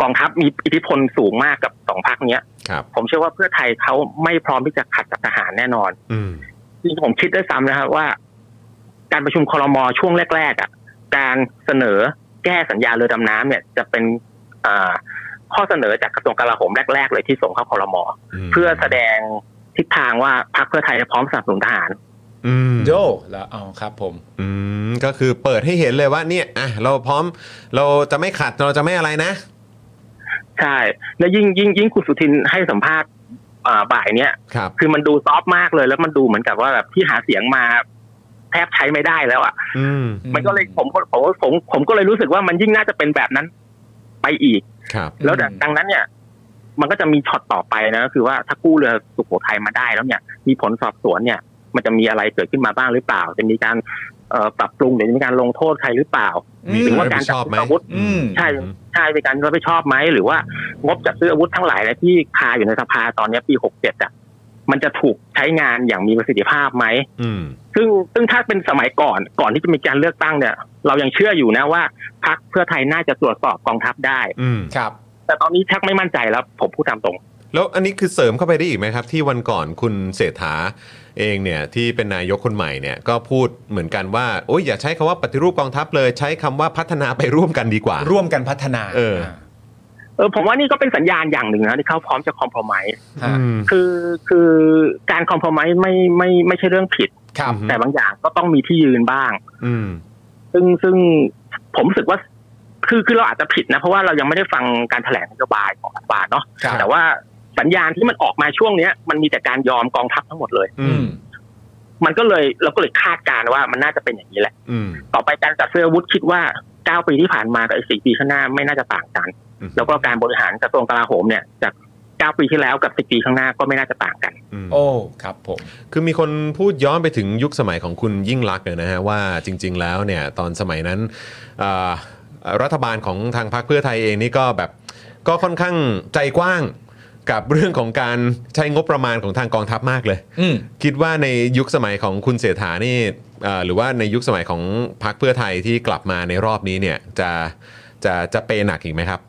กองทัพมีอิทธิพลสูงมากกับสองพรรคเนี้ย ครับ ผมเชื่อว่าเพื่อไทยเขาไม่พร้อมที่จะขัดกับทหารแน่นอน อืม จริงๆผมคิดด้วยซ้ำนะครับว่า การประชุมครมช่วงแรกๆอ่ะการเสนอแก้สัญญาเรือดำน้ำเนี่ย จะเป็นอ่าข้อเสนอจากกระทรวงกลาโหมแรก ๆ เลยที่ส่งเข้าครมเพื่อแสดงทิศทางว่าพรรคเพื่อไทยพร้อมสนับสนุนทหาร อืม โยแล้วเอาครับผม อืม ก็คือเปิดให้เห็นเลยว่าเนี่ยอ่ะเราพร้อม เราจะไม่ขัด เราจะไม่อะไรนะ ใช่ และยิ่งยิ่งยิ่งคุณสุทินให้สัมภาษณ์อ่าบ่ายเนี่ย ครับ คือมันดูซอฟต์มากเลย แล้วมันดูเหมือนกับว่าแบบที่หาเสียงมาแทบใช้ไม่ได้แล้วอ่ะ อืม มันก็เลยผมก็ผมก็ผมผมก็เลยรู้สึกว่ามันยิ่งน่าจะเป็นแบบนั้น ไปอีก ครับ แล้ว อืม ดังนั้นเนี่ย มันก็จะมีช็อตต่อไปนะก็คือว่าถ้ากู้เรือสุโขทัยมาได้แล้วเนี่ย มีผลสอบสวนเนี่ย มันจะมีอะไรเกิดขึ้นมาบ้างหรือเปล่า จะมีการเอ่อปรับปรุงหรือจะมีการลงโทษใครหรือเปล่า มี หรือว่า รับ กา ผิ ร ดชอบไหม อาวุธ อืม ใช่ อืม ใช่เป็นการรับผิดชอบไหมหรือว่างบจัดซื้ออาวุธทั้งหลายนะที่คาอยู่ในสภาตอนเนี้ยปีหกเจ็ดอ่ะมันจะถูกใช้งานอย่างมีประสิทธิภาพไหม อืม ซึ่งซึ่งถ้าเป็นสมัยก่อนก่อนที่จะมีการเลือกตั้งเนี่ย เรายังเชื่ออยู่นะว่าพรรคเพื่อไทยน่าจะตรวจสอบกองทัพได้ อืม ครับ แต่ตอนนี้ชักไม่มั่นใจแล้วผมพูดตามตรง แล้วอันนี้คือเสริมเข้าไปได้อีกไหมครับ ที่วันก่อนคุณเศรษฐาเองเนี่ยที่เป็นนายกคนใหม่เนี่ยก็พูดเหมือนกันว่าโอ้ยอย่าใช้คำว่าปฏิรูปกองทัพเลยใช้คำว่าพัฒนาไปร่วมกันดีกว่า ร่วมกันพัฒนา เออ เออผมว่านี่ก็เป็นสัญญาณอย่างหนึ่งนะที่เขาพร้อมจะคอม p r o m i s e ฮะ อืม คือคือการคอม p r o m i s e ไม่ไม่ไม่ใช่เรื่องผิด ครับ อืม แต่บางอย่างก็ต้องมีที่ยืนบ้าง อืม ซึ่งซึ่งผมรู้สึกว่า คือคือเราอาจจะผิดนะ เพราะว่าเรายังไม่ได้ฟังการแถลงนโยบายของรัฐบาลเนาะ ครับ แต่ว่าสัญญาณที่มันออกมาช่วงเนี้ย มันมีแต่การยอมกองทัพทั้งหมดเลย อื อื ม ม มันก็เลยเราก็เลยคาดการณ์ว่ามันน่าจะเป็นอย่างนี้แหละ อืม ต่อไปการจัดซื้ออาวุธคิดว่าเก้าปีที่ผ่านมากับอีกสี่ปีข้างหน้าไม่น่าจะต่างกัน อืม แล้วก็การบริหารกระทรวงกลาโหมเนี่ยจากเก้าปีที่แล้วกับสิบปีข้างหน้าก็ไม่น่าจะต่างกัน อืม โอ้ ครับผม คือมีคนพูดย้อนไปถึงยุคสมัยของคุณยิ่งลักษณ์เนี่ยนะฮะว่าจริง ๆ แล้วเนี่ยตอนสมัยนั้นอ่ารัฐบาลของทางพรรคเพื่อไทยเองนี่ก็แบบก็ค่อนข้างใจกว้างกับเรื่องของการใช้งบประมาณของทางกองทัพมากเลย อืม คิดว่าในยุคสมัยของคุณเสถานี่เอ่อหรือว่าในยุคสมัยของพรรคเพื่อไทยที่กลับมาในรอบนี้เนี่ยจะจะจะเปหนักอีกไหมครับ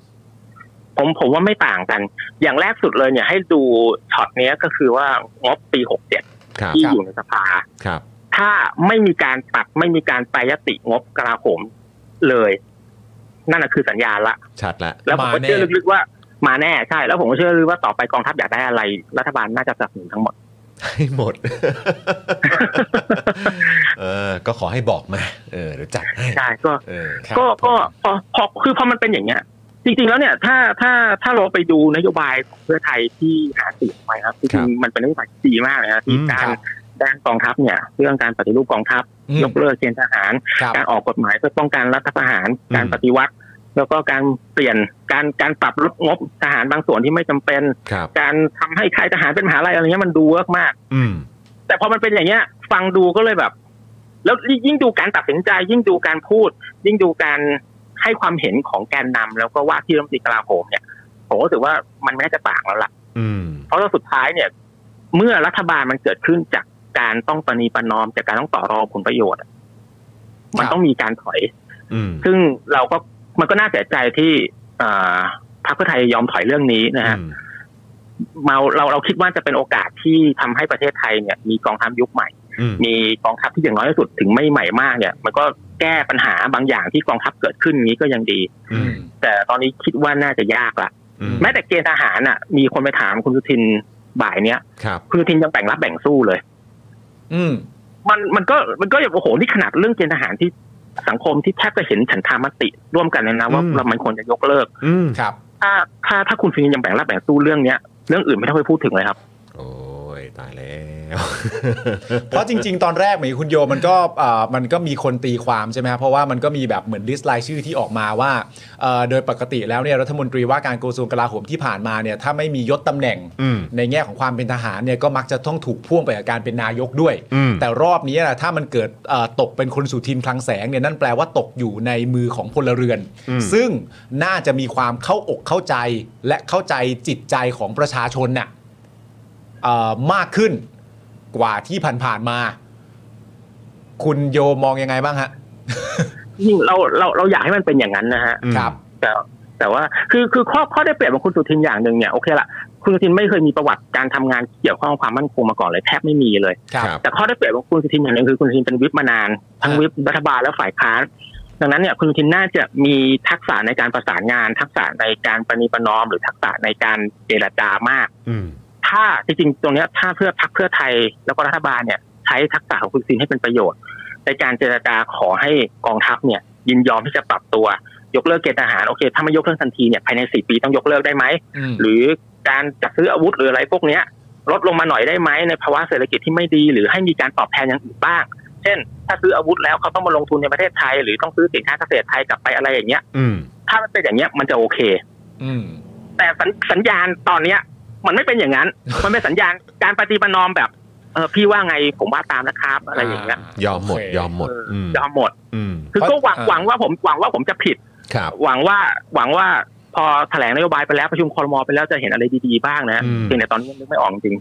ผมผมว่าไม่ต่างกัน อย่างแรกสุดเลยเนี่ยให้ดูช็อตเนี้ยก็คือว่างบปีหกเจ็ด ครับ ที่อยู่ในสภา ครับ ถ้าไม่มีการตัดไม่มีการไปยติงบกลาโหมเลย นั่นนะคือสัญญาณละ ชัดละ แล้วผมก็ มาแน่ เชื่อลึกๆว่ามาแน่ใช่ แล้วผมก็เชื่อลึกว่าต่อไปกองทัพอยากได้อะไร รัฐบาลน่าจะสนับสนุนทั้งหมด ให้หมด เออ ก็ขอให้บอกมา เออเดี๋ยวจัดให้ ใช่ก็ เออ ก็ก็พอพอคือพอมันเป็นอย่างเงี้ย จริงๆแล้วเนี่ย ถ้าถ้าถ้าเราไปดูนโยบายของเพื่อไทยที่หาเสียงไว้ครับจ ครั ริง บ ๆมันเป็นนโยบายที่ดีมากเลยนะที่ อืม การด้านกองทัพเนี่ย เรื่องการปฏิรูปกองทัพ อืม ยกเลิกเกณฑ์ทหาร ครับ การออกกฎหมายเพื่อป้องกันรัฐประหาร อืม การปฏิวัติ แล้วก็การเปลี่ยนการการปรับลดงบทหารบางส่วนที่ไม่จำเป็น ครับ การทำให้ค่ายทหารเป็นมหาลัยอะไรเงี้ยมันดูเวิร์กมาก อืม แต่พอมันเป็นอย่างเงี้ย ฟังดูก็เลยแบบ แล้วยิ่งดูการตัดสินใจ ยิ่งดูการพูด ยิ่งดูการให้ความเห็นของแกนนำแล้วก็ว่าที่รัฐมนตรีกลาโหมเนี่ยผมก็รู้สึกว่ามันไม่น่าจะต่างแล้วล่ะ อืม เพราะว่าสุดท้ายเนี่ย เมื่อรัฐบาลมันเกิดขึ้นจากการต้องประนีประนอมจากการต้องต่อรองผลประโยชน์อะมัคนรับ ต้องมีการถอย อืม ซึ่งเราก็มันก็น่าเสียใจที่อ่าพรรคเพื่อไทยยอมถอยเรื่องนี้นะฮะ อืม เราเราเราคิดว่าจะเป็นโอกาสที่ทำให้ประเทศไทยเนี่ยมีกองทัพยุคใหม่ อืม มีกองทัพที่อย่างน้อยที่สุดถึงไม่ใหม่มากเนี่ย มันก็แก้ปัญหาบางอย่างที่กองทัพเกิดขึ้นนี้ก็ยังดี อืม แต่ตอนนี้คิดว่าน่าจะยากละ อืม แม้แต่เกณฑ์ทหารน่ะ มีคนไปถามคุณสุทินบ่ายเนี้ย ครับ คุณสุทินยังแบ่งรับแบ่งสู้เลย อืม มันมันก็มันก็อย่างโอ้โหนี่ขนาดเรื่องเกณฑ์ทหารที่สังคมที่แทบจะเห็นฉันทามติร่วมกันเลยนะว่า อืม เรามันควรจะยกเลิก อืม ครับ ถ้าถ้าถ้าคุณสุทินยังแบ่งรับแบ่งสู้เรื่องเนี้ยเรื่องอื่นไม่ต้องไปพูดถึงเลยครับ โอ้ย ตายแล้ว เพราะจริง ๆ ตอนแรกเหมือนคุณโยมันก็เอ่อมันก็มีคนตีความใช่ไหมครับเพราะว่ามันก็มีแบบเหมือนลิสต์รายชื่อที่ออกมาว่าเอ่อโดยปกติแล้วเนี่ยรัฐมนตรีว่าการกระทรวงกลาโหมที่ผ่านมาเนี่ยถ้าไม่มียศตำแหน่ง อืม ในแง่ของความเป็นทหารเนี่ยก็มักจะต้องถูกพ่วงไปกับการเป็นนายกด้วย อืม แต่รอบนี้นะถ้ามันเกิดเอ่อตกเป็นคนสุทินคลังแสงเนี่ยนั่นแปลว่าตกอยู่ในมือของพลเรือน ซึ่งน่าจะมีความเข้าอกเข้าใจและเข้าใจจิตใจของประชาชนน่ะ เอ่อมากขึ้นกว่าที่ผ่านๆมา คุณโยมองยังไงบ้างฮะ จริงๆเราเราเราอยากให้มันเป็นอย่างนั้นนะฮะ ครับ แต่แต่ว่าคือคือข้อข้อได้เปรียบของคุณสุทินอย่างหนึ่งเนี่ยโอเคละคุณสุทินไม่เคยมีประวัติการทำงานเกี่ยวข้องกับความมั่นคงมาก่อนเลยแทบไม่มีเลย ครับ แต่ข้อได้เปรียบของคุณสุทินอย่างหนึ่งคือคุณสุทินเป็นวิปมานานทั้ง ครับ วิปรัฐบาลและฝ่ายค้านดังนั้นเนี่ยคุณสุทินน่าจะมีทักษะในการประสานงาน ทักษะในการประนีประนอม หรือทักษะในการเจรจามาก อืม ถ้าจริงๆตรงเนี้ยถ้าเพื่อพักเพื่อไทยแล้วก็รัฐบาลเนี่ยใช้ทักษะของคุณซินให้เป็นประโยชน์ ในการเจรจาขอให้กองทัพเนี่ยยินยอมที่จะปรับตัว ยกเลิกเกณฑ์ทหารโอเค ถ้าไม่ยกเลิกทันทีเนี่ยภายในสี่ปีต้องยกเลิกได้ไหม อืม หรือการจัดซื้ออาวุธหรืออะไรพวกเนี้ยลดลงมาหน่อยได้ไหมในภาวะเศรษฐกิจที่ไม่ดี หรือให้มีการตอบแทนอย่างอื่นบ้าง เช่น ถ้าซื้ออาวุธแล้วเขาต้องมาลงทุนในประเทศไทย หรือต้องซื้อสินค้าเกษตรไทยกลับไปอะไรอย่างเงี้ย อืม ถ้ามันเป็นอย่างเงี้ยมันจะโอเค อืม แต่สัญสัญญาณตอนเนี้ย มันไม่เป็นอย่างนั้น มันเป็นสัญญาณการปฏิบัตินอมแบบเออพี่ว่าไงผมว่าตามนะครับ อะไรอย่างเงี้ย ยอมหมด โเค ยอมหมด เออ อืม ยอมหมด อืม คือก็หวัง เพระ หวังว่าผมหวังว่าผมจะผิด ครับ หวังว่าหวังว่าพอแถลงนโยบายไปแล้วประชุมคอรมอไปแล้วจะเห็นอะไรดีๆบ้างนะ อืม เพียงแต่ตอนนี้ยังนึกไม่ออกจริง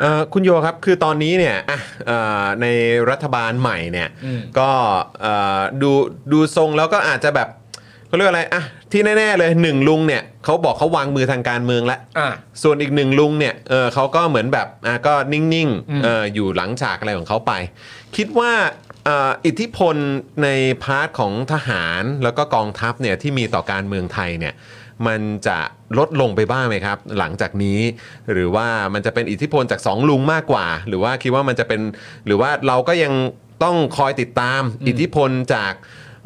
เอ่อคุณโยครับ คือตอนนี้เนี่ยอ่ะเอ่อในรัฐบาลใหม่เนี่ย อืม ก็เอ่อดูดูทรงแล้วก็อาจจะแบบเขาเรียกอะไรอ่ะที่แน่ๆเลยหนึ่งลุงเนี่ยเขาบอกเขาวางมือทางการเมืองแล้ว อ่า ส่วนอีกหนึ่งลุงเนี่ยเออเขาก็เหมือนแบบอ่ะก็นิ่ง อืม ๆเอออยู่หลังฉากอะไรของเขาไป คิดว่าเอ่ออิทธิพลในพาร์ทของทหารแล้วก็กองทัพเนี่ยที่มีต่อการเมืองไทยเนี่ยมันจะลดลงไปบ้างไหมครับ หลังจากนี้ หรือว่ามันจะเป็นอิทธิพลจากสองลุงมากกว่า หรือว่าคิดว่ามันจะเป็นหรือว่าเราก็ยังต้องคอยติดตามอิทธิพลจาก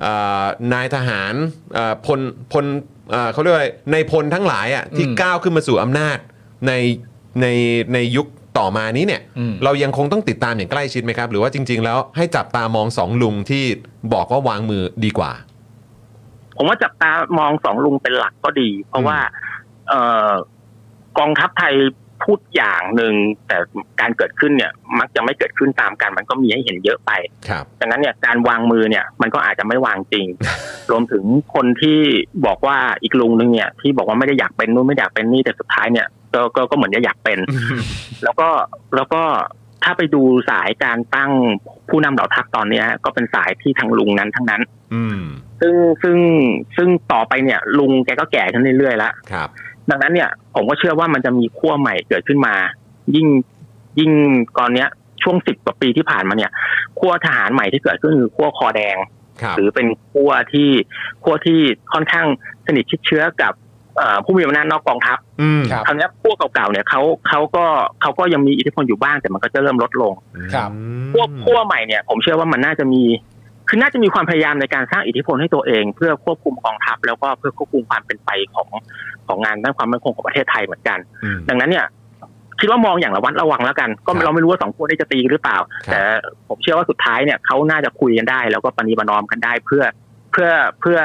เอ่อนายทหารเอ่อพลพลเอ่อเขาเรียกว่าอะไรในพลทั้งหลายอ่ะที่ อืม ก้าวขึ้นมาสู่อำนาจในในในยุคต่อมานี้เนี่ย อืม เรายังคงต้องติดตามอย่างใกล้ชิดไหมครับ หรือว่าจริง ๆ แล้วให้จับตามองสองลุงที่บอกว่าวางมือดีกว่า ผมว่าจับตามองสองลุงเป็นหลักก็ดี เพราะว่า เออกองทัพไทยพูดอย่างหนึ่ง แต่การเกิดขึ้นเนี่ย มักจะไม่เกิดขึ้นตามกันมันก็มีให้เห็นเยอะไป ครับ ดังนั้นเนี่ยการวางมือเนี่ย มันก็อาจจะไม่วางจริง รวมถึงคนที่บอกว่าอีกลุงหนึงเนี่ย ที่บอกว่าไม่ได้อยากเป็นนู่นไม่อยากเป็นนี่แต่สุดท้ายเนี่ยก็ก็ก็เหมือนจะอยากเป็น แล้วก็แล้วก็ถ้าไปดูสายการตั้งผู้นำเหล่าทัพตอนเนี้ย ก็เป็นสายที่ทางลุงนั้นทั้งนั้น อืม ซึ่งซึ่งซึ่งต่อไปเนี่ย ลุงแกก็แก่ขึ้นเรื่อยๆแล้ว ครับ ดังนั้นเนี่ย ผมก็เชื่อว่ามันจะมีขั้วใหม่เกิดขึ้นมา ยิ่งยิ่งตอนเนี้ยช่วงสิบกว่าปีที่ผ่านมาเนี่ยขั้วทหารใหม่ที่เกิดขึ้นคือขั้วคอแดง ครับ หรือเป็นขั้วที่ขั้วที่ค่อนข้างสนิทชิดเชื้อกับเอ่อผู้มีอำนาจนอกกองทัพ อืม ครับ คราวเนี้ยขั้วเก่าๆเนี่ยเขาเขาก็เขาก็ยังมีอิทธิพลอยู่บ้างแต่มันก็จะเริ่มลดลง ครับ อืม ควบคั่วใหม่เนี่ยผมเชื่อว่ามันน่าจะมี คือน่าจะมีความพยายามในการสร้างอิทธิพลให้ตัวเอง เพื่อควบคุมกองทัพแล้วก็เพื่อควบคุมความเป็นไปของของงานด้านความมั่นคงของประเทศไทยเหมือนกัน อืม ดังนั้นเนี่ย คิดว่ามองอย่างระวัดระวังแล้วกัน ก็ ครับ เราไม่รู้ว่าสองขั้วได้จะตีกันหรือเปล่า ครับ แต่ผมเชื่อว่าสุดท้ายเนี่ยเขาน่าจะคุยกันได้ แล้วก็ปณีประนอมกันได้ เพื่อเพื่อเพื่อ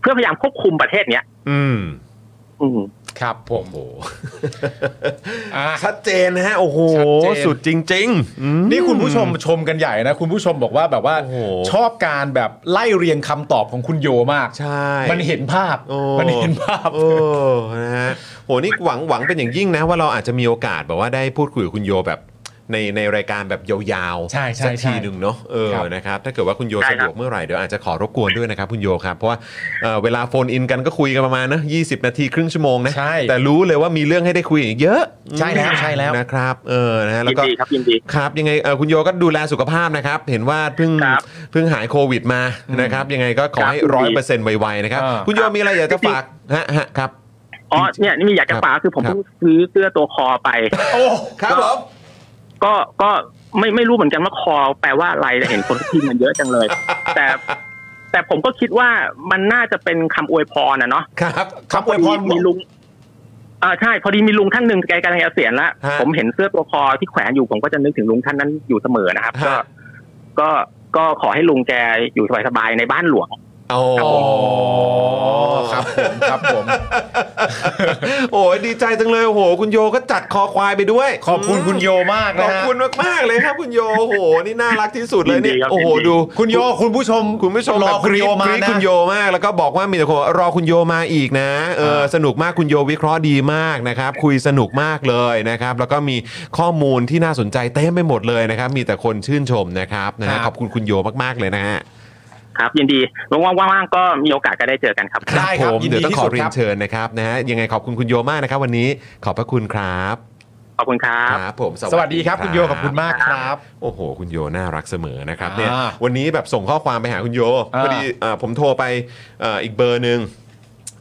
เพื่อพยายามควบคุมประเทศเนี้ย อืม อืม ครับผมโอ้อ่ะ ชัดเจนนะฮะโอ้โห ชัดเจน สุดจริงๆอืม นี่คุณผู้ชมชมกันใหญ่นะ คุณผู้ชมบอกว่าแบบว่า โอ้โห ชอบการแบบไล่เรียงคำตอบของคุณโยมาก ใช่ มันเห็นภาพ โอ้ มันเห็นภาพ โอ้ นะฮะ โห นี่หวังหวังเป็นอย่างยิ่งนะ ว่าเราอาจจะมีโอกาสแบบว่าได้พูดคุยกับคุณโยแบบในในรายการแบบยาว ใช่ใช่ สักที ใช่ หนึ่งเนาะ เออ ครับ นะครับ ถ้าเกิดว่าคุณโย ได้ สะ ค ด รับ วกเมื่อไหร่เดี๋ยวอาจจะขอรบกวนด้วยนะครับคุณโยครับ เพราะว่าเอ่อเวลาโฟนอินกันก็คุยกันประมาณนะยีนาทีครึ่งชั่วโมงนะ ใช่ แต่รู้เลยว่ามีเรื่องให้ได้คุยอีกเยอะ ใช่แล้วใช่แล้ว นะครับ เออ นะฮะ แล้ ยิ วน ก็ ดีครับยินดี ครับยังไงเอ่อคุณโยก็ดูแลสุขภาพนะครับ เห็นว่าเพิ่ง ครับ เพิ่งหายโควิดมานะครับ ยังไงก็ขอให้ ครับ ร้อย ยินดี เปอร์เซ็นต์ไวๆนะครับ อ่า คุณโยมีอะไรอยากจะฝากฮะฮะครับ อ๋อเนี่ยนี่มีอยากจะฝากคือผมเพิ่งซื้อเสื้อตัวคอไป โอ้ ครับผม ก็ก็ไม่ไม่รู้เหมือนกันว่าคอแปลว่าอะไรแต่เห็นคนพิมพ์มันเยอะจังเลย แต่แต่ผมก็คิดว่ามันน่าจะเป็นคำอวยพรนะเนาะ ครับ คำอวยพร มีลุง อ่าใช่พอดีมีลุงท่านหนึ่งแกกำลังเกษียณแล้ว ฮะ ผมเห็นเสื้อตัวคอที่แขวนอยู่ผมก็จะนึกถึงลุงท่านนั้นอยู่เสมอนะครับ ก็ ฮะ ก็ก็ขอให้ลุงแกอยู่สบายๆในบ้านหลวง โอ้ ครับผมครับผม โอ้ยดีใจจังเลยโอ้โหคุณโยก็จัดคอควายไปด้วย ขอบคุณคุณโยมาก ข นะ อบ ฮะ คุณมากๆเลยครับคุณโยโอ้โหนี่น่ารักที่สุดเลยเนี่ย ยินดีครับ โอ้โห ยินดี ดู คุณโยคุณผู้ชม คุณผู้ชม รอ แบบ คุ ก ณ รี๊ โย ด มาก รี๊ด นะ คุณโยมากแล้วก็บอกว่ามีแต่คนบอกรอคุณโยมาอีกนะเออ อ่า สนุกมากคุณโยวิเคราะห์ดีมากนะครับ คุยสนุกมากเลยนะครับ แล้วก็มีข้อมูลที่น่าสนใจเต็มไปหมดเลยนะครับ มีแต่คนชื่นชมนะครับนะ ครั ฮะ บ ขอบคุณคุณโยมากๆเลยนะฮะ ครับ ยินดีว่างๆก็มีโอกาสก็ได้เจอกันครับ ได้ครับ ผม ยินดี เดี๋ยวต้อง ที่ ข สุ อ ด เรีย ครั น บ เชิญนะครับนะฮะยังไงขอบคุณคุณโยมากนะครับ วันนี้ขอบพระคุณครับ ขอบคุณครับ ครับผม สวัสดีครับคุณโยขอบคุณมากครับ โอ้โห คุณโยน่ารักเสมอนะครับเนี่ย อ่า วันนี้แบบส่งข้อความไปหาคุณโยพอ่าอดีเอ่อผมโทรไปเอ่ออีกเบอร์หนึ่ง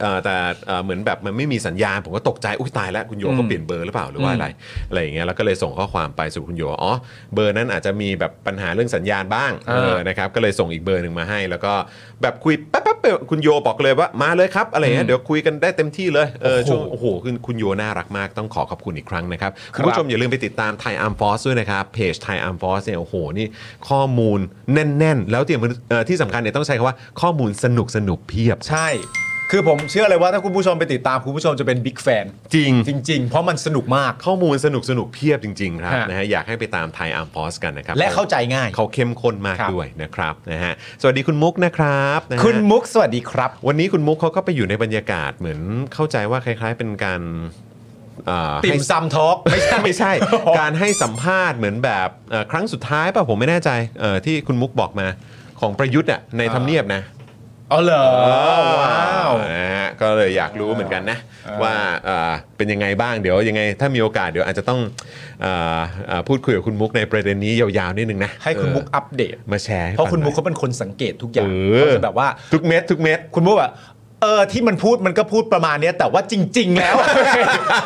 เอ่อแต่เอ่อเหมือนแบบมันไม่มีสัญญาณ ผมก็ตกใจอุ้ยตายแล้วคุณโยเขาเปลี่ยนเบอร์หรือเปล่าหรือว่าอะไรอะไรอย่างเงี้ยแล้วก็เลยส่งข้อความไปสู่คุณโยอ๋อเบอร์นั้นอาจจะมีแบบปัญหาเรื่องสัญญาณบ้างเออนะครับก็เลยส่งอีกเบอร์หนึ่งมาให้ แล้วก็แบบคุยแป๊บๆคุณโยบอกเลยว่ามาเลยครับอะไรเงี้ยเดี๋ยวคุยกันได้เต็มที่เลยเออช่วงโอ้โหคุณคุณโยน่ารักมากต้องขอขอบคุณอีกครั้งนะครับคุณผู้ชม อย่าลืมไปติดตามไทยอาร์มฟอสด้วยนะครับ เพจไทยอาร์มฟอสเนี่ยโอ้โหนี่ข้อมูลแน่น ๆ แล้วที่เอ่อที่สำคัญเนี่ยต้องใช้คำว่าข้อมูลสนุกสนุกๆเพียบ ใช่ คือผมเชื่อเลยว่าถ้าคุณผู้ชมไปติดตามคุณผู้ชมจะเป็นบิ๊กแฟน จริง จริง ๆ เพราะมันสนุกมาก ข้อมูลสนุกสนุกๆเพียบจริง ๆ ครับ ฮะ นะฮะอยากให้ไปตามไทยอาร์มฟอสกันนะครับ และเข้าใจง่าย เขาเข้มข้นมาก ครับ ด้วยนะครับนะฮะสวัสดีคุณมุกนะครับนะฮะ คุณมุกสวัสดีครับ วันนี้คุณมุกเขาก็ไปอยู่ในบรรยากาศเหมือนเข้าใจว่าคล้าย ๆ เป็นการเอ่อ ติ่ ให้ มซำทอล์กไม่ใช่ ไม่ใช่ การให้สัมภาษณ์เหมือนแบบเอ่อครั้งสุดท้ายป่ะผมไม่แน่ใจเอ่อที่คุณมุกบอกมาของประยุทธ์อ่ะใน อ่า ทำเนียบนะ อ๋อเหรอว้าว นะฮะก็เลยอยากรู้เหมือนกันนะ ว่าเอ่อเป็นยังไงบ้างเดี๋ยวยังไงถ้ามีโอกาสเดี๋ยวอาจจะต้องเอ่อเอ่อพูดคุยกับคุณมุกในประเด็นนี้ยาวๆนิดนึงนะ ให้คุณมุก เ อัปเดต ออมาแชร์ให้ เพราะคุณ ฟังหน่อมุก ย เขาเป็นคนสังเกตทุกอย่าง เออ เขาจะแบบว่า ทุกเม็ดทุกเม็ด คุณมุกอะเออที่มันพูดมันก็พูดประมาณเนี้ยแต่ว่าจริง ๆ แล้ว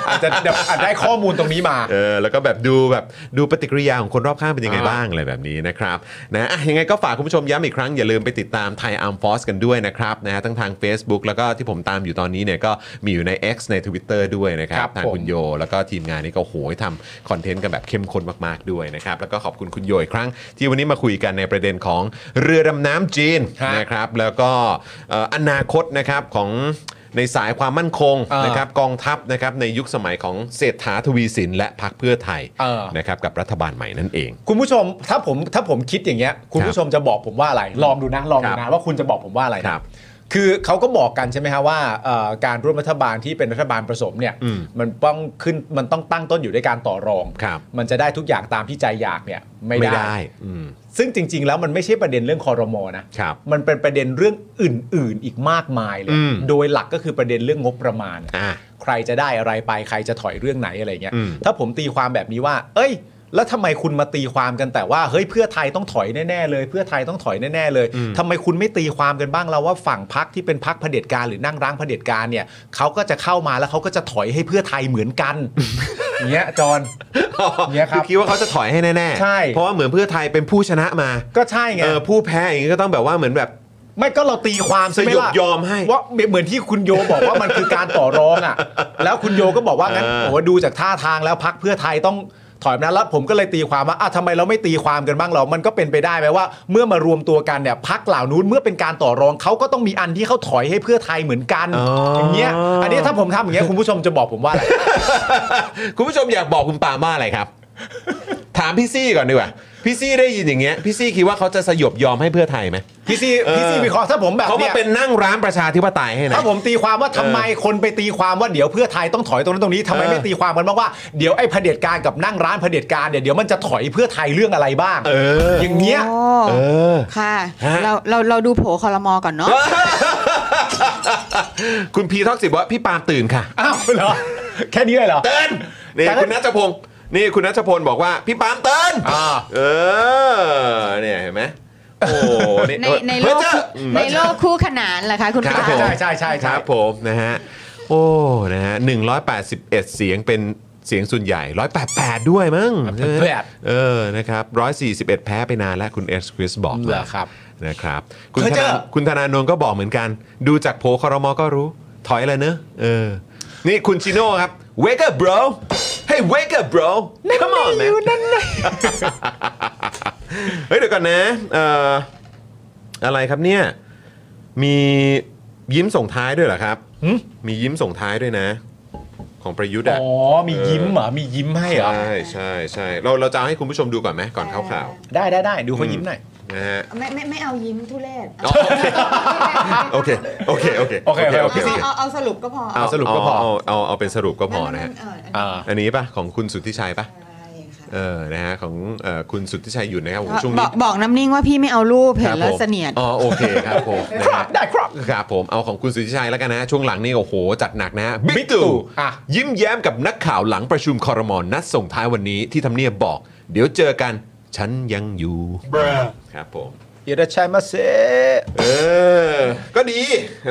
อาจจะเดี๋ยวอาจได้ข้อมูลตรงนี้มา เออแล้วก็แบบดูแบบดูปฏิกิริยาของคนรอบข้างเป็นยังไง อ่า บ้างอะไรแบบนี้นะครับนะอ่ะยังไงก็ฝากคุณผู้ชมย้ำอีกครั้ง อย่าลืมไปติดตามไทยอาร์มฟอสกันด้วยนะครับนะฮะทั้งทาง Facebook แล้วก็ที่ผมตามอยู่ตอนนี้เนี่ยก็มีอยู่ใน X ใน Twitter ด้วยนะครั ครับ บ ทาง ผม คุณโย แล้วก็ทีมงานนี่ก็โหยทำคอนเทนต์กันแบบเข้มข้นมากๆด้วยนะครับ แล้วก็ขอบคุณคุณโยอีกครั้ง ที่วันนี้มาคุยกันในประเด็นของเรือดำน้ำจีน ฮะ นะครับแล้วก็เอ่ออนาคตนะครับของในสายความมั่นคง อ่าน นะครับ กองทัพนะครับในยุคสมัยของเศรษฐาทวีสินและพรรคเพื่อไทย เออ นะครับกับรัฐบาลใหม่นั่นเอง คุณผู้ชมถ้าผมถ้าผมคิดอย่างเงี้ย คุณผู้ชมจะบอกผมว่าอะไร ลองดูนะลองดู ครั นะ บ ว่าคุณจะบอกผมว่าอะไร ครับ คือเขาก็บอกกันใช่ไหมฮะว่าเอ่อการร่วมรัฐบาลที่เป็นรัฐบาลผสมเนี่ย อืม มันต้องขึ้นมันต้องตั้งต้นอยู่ด้วยการต่อรอง ครับ มันจะได้ทุกอย่างตามที่ใจอยากเนี่ยไม่ ไม่ ได้ ได้อืม ซึ่งจริง ๆ แล้วมันไม่ใช่ประเด็นเรื่องคอรมอนะครับ มันเป็นประเด็นเรื่องอื่น ๆ อีกมากมายเล อื ย ม โดยหลักก็คือประเด็นเรื่องงบประมาณ อ่ะ ใครจะได้อะไรไปใครจะถอยเรื่องไหนอะไรเงี้ย อืม ถ้าผมตีความแบบนี้ว่า เอ้ย แล้วทำไมคุณมาตีความกันแต่ว่าเฮ้ยเพื่อไทยต้องถอยแน่ๆเลย เพื่อไทยต้องถอยแน่ๆเลยทำไมคุณไม่ตีความกันบ้างเราว่าฝั่งพักที่เป็นพักเผด็จการหรือนั่งร้างเผด็จการเนี่ยเขาก็จะเข้ามาแล้วเขาก็จะถอยให้เพื่อไทยเหมือน กัน เงี้ยจอน เนี่ยครับ อคิดว่าเขาจะถอยให้แน่ ใช่ ๆ เพราะว่าเหมือนเพื่อไทยเป็นผู้ชนะมา ก็ใช่ไง เออผู้แพ้อย่างนี้ก็ต้องแบบว่าเหมือนแบบ ไม่ก็เราตีความใช่ไหม สยบ ล่ะ ยอมให้ ว่าเหมือนที่คุณโยบอกว่ามันคือการต่อรองอ่ะ แล้วคุณโยก็บอกว่างั้น เออ โอ้โหดูจากท่าทางแล้วพักเพื่อไทยต้องถอยมาแล้วแล้วผมก็เลยตีความว่าอ่ะทำไมเราไม่ตีความกันบ้างเหรอมันก็เป็นไปได้ไหมว่า เมื่อมารวมตัวกันเนี่ยพักเหล่านู้นเมื่อเป็นการต่อรองเขาก็ต้องมีอันที่เขาถอยให้เพื่อไทยเหมือนกันอย่างเงี้ยอันนี้ถ้าผมทำอย่างเงี้ยคุณผู้ชมจะบอกผมว่าอะไร คุณผู้ชมอยากบอกคุณปาล์มว่าอะไรครับ ถามพี่ซี่ก่อนดีกว่าพี่ซี่ได้ยินอย่างเงี้ยพี่ซี่คิดว่าเขาจะสยบยอมให้เพื่อไทยไหม พี่ซี เออ พี่ซีวิเคราะห์ถ้าผมแบบ เขามา เนี่ย เป็นนั่งร้านประชาธิปไตยให้นะ ถ้าผมตีความว่าทำไมคนไปตีความว่าเดี๋ยวเพื่อไทยต้องถอยตรงนั้นตรงนี้ทำไม เออ ไม่ตีความกันบ้างว่าเดี๋ยวไอ้เผด็จการกับนั่งร้านเผด็จการเนี่ยเดี๋ยวมันจะถอยเพื่อไทยเรื่องอะไรบ้าง เออ อย่างเงี้ย โ เออ ค่ะ ฮะ เราเราเราดูโผล่คอรมอก่อนเนาะ คุณพีทอกสิบว่าพี่ปาล์มตื่นค่ะ อ้าวเหรอ แค่นี้เลยเหรอ เตือนนี่ แต่ก็ คุณนัทพงศ์นี่คุณนัทพลบอกว่าพี่ปาล์มเตือน อ่า เออเนี่ยเห็นไหมโอ้นี่ ใน เออ ในโลก เฮ้ยเจ้า คู่ อืม ในโลกคู่ขนานเหรอคะคุณ ครับ ปา ผม ใช่ใช่ใช่ ค ใช่ รับผมนะฮะโอ้นะฮะ181 เสียงเป็นเสียงส่วนใหญ่ 188 ด้วยมั้งใช่ไหม แบบ เออนะครับ141 แพ้ไปนานแล้วคุณเอสคริสบอก เหร มา อครับ นะครับคุณ เฮ้ย ธ เจ้า นาคุณธนาโนนก็บอกเหมือนกัน ดูจากโผล่คอรมอก็รู้ ถอยเลยเนอะเออนี่คุณชิโน่ครับ wake up bro hey wake up bro come on man เฮ้ยเดี๋ยวก่อนนะเอ่ออะไรครับเนี่ย มียิ้มส่งท้ายด้วยเหรอครับ มียิ้มส่งท้ายด้วยนะ ของประยุทธ์อะ อ๋อ มียิ้มเหรอ มียิ้มให้เหรอ ใช่ใช่ใช่เราเราจะเอาให้คุณผู้ชมดูก่อนไหมก่อนเข้าข่าว ได้ได้ได้ดูเขายิ้มหน่อย นะฮะ ไม่ไม่ไม่เอายิ้มทุเรศ อ๋อโอเค โอเค โอเค โอเค โอ โอ เค เค โอเค เอาเอาสรุปก็พอ เอาสรุปก็พอ เอาเอาเอาเอาเป็นสรุปก็พอนะฮะ เออ อ่า อันนี้ป่ะ ของคุณสุทธิชัยป่ะ ค่ะ เออ นะฮะ ของเอ่อคุณสุทธิชัยอยู่นะครับผมช่วง บ นี้ อกบอกน้ำนิ่งว่าพี่ไม่เอารูปเห็นคแล้วรับผม เสนียด อ๋อ โอเคครับผม นะ ครั ฮะ บได้ครับ ครับผม เอาของคุณสุทธิชัยแล้วกันนะฮะช่วงหลังนี่โอ้โห จัดหนักนะฮะบิ๊ก Big ตู่ ตู่ อ่ะ ยิ้มแย้มกับนักข่าวหลังประชุมคอรมอนนัดส่งท้ายวันนี้ที่ทำเนียบบอก เดี๋ยวเจอกัน ฉันยังอยู่ ครับผม เดี๋ยวจะใช้มาเซ เออ ก็ดี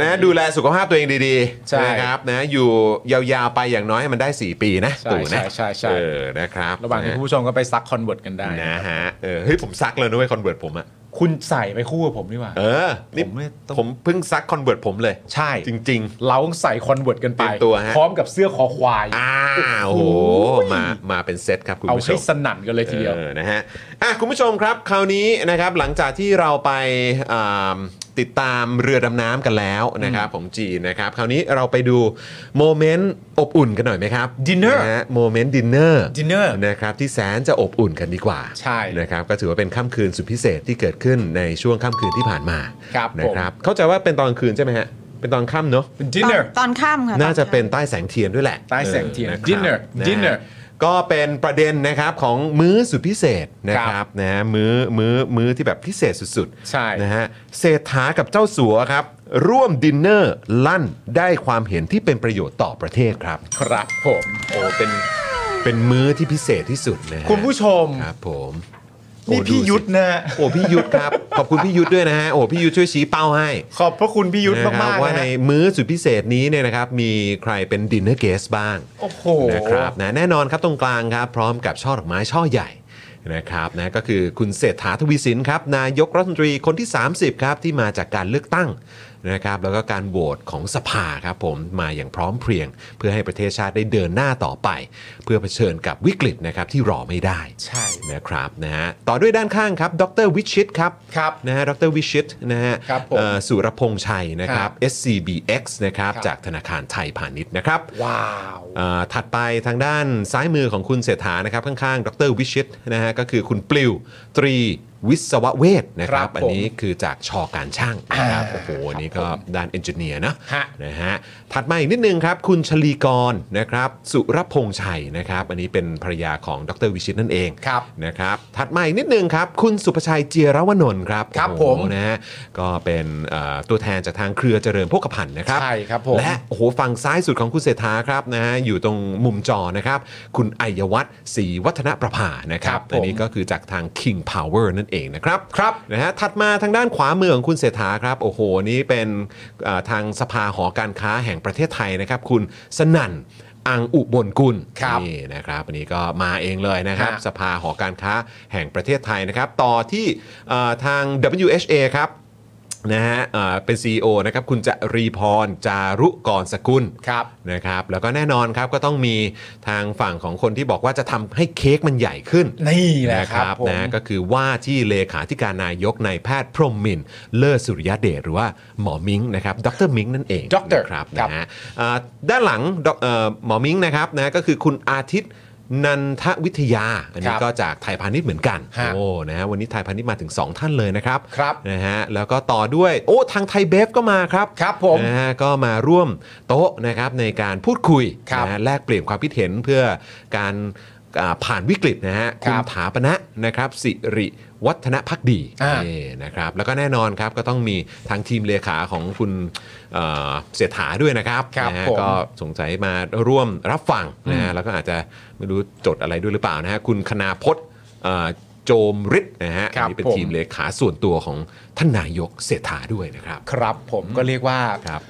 นะดูแลสุขภาพตัวเองดี ใช่ ๆนะครับนะอยู่ยาวๆไปอย่างน้อยให้มันได้ 4 ปีนะ ใช่ ตู่นะ ใช่ใช่ใช่ เออนะครับ ระหว่างที่คุณผู้ชมก็ไปซักคอนเวิร์ตกันได้ นะฮะเออเฮ้ยผมซักแล้วนะเว้ยคอนเวิร์ตผมอะ คุณใส่ไปคู่กับผมดีกว่า เออนี่ ผมไม่ต้อง ผมเพิ่งซักคอนเวิร์ตผมเลย ใช่ จริง เราต้องใส่คอนเวิร์ตกันไป เป็นตัวฮะ พร้อมกับเสื้อคอควาย ๆอ้าวโหมามาเป็นเซตครับคุณ เอา ผู้ช ให้ ม สนั่นกันเลยทีเดียว ออนะฮะอ่ะคุณผู้ชมครับ คราวนี้นะครับหลังจากที่เราไปอ่าติดตามเรือดำน้ำกันแล้วนะครับผมจีนนะครับ คราวนี้เราไปดูโมเมนต์อบอุ่นกันหน่อยไหมครับ Dinner นะฮะโมเมนต์ดินเนอร์ Dinner นะครับที่แสนจะอบอุ่นกันดีกว่า ใช่ นะครับก็ถือว่าเป็นค่ำคืนสุดพิเศษที่เกิดขึ้นในช่วงค่ำคืนที่ผ่านมา ครับผม นะครับเข้าใจว่าเป็นตอนคืนใช่ไหมฮะเป็นตอนค่ำเนอะ เป็น dinner ตอนตอนข้ามค่ะ น่าจะ ตอค่ำ เป็นใต้แสงเทียนด้วยแหละ ใต้แสงเทียน ออะครับ Dinner นะฮะ Dinner ก็เป็นประเด็นนะครับของมื้อสุดพิเศษนะครับนะฮะมื้อมื้อมื้อที่แบบพิเศษสุดๆ ใช่ นะฮะเศรษฐากับเจ้าสัวครับ ร่วมดินเนอร์ลั่นได้ความเห็นที่เป็นประโยชน์ต่อประเทศครับ ครับผมโอ้เป็น เป็นมื้อที่พิเศษที่สุดนะฮะ คุณผู้ชม ครับผม นี่ โอ้ พี่ยุทธ ดูสิ นะ โอ้พี่ยุทธครับ ขอบคุณพี่ยุทธด้วยนะฮะโอ้พี่ยุทธช่วยชี้เป้าให้ ขอบพระคุณพี่ยุทธ นะครั มา บ กๆ ว่า นะ ใน ฮะ มื้อสุดพิเศษนี้เนี่ยนะครับมีใครเป็นดินเนอร์เกสบ้าง โอ้โห นะครับนะแน่นอนครับตรงกลางครับ พร้อมกับช่อดอกไม้ช่อใหญ่นะครับนะก็คือคุณเศรษฐาทวีสินครับ นายกรัฐมนตรีคนที่ 30 ครับ ที่มาจากการเลือกตั้งนะครับแล้วก็การโหวตของสภาครับผมมาอย่างพร้อมเพรียง เพื่อให้ประเทศชาติได้เดินหน้าต่อไป เพื่อเผชิญกับวิกฤตนะครับที่รอไม่ได้ ใช่ นะครับนะฮะต่อด้วยด้านข้างครับ ดรวิชิตครับ ครับ นะฮะดรวิชิตนะฮะ ครับผม เอ่อสุรพงษ์ชัยนะค ค รั รับ บ SCBX นะครับ ครับ จากธนาคารไทยพาณิชย์นะครับ ว้าว อ่าถัดไปทางด้านซ้ายมือของคุณเศรษฐานะครับ ข้างๆ ดรวิชิตนะฮะก็คือคุณปลิว ตรีวิศวเวทนะครั ครับ บผม อันนี้คือจากชอการช่างนะครับโอ้โหอันนี้ก็ด้านเอนจิเนียร์นะ ฮะ นะฮะถัดมาอีกนิดนึงครับ คุณชลีกรนะครับ สุรพงษ์ชัยนะครับ อันนี้เป็นภรรยาของดรวิชิตนั่นเอง ครับ นะครับถัดมาอีกนิดนึงครับ คุณสุภชัยเจียรวนนท์ครับ ครับ โอ้โห ผม นะฮะก็เป็นเอ่อตัวแทนจากทางเครือเจริญโภคภัณฑ์นะครับ ใช่ครับผม และโอ้โหฝั่งซ้ายสุดของคุณเศรษฐาครับนะฮะอยู่ตรงมุมจอนะครับ คุณอัยวัฒน์ศรีวัฒนประภานะครับ ครับผม อันนี้ก็คือจากทาง King Power นั่นเองนะครับ ครับ นะฮะถัดมาทางด้านขวามือของคุณเศรษฐาครับโอ้โหนี่เป็นเอ่อทางสภาหอการค้าแห่งประเทศไทยนะครับ คุณสนั่นอังอุบลกุล ครับ นี่ นี่นะครับอันนี้ก็มาเองเลยนะครับ ฮะ สภาหอการค้าแห่งประเทศไทยนะครับ ต่อที่เอ่อทาง WHA ครับนะฮะเอ่อเป็น CEO นะครับ คุณจะรีพรจารุกรสกุล ครับ นะครับ แล้วก็แน่นอนครับก็ต้องมีทางฝั่งของคนที่บอกว่าจะทำให้เค้กมันใหญ่ขึ้น นี่แหละครับ น ผม นะก็คือว่าที่เลขาธิการนายกในายแพทย์พรหมมินทร์เลิศสุริยเดชหรือว่าหมอมิงนะครับดรมิงนั่นเอง ด็อกเตอร์ นะครับ ครับ นะฮะ อ่าด้านหลังดอกเอ่อหมอมิ้งนะครับนะก็คือคุณอาทิตย์นันทวิทยา อันนี้ ครับ ก็จากไทยพาณิชย์เหมือนกัน ฮะ โอ้นะฮะวันนี้ไทยพาณิชย์มาถึง 2 ท่านเลยนะครับ ครับ นะฮะแล้วก็ต่อด้วยโอ้ทางไทยเบฟก็มาครับ ครับผม นะฮะก็มาร่วมโต๊ะนะครับในการพูดคุย ครับ นะฮะแลกเปลี่ยนความคิดเห็นเพื่อการอ่าผ่านวิกฤตนะฮะ ครั ณ บ ถาปณะนะครับสิริวัฒนพักดี อ่า นี่ นี่นะครับแล้วก็แน่นอนครับก็ต้องมีทางทีมเลขาของคุณเอ่อเสถาด้วยนะครับ ครับ นะฮะ ผม ก็สงสัยมาร่วมรับฟังนะฮะแล้วก็อาจจะไม่รู้จดอะไรด้วยหรือเปล่านะฮะคุณคณาพจน์เอ่อโจมฤทธิ์นะฮะ ค อั รับ นี้เป็น ผม ทีมเลขาส่วนตัวของท่านนายกเศรษฐาด้วยนะครับ ครับผมก็เรียกว่า ครับ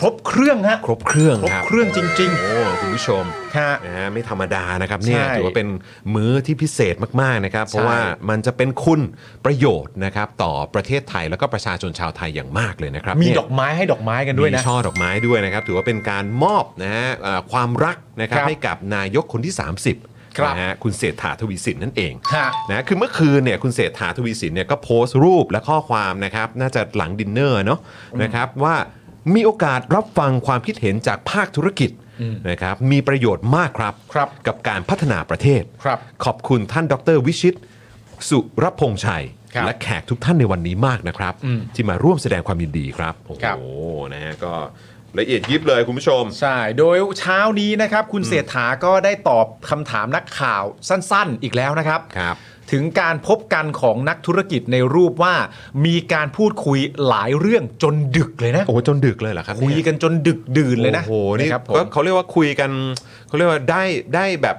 ครบเครื่องฮะ ครบเครื่อง ครบ ครับ เครื่องจริง โอ้คุณผู้ชม ๆฮะ นะฮะไม่ธรรมดานะครับเนี่ย ใช่ ถือว่าเป็นมื้อที่พิเศษมากๆนะครับ เพราะ ใช่ ว่ามันจะเป็นคุณประโยชน์นะครับต่อประเทศไทยแล้วก็ประชาชนชาวไทยอย่างมากเลยนะครับ มี เนี่ย ดอกไม้ให้ดอกไม้กันด้วยนะ มีช่อดอกไม้ด้วยนะครับ ถือว่าเป็นการมอบนะฮะเอ่อความรักนะครับ ครับ ให้กับนายกคนที่ 30 ครับ นะฮะคุณเศรษฐาทวีสินนั่นเอง ฮะ นะคือเมื่อคืนเนี่ยคุณเศรษฐาทวีสินเนี่ยก็โพสต์รูปและข้อความนะครับ น่าจะหลังดินเนอร์เนาะนะครับว่ามีโอกาสรับฟังความคิดเห็นจากภาคธุรกิจนะครับมีประโยชน์มากครับ ครับ กับการพัฒนาประเทศ ครับ ขอบคุณท่านดรวิชิต สุรพงษ์ชัย ครับ และแขกทุกท่านในวันนี้มากนะครับ อืม ที่มาร่วมแสดงความยินดีครับ โอ้ ครับ โหนะฮะก็ละเอียดยิบเลยคุณผู้ชม ใช่ โดยเช้านี้นะครับ คุณเศรษฐาก็ได้ตอบคำถามนักข่าวสั้นๆ อีกแล้วนะครับ ครับ ถึงการพบกันของนักธุรกิจในรูปว่ามีการพูดคุยหลายเรื่องจนดึกเลยนะ โอ้โหจนดึกเลยเหรอครับ คุยกันจนดึกดื่นเลยนะ โอ้โหนี่ ครับผ ก็ ม เขาเรียกว่าคุยกันเขาเรียกว่าได้ได้แบบ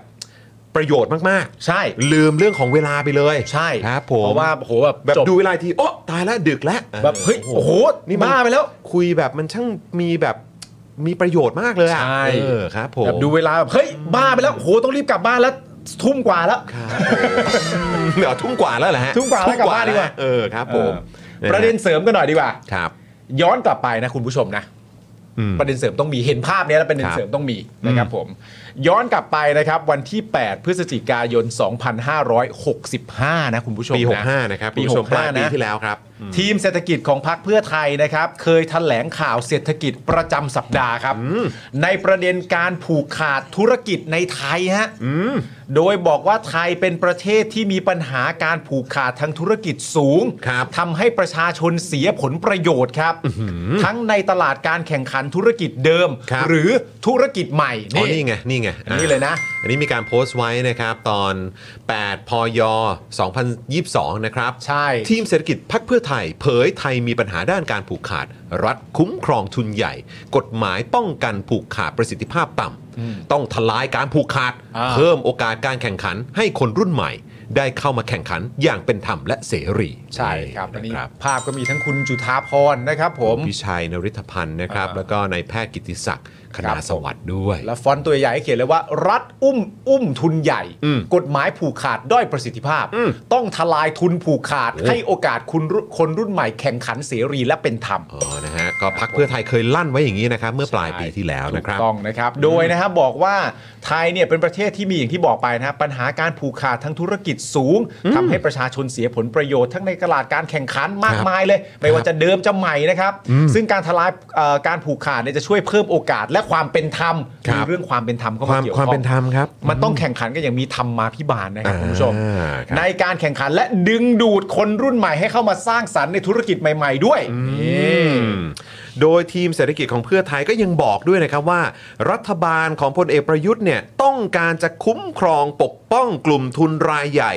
ประโยชน์มาก ใช่ ๆ ลืมเรื่องของเวลาไปเลย ใช่ ครับผม เพราะว่าโอ้โหแบบ แบบ จบ ดูเวลาอีกทีโอ้ตายแล้วดึกแล้ว แบบเฮ้ยโอ้โหนี่ นี่มัน บ้าไปแล้ว คุยแบบมันช่างมีแบบมีประโยชน์มากเลยอะ ใช่ เออครับผม แบบดูเวลาแบบเฮ้ยบ้าไปแล้วโอ้โหต้องรีบกลับบ้านแล้วทุ่มกว่าแล้ว ครับผม เดี๋ยวทุ่มกว่าแล้วเหรอฮะ ทุ่มกว่าแล้วกลับบ้านดีกว่า เออครับผม เออประเด็นเสริมกันหน่อยดีกว่า ครับ ย้อนกลับไปนะคุณผู้ชมนะ อืม ประเด็นเสริมต้องมีเห็นภาพเนี้ยแล้วประเด็นเสริมต้องมีนะครับผม ย้อนกลับไปนะครับ วันที่ 8 พฤศจิกายน 2565 นะคุณผู้ชม ปี นะ 65 นะครับ ปี คุณผู้ชมปลาย 65 ปี นะ ที่แล้วครับ ทีมเศรษฐกิจของพรรคเพื่อไทยนะครับ เคยแถลงข่าวเศรษฐกิจประจำสัปดาห์ครับ ในประเด็นการผูกขาดธุรกิจในไทยฮะโดยบอกว่าไทยเป็นประเทศที่มีปัญหาการผูกขาดทางธุรกิจสูง ครับ ทำให้ประชาชนเสียผลประโยชน์ครับ ทั้งในตลาดการแข่งขันธุรกิจเดิม ครับ หรือธุรกิจใหม่ อ๋อนี่ไงนี่ไง อันนี่เลยนะ อันนี้มีการโพสต์ไว้นะครับ ตอน 8 พย 2022 นะครับ ใช่ ทีมเศรษฐกิจพักเพื่อไทย เผยไทยมีปัญหาด้านการผูกขาด รัฐคุ้มครองทุนใหญ่ กฎหมายป้องกันผูกขาดประสิทธิภาพต่ำต้องทลายการผูกขาด อ่า เพิ่มโอกาสการแข่งขันให้คนรุ่นใหม่ ได้เข้ามาแข่งขันอย่างเป็นธรรมและเสรี ใช่ครับอันนี้ นะครับ ภาพก็มีทั้งคุณจุธาพรนะครับผม พิชัยนริธพันธ์นะครับ อ่า แล้วก็นายแพทย์กิติศักดิ์ค ครั ณา บ สวัสดิ์ด้วย และฟอนต์ตัวใหญ่เขียนเลยว่า รัฐอุ้มอุ้มทุนใหญ่ อืม กฎหมายผูกขาดด้อยประสิทธิภาพ อืม ต้องทลายทุนผูกขาด โอ้ ให้โอกาสคุณรุ่นคนรุ่นใหม่แข่งขันเสรีและเป็นธรรม อ๋อนะฮะก็พักเพื่อไทยเคยลั่นไว้อย่างนี้นะครับ เมื่อปลายปีที่แล้วนะครับ ถูกต้องนะครับ โดยนะครับบอกว่าไทยเนี่ยเป็นประเทศที่มีอย่างที่บอกไปนะครับปัญหาการผูกขาดทั้งธุรกิจสูงทำให้ประชาชนเสียผลประโยชน์ทั้งในตลาดการแข่งขันมา ค ก รับ มายเลย ไม่ว่าจะเดิมจะใหม่นะครับ ซึ่งการทลายเอ่อการผูกขาดเนี่ยจะช่วยเพิ่มโอกาสและความเป็นธรรม ครับ มีเรื่องความเป็นธรรมเข้ามาวคาม เกี่ยว ความ ข้อ เป็น ง ธรรมครับ มันต้องแข่งขันกันอย่างมีธรรมมาพิบาลนะครับคุณผู้ชม อ่าครับ ในการแข่งขันและดึงดูดคนรุ่นใหม่ให้เข้ามาสร้างสรรค์ในธุรกิจใหม่ ๆ ด้วยนี่ อืมโดยทีมเศรษฐกิจของเพื่อไทยก็ยังบอกด้วยนะครับว่า รัฐบาลของพลเอกประยุทธ์เนี่ยต้องการจะคุ้มครองปกป้องกลุ่มทุนรายใหญ่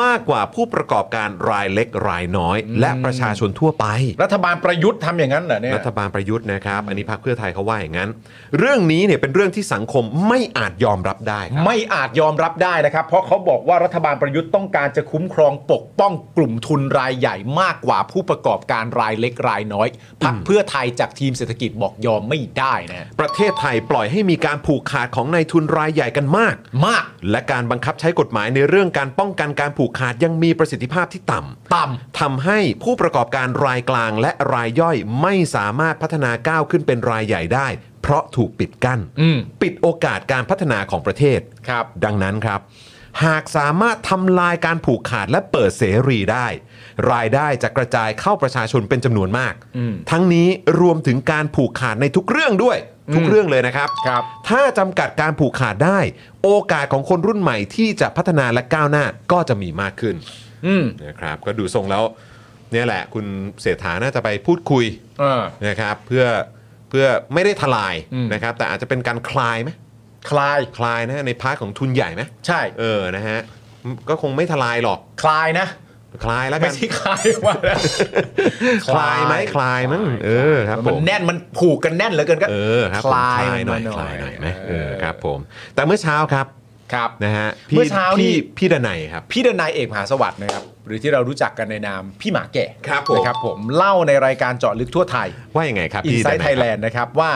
มากกว่าผู้ประกอบการรายเล็กรายน้อย และประชาชนทั่วไป รัฐบาลประยุทธ์ทำอย่างนั้นเหรอเนี่ย รัฐบาลประยุทธ์นะครับ อันนี้พรรคเพื่อไทยเขาว่าอย่างนั้น เรื่องนี้เนี่ยเป็นเรื่องที่สังคมไม่อาจยอมรับได้ครับ ไม่อาจยอมรับได้นะครับ เพราะเขาบอกว่ารัฐบาลประยุทธ์ต้องการจะคุ้มครองปกป้องกลุ่มทุนรายใหญ่มากกว่าผู้ประกอบการรายเล็กรายน้อยพักเพื่อไทยจากทีมเศรษฐกิจบอกยอมไม่ได้นะ ประเทศไทยปล่อยให้มีการผูกขาดของนายทุนรายใหญ่กันมาก มาก และการบังคับใช้กฎหมายในเรื่องการป้องกันการผูกขาดยังมีประสิทธิภาพที่ต่ำ ต่ำ ทำให้ผู้ประกอบการรายกลางและรายย่อยไม่สามารถพัฒนาก้าวขึ้นเป็นรายใหญ่ได้ เพราะถูกปิดกั้น อืม ปิดโอกาสการพัฒนาของประเทศ ครับ ดังนั้นครับ หากสามารถทำลายการผูกขาดและเปิดเสรีได้ รายได้จะกระจายเข้าประชาชนเป็นจำนวนมาก ทั้งนี้รวมถึงการผูกขาดในทุกเรื่องด้วย ทุกเรื่องเลยนะครับ ครับ ถ้าจำกัดการผูกขาดได้ โอกาสของคนรุ่นใหม่ที่จะพัฒนาและก้าวหน้าก็จะมีมากขึ้น อืม นะครับก็ดูทรงแล้วเนี่ยแหละ คุณเศรษฐาน่าจะไปพูดคุย เออ นะครับเพื่อเพื่อไม่ได้ทลาย อืม นะครับ แต่อาจจะเป็นการคลายไหม คลาย คลายนะในพาร์ทของทุนใหญ่ไหม ใช่ เออนะฮะก็คงไม่ทลายหรอก คลายนะ คลายแล้วกั ไม่ น ใช่คลายว่านะ คลายไหมคลายมั้งเออครับผ มัน ม แน่นมันผูกกันแน่นเหลือเกินก็ เออครับ คลาย ผมคลายหน่อย มัม คลายหน่อยไหม เ เออครับผม แต่เมื่อเช้าครับ ครับ นะฮะ เมื่ พี่ อเช้านี่ พี่พี่ดนัยครับ พี่ดนายเอกมหาสวัสดิ์นะครับหรือที่เรารู้จักกันในนามพี่หมาแก่ ครับผม นะครับผมเล่าในรายการเจาะลึกทั่วไทย ว่ายังไงครับ อิน พี่ ไซ ดนัย ต์ไทยแลนด์นะครับว่า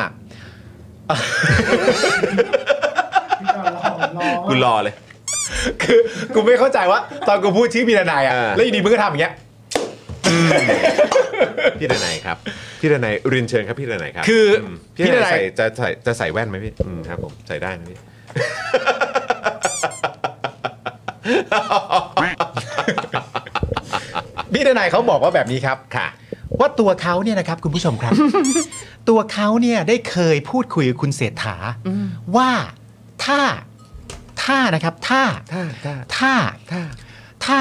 ครับกูรอเลย คือกูไม่เข้าใจว่า ตอนกูพูดชื่อพี่ดนายอ่ะ เออ แล้วอยู่ดีมึงก็ทำอย่างเงี้ย พี่ดนัยครับพี่ดนัยเรินเชิญครับพี่ดนัยครับ คือ ม พี่ พี่ดนัย ดนัย ใส่จะใส่จะใส่แว่นไหมพี่อืมครับผมใส่ได้นะพี่ พี่ดนายเขาบอกว่าแบบนี้ครับค่ะ ว่าตัวเขาเนี่ยนะครับคุณผู้ชมครับ ตัวเขาเนี่ยได้เคยพูดคุยกับคุณเศรษฐาว่าถ้าถ้านะครับ ถ้า ถ้าถ้า ถ้าถ้า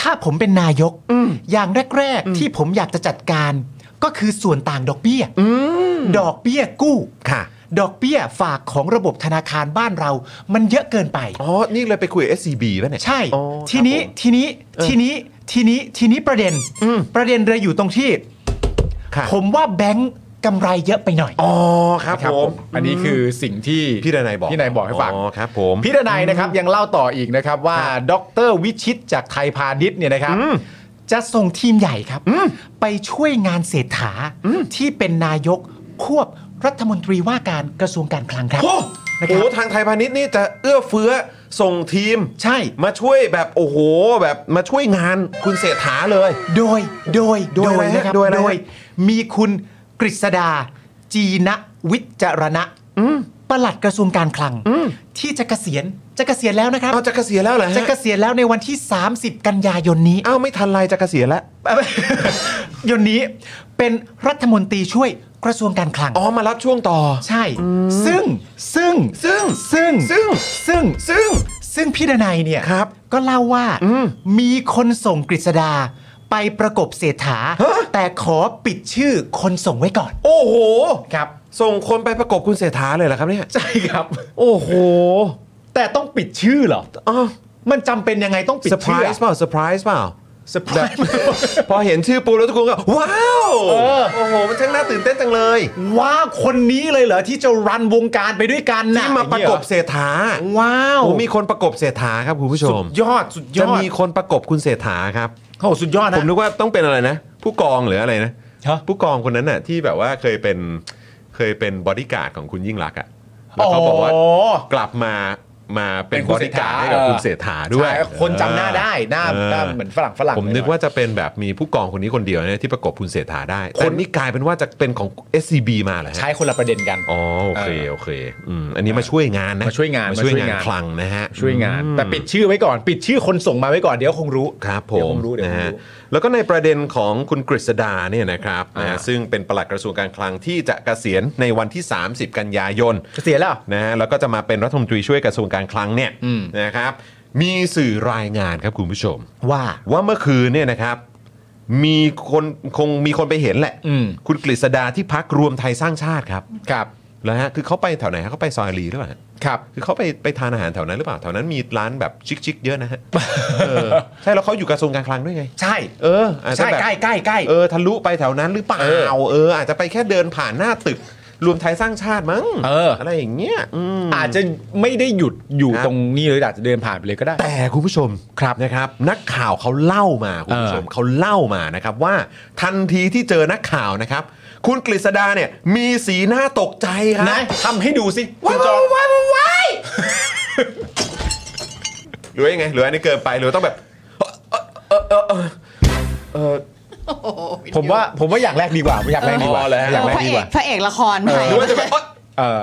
ถ้าผมเป็นนายก อย่างแรกๆที่ผมอยากจะจัดการ ก็คือส่วนต่างดอกเบี้ยดอกเบี้ยกู้ ค่ะ ดอกเบี้ยฝากของระบบธนาคารบ้านเรา มันเยอะเกินไป อ๋อ นี่เลยไปคุย SCB ป่ะเนี่ย ใช่ อ๋อ ทีนี้ ครับผม ทีนี้ ทีนี้ ทีนี้ ทีนี้ประเด็น ประเด็นเลยอยู่ตรงที่ ครับ ผมว่าแบงก์กำไรเยอะไปหน่อย อ๋อครับผม อันนี้คือสิ่งที่ พี่ดนัยบอก พี่นายบอกให้ฟัง อ๋อครับผม พี่ดนัยนะครับยังเล่าต่ออีกนะครับว่าดรวิชิตจากไทยพาณิชย์เนี่ยนะครับ จะส่งทีมใหญ่ครับ ไปช่วยงานเศรษฐาที่เป็นนายกควบรัฐมนตรีว่าการกระทรวงการคลังครับ โอ้ นะ โห ครับ ทางไทยพาณิชย์นี่จะเอื้อเฟื้อส่งทีม ใช่ มาช่วยแบบโอ้โห แบบมาช่วยงานคุณเศรษฐาเลย โดย โดย โด โด ย ย อะไรฮะ นะครับ โดยอะไรฮะ มีคุณกฤษดา จีนะวิจารณะประหลัดกระทรวงการคลัง ที่จะเกษียณ จะเกษียณแล้วนะครับ เอาจะเกษียณแล้วเหรอฮะ จะเกษียณแล้วในวันที่ 30 กันยายนนี้ เอ้าไม่ทันไรจะเกษียณแล้ว ยนนี้เป็นรัฐมนตรีช่วยกระทรวงการคลัง อ๋อ มารับช่วงต่อ ใช่ ซึ่ง ซึ่ง ซึ่ง ซึ่ง ซึ่ง ซึ่ง ซึ่ง ซึ่งพี่ดนัยเนี่ย ครับ ก็เล่าว่ามีคนส่งกฤษดาไปประกบเศรษฐา ฮะ แต่ขอปิดชื่อคนส่งไว้ก่อน โอ้โห ครับ ส่งคนไปประกบคุณเศรษฐาเลยเหรอครับเนี่ย ใช่ครับ โอ้โห แต่ต้องปิดชื่อเหรอ อ้าว มันจำเป็นยังไงต้องปิด เซอร์ไพร ชื่อ ส์เปล่าเซอร์ไพรส์เปล่า เซอร์ไพรส์ พอเห็นชื่อปูแล้วทุกคนก็ ว้าว โอ้โห มันช่างน่าตื่นเต้นจังเลย ว้าวคนนี้เลยเหรอ ที่จะรันวงการไปด้วยกันนะ ที่มาประกบเศรษฐา ว้าว โอ้มีคนประกบเศรษฐาครับคุณผู้ช สุ ม ดยอด สุดย จะ อด มีคนประกบคุณเศรษฐาครับ โอ้สุดยอด ผ นะ มนึกว่าต้องเป็นอะไรนะ ผู้กองหรืออะไรนะ ฮะ ผู้กองคนนั้นน่ะที่แบบว่าเคยเป็นเคยเป็นบอดี้การ์ดของคุณยิ่งรักษณ์อ่ะแล้วเขาบอกว่ากลับมามาเป็น เป็นคุ บ ณ อ เศร ดี้ ษ กา ฐา ร์ดให้กับ เออ คุณเศรษฐาด้วย ใช่คนจำหน้าได้หน้า ออ หน้าเหมือนฝรั่งฝรั่ง ผมนึกว่าจะเป็นแบบมีผู้กองคนนี้คนเดียวเนี่ยที่ประกบคุณเศรษฐาได้คนนี้กลายเป็นว่าจะเป็นของ SCB มาเหรอฮะ ใช้คนละประเด็นกัน อ๋อโอเค เออ โอเคอืมอันนี้มาช่วยงานนะ มาช่วยงาน มาช่วยงาน มาช่วยงาน คลังนะฮะ ช่วยงาน อืม แต่ปิดชื่อไว้ก่อน ปิดชื่อคนส่งมาไว้ก่อนเดี๋ยวคงรู้ ครับผ เดี๋ยว ม ผมรู้เดี๋ยว นะ ผมรู้ ฮะแล้วก็ในประเด็นของคุณกฤษดาเนี่ยนะครับนะฮะ อ่า ซึ่งเป็นปลัดกระทรวงการคลังที่จะเกษียณในวันที่ 30 กันยายน เสียแล้ว นะฮะแล้วก็จะมาเป็นรัฐมนตรีช่วยกระทรวงการคลังเนี่ย อืม นะครับมีสื่อรายงานครับคุณผู้ชม ว่า ว่าเมื่อคืนเนี่ยนะครับ มีคนคงมีคนไปเห็นแหละ อืม คุณกฤษดาที่พักรวมไทยสร้างชาติครับ ครับ แล้วฮะคือเขาไปแถวไหนฮะเขาไปซอยลีหรือเปล่าฮะ ครับ คือเขาไปไปทานอาหารแถวนั้นหรือเปล่าแถวนั้นมีร้านแบบชิคๆเยอะนะฮะ เออ ใช่แล้วเขาอยู่กระทรวงการคลังด้วยไง ใช่ เอออาจจะ ใช่ แบบ ใกล้ใกล้ใกล้ เออทะลุไปแถวนั้นหรือเปล่า เออ เออ อาจจะไปแค่เดินผ่านหน้าตึก รวมไทยสร้างชาติมั้ง เอออ ไรอย่างเงี้ยอืม อาจจะไม่ได้หยุดอยู่ ครับ ตรงนี้เลยอาจจะเดินผ่านไปเลยก็ได้ แต่คุณผู้ชมครับนะครับ นักข่าวเขาเล่ามาคุณผู้ชมเขาเล่ามานะครับว่าทันทีที่เจอนักข่าวนะครับ คุณกฤษดาเนี่ยมีสีหน้าตกใจครับ นะทำให้ดูสิว้าคุยณจอ ว้าม ยว้ายว้ายว้าย หรือว่ายังไงหรืออันนี้เกินไปหรือต้องแบบ ผมว่าผมว่าอย่างแรกดีกว่าอยากแรกดีกว่า เออเหรอฮะ อยาก พ แรก ระ ดี เอก ก ว่า พระเอกละครไทย หรือว่าจะแบบ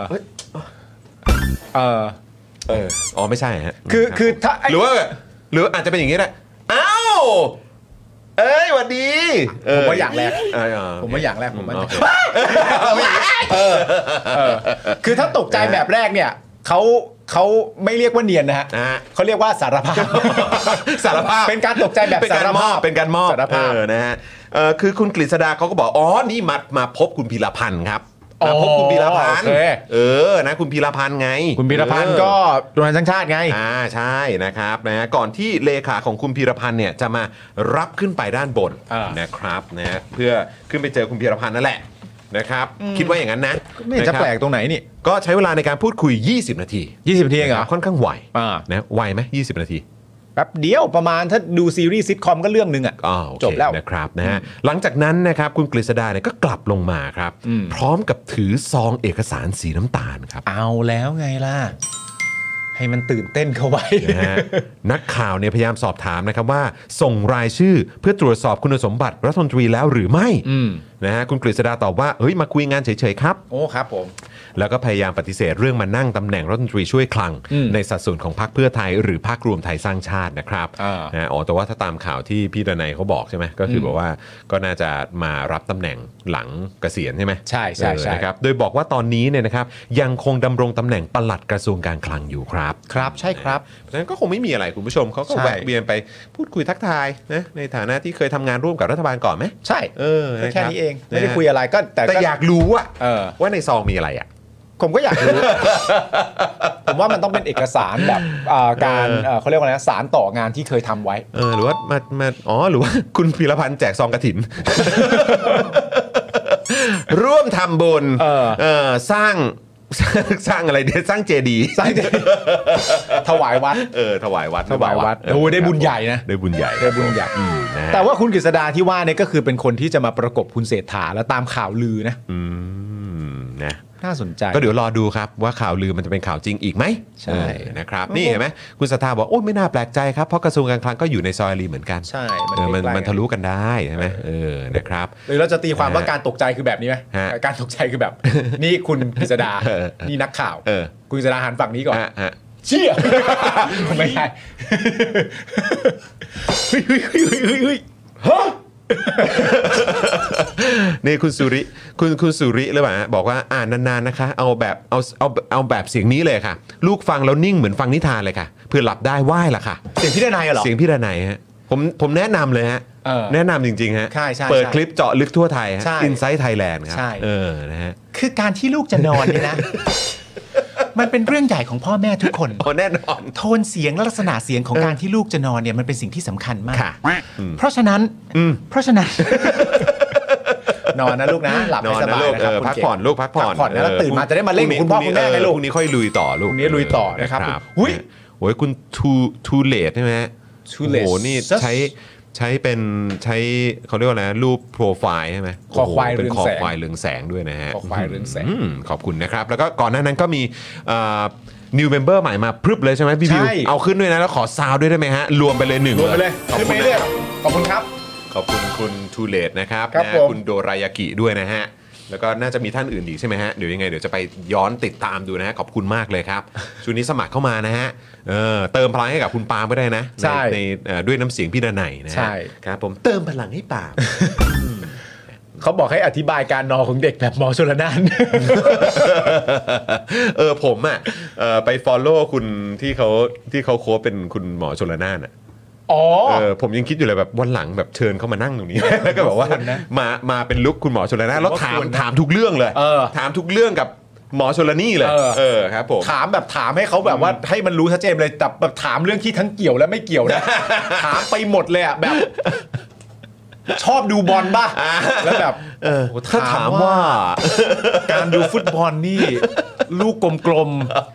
เอ้ย เออเออ อ๋อไม่ใช่ฮะ คือ รับ คือถ้า หรือว่าหรืออาจจะเป็นอย่างนี้แหละอ้าวเอ้ยหวัดดี ผมว่าอย่างแรก เออเออ ผมว่าอย่างแรกผมว่า โอเค คือถ้าตกใจแบบแรกเนี่ยเขาเขาไม่เรียกว่าเนียนนะฮะ อ่า เขาเรียกว่าสารภาพ สารภาพ เป็นการตกใจแบบ เป็น สา การ ร มอ ภา บ พ เป็นการมอบ สารภาพ เออนะฮะเอ่อคือคุณกฤษดาเขาก็บอกอ๋อนี่มามาพบคุณพีรพันธ์ครับมาพบคุณพีรพันธ์ อ๋อโอเค เออนะคุณพีรพันธ์ไง คุณพีรพันธ์ เออ ก็รวมไทยสร้างชาติไง อ่าใช่นะครับนะฮะก่อนที่เลขาของคุณพีรพันธ์เนี่ยจะมารับขึ้นไปด้านบน อ่าน นะครับนะฮะเพื่อขึ้นไปเจอคุณพีรพันธ์นั่นแหละ นะครับ คิดว่าอย่างนั้นนะ ไม่เห็นจะ ครับ แปลกตรงไหนนี่ ก็ใช้เวลาในการพูดคุย 20 นาที ยี่สิบนาทีเองเหรอ ค่อนข้างไว อ่า นะไวไหม20 นาที แป๊บเดียวประมาณถ้าดูซีรีส์ซิทคอมก็เรื่องหนึงอ่ะ อ่าโอเค จบแล้ว นะครับนะฮะหลังจากนั้นนะครับคุณกฤษดาเนี่ยก็กลับลงมาครับ อืม พร้อมกับถือซองเอกสารสีน้ำตาลครับ เอาแล้วไงล่ะ ให้มันตื่นเต้นเข้าไว้ นะฮะ นักข่าวเนี่ยพยายามสอบถามนะครับว่า ส่งรายชื่อเพื่อตรวจสอบคุณสมบัติรัฐมนตรีแล้วหรือไม่ อืม นะฮะคุณกฤษดาตอบว่าเฮ้ยมาคุยงานเฉยๆครับ โอ้ครับผม แล้วก็พยายามปฏิเสธเรื่องมานั่งตำแหน่งรัฐมนตรีช่วยคลัง อืม ในสัดส่วนของพรรคเพื่อไทยหรือพรรครวมไทยสร้างชาตินะครับ อ่าน ะอ๋อแต่ว่าถ้าตามข่าวที่พี่ดนัยเขาบอกใช่ไหมก็คืออบอกว่าก็น่าจะมารับตำแหน่งหลังเกษียณใช่ไหม ใช่ใช่ใช่ เออนะครับ โดยบอกว่าตอนนี้เนี่ยนะครับยังคงดำรงตำแหน่งปลัดกระทรวงการคลังอยู่ครับ ครับใช่ครับ เพราะฉะนั้นก็คงไม่มีอะไรคุณผู้ชมเขาก็ ใช่ แวะเวียนไปพูดคุยทักทายนะในฐานะที่เคยทำงานร่วมกับรัฐบาลก่อนไหม ใช่ เออ ก็ นะ แค่ รับ นี้เอง ไม่ได้ นะฮะ คุยอะไรก็แต่ แต่อยากรู้อะ เออ ว่าในซองมีอะไรอะ ผมก็อยาก รู้ ผมว่ามันต้องเป็นเอกสารแบบเอ่อการ เออ เอ่อเขาเรียกว่าอะไรนะสารต่องานที่เคยทำ ไว้ เออหรือว่ามามาอ๋อหรือว่า คุณพีรพันธ์แจกซองกระถิน ร่วมทำบุญ เออ เออสร้าง สร้างอะไรเดี๋ยวสร้างเจดีย์ สร้างเจดีย์ถวายวัด เออถวายวัด ถวายวัด หรืเปล่ะ โอ้โหได้บุญใหญ่นะ ได้บุญใหญ่ ได้บุญใหญ่ อืมนะฮะ แต่ว่าคุณกฤษดาที่ว่าเนี่ยก็คือเป็นคนที่จะมาประกบคุณเศรษฐาแล้วตามข่าวลือนะ อืมนะ น่าสนใจ ก็เดี๋ยวรอดูครับว่าข่าวลือมันจะเป็นข่าวจริงอีกไหม ใช่ เออนะครับ นี่เห็นไหมคุณสัทธาบอกโอ้ยไม่น่าแปลกใจครับ เพราะกระทรวงการคลังก็อยู่ในซอยอารีเหมือนกัน ใช่ เออมัน ใกล้ๆ มันทะลุกันได้ใช่ไหมเออนะครับ หรือเราจะตีความว่าการตกใจคือแบบนี้ไหม ฮะ การตกใจคือแบบ นี่คุณกฤษดา เออ นี่นักข่าว เออ คุณกฤษดาหันฝั่งนี้ก่อน ฮะฮะ เชี่ย ไม่ใช่เฮ้ยเฮ้ยเฮ้ยเฮ้ยเฮ้ยฮะ นี่คุณสุริคุณคุณสุริหรือเปล่าฮะบอกว่าอ่านนานๆนะคะ เอาแบบเอาเอาเอาแบบเสียงนี้เลยค่ะ ลูกฟังแล้วนิ่งเหมือนฟังนิทานเลยค่ะเพื่อหลับได้ไหว้ละค่ะ เสียงพี่ดนายเหรอ เสียงพี่ดนัยฮะผมผมแนะนำเลยฮะ เออ แนะนำจริง ๆ ฮะ ใช่ใช่ เปิด ใช่ คลิปเจาะลึกทั่วไทยฮะ ใช่ อินไซต์ไทยแลนด์ครับ ใช่ เออนะฮะ คือการที่ลูกจะนอน เนี่ยนะ มันเป็นเรื่องใหญ่ของพ่อแม่ทุกคน โอ้แน่นอน โทนเสียงและลักษณะเสียงของการที่ลูกจะนอนเนี่ยมันเป็นสิ่งที่สำคัญมาก ค่ะ เพราะฉะนั้นเพราะฉะนั้น นอนนะลูกนะ หลับ น ให้ อน ส นะ บาย ลูก นะค เอ รับ อ คุณ พัก เ ผ่อนลูกพักผ่อน พักผ่อนนะแล้ว เ ตื่นมาจะได้มาเล่นกับ พรุ่ง คุณพ่อคุณแม่ไงลูกเพรุ่งนี้ค่อยลุยต่อลูก พรุ่งนี้ลุยต่อนะครับ ครับ อุ๊ย โอ้ยคุณทูทูเลตใช่ไหมฮะ Tulate โอ้โหนี่ใช้ใช้เป็นใช้เขาเรียกว่าอะไรนะรูปโปรไฟล์ใช่ไหม คอควาย โโหเป็น เรือง คอ แสง ควายเรืองแสงด้วยนะฮะ คอควายเรืองแสง มขอบคุณนะครับ แล้วก็ก่อนหน้านั้นก็มีนิวเมมเบอร์ใหม่มาพรึบเลยใช่ไหมพี่บิว ใช่ เอาขึ้นด้วยนะแล้วขอซาวด์ด้วยได้ไหมฮะรวมไปเลยหนึ่ง รวมไปเลย ขอบ ขึ้น คุ ไป ณ เรื่อย นะครับ ขอบคุณครับ ขอบคุณคุณทูเลตนะครับ ครับ นะ ผม คุณโดรายากิด้วยนะฮะ แล้วก็น่าจะมีท่านอื่นอีกใช่ไหมฮะ เดี๋ยวยังไงเดี๋ยวจะไปย้อนติดตามดูนะฮะ ขอบคุณมากเลย ครับ ช่วงนี้สมัครเข้ามานะฮะเออเติมพลังให้กับคุณปาล์มก็ได้นะ ใช่ ในเอ่อด้วยน้ำเสียงพี่ดนัยนะฮะ ใช่ ครับผมเติมพลังให้ ปาล์ม เขาบอกให้อธิบายการนอนของเด็กแบบหมอชลนาน เออผมอ่ะเออไปฟอลโล่คุณที่เขาที่เขาโค้ชเป็นคุณหมอชลนานอ่ะ อ๋อ เออผมยังคิดอยู่เลยแบบวันหลังแบบเชิญเขามานั่งตรงนี้ แล้วก็แบบว่า ควรนะ มามาเป็นลุคคุณหมอชลนา ผมว่า แล้วถาม ควรนะ ถามทุกเรื่องเลย เออ ถามทุกเรื่องกับหมอชลนี่เลย เออ เออครับผม ถามแบบถามให้เขาแบบว่าให้มันรู้ชัดเจนเลยแต่แบบถามเรื่องที่ทั้งเกี่ยวและไม่เกี่ยวนะ ถามไปหมดเลยอ่ะแบบ ชอบดูบอล ป่ะแล้วแบบ เออ โโห ถ้าถามว่า การดูฟุตบอลนี่ ลูกกลม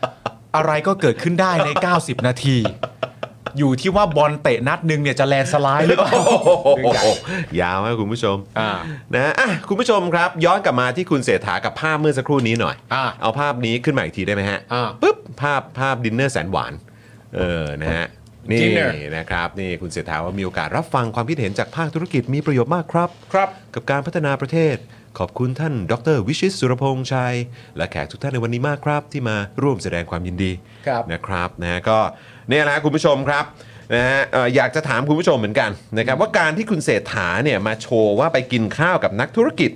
ๆ อะไรก็เกิดขึ้นได้ใน 90 นาที อยู่ที่ว่าบอลเตะนัดหนึงเนี่ยจะแลนด์สไลด์หรือเปล่า เรื่องใหญ่ ยาวมากคุณผู้ชม อ่า นะอ่ะคุณผู้ชมครับ ย้อนกลับมาที่คุณเศรษฐากับภาพเมื่อสักครู่นี้หน่อย อ่า เอาภาพนี้ขึ้นมาอีกทีได้ไหมฮะ อ่า ปุ๊บภาพภาพดินเนอร์แสนหวาน เออนะฮะนี่ Dinner นะครับนี่คุณเศรษฐาว่ามีโอกาสรับฟังความคิดเห็นจากภาคธุรกิจมีประโยชน์มากครับ ครับ กับการพัฒนาประเทศ ขอบคุณท่าน ดร วิชิตสุรพงษ์ชัย และแขกทุกท่านในวันนี้มากครับ ที่มาร่วมแสดงความยินดี ครับ นะครับนะฮะก็เนี่ยนะฮะคุณผู้ชมครับนะฮะเอ่ออยากจะถามคุณผู้ชมเหมือนกันนะครับว่าการที่คุณเศรษฐาเนี่ยมาโชว์ว่าไปกินข้าวกับนักธุรกิจ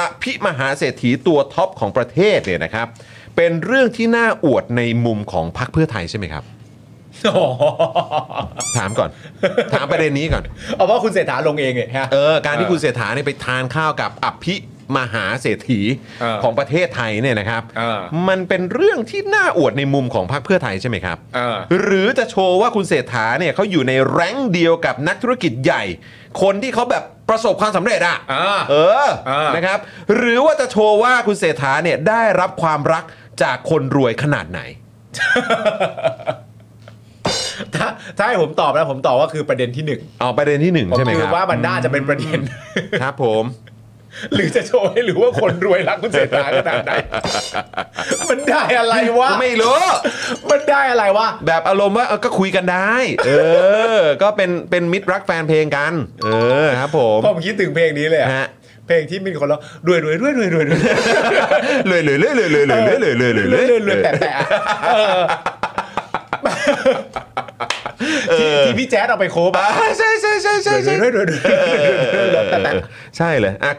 อภิมหาเศรษฐีตัวท็อปของประเทศเนี่ยนะครับเป็นเรื่องที่น่าอวดในมุมของพรรคเพื่อไทยใช่ไหมครับ อ๋ อ ถามก่อน ถามประเด็นนี้ก่อน เอาว่าคุณเศรษฐาลงเองเนี่ยฮะ เออการที่คุณเศรษฐาเนี่ยไปทานข้าวกับอภิ มหาเศรษฐี เออ ของประเทศไทยเนี่ยนะครับ เออ มันเป็นเรื่องที่น่าอวดในมุมของพรรคเพื่อไทยใช่ไหมครับ เออ หรือจะโชว์ว่าคุณเศรษฐาเนี่ยเขาอยู่ในแรงค์เดียวกับนักธุรกิจใหญ่ คนที่เขาแบบประสบความสำเร็จอะ อ่า เออ อ่าน นะครับ หรือว่าจะโชว์ว่าคุณเศรษฐาเนี่ยได้รับความรักจากคนรวยขนาดไหน ถ้าถ้าให้ผมตอบนะผมตอบว่าคือประเด็นที่หนึ่ง เอาประเด็นที่หนึ่ง ผม ใช่ไหม คื ค อ รับ ว่ามันน่าจะเป็นประเด็น ครับผม หรือจะโชว์ให้รู้ว่าคนรวยรักคุณเศรษฐาขนาดไหน มันได้อะไรวะ ไม่รู้ มันได้อะไรวะ แบบอารมณ์ว่าเออก็คุยกันได้ เออ ก็เป็นเป็นมิตรรักแฟนเพลงกัน เออครับผม ผมคิดถึงเพลงนี้เลยอะ ฮะ เพลงที่มีคนร้องรวยรวยรวยรวยรวยรวย เลยเลยเลยเลยเลยเลยเลยเลยเลย ร เล วย ย รวยรวยแปะแปะอะเออที่ที่พี่แจ๊ดเอาไปโคบอะ อ่าใช่ใช่ใช่ใช่ใช่ รวยรวยรวยรวยรวยรวยรวยรวยแปะแปะ ใช่เลยอ่ะ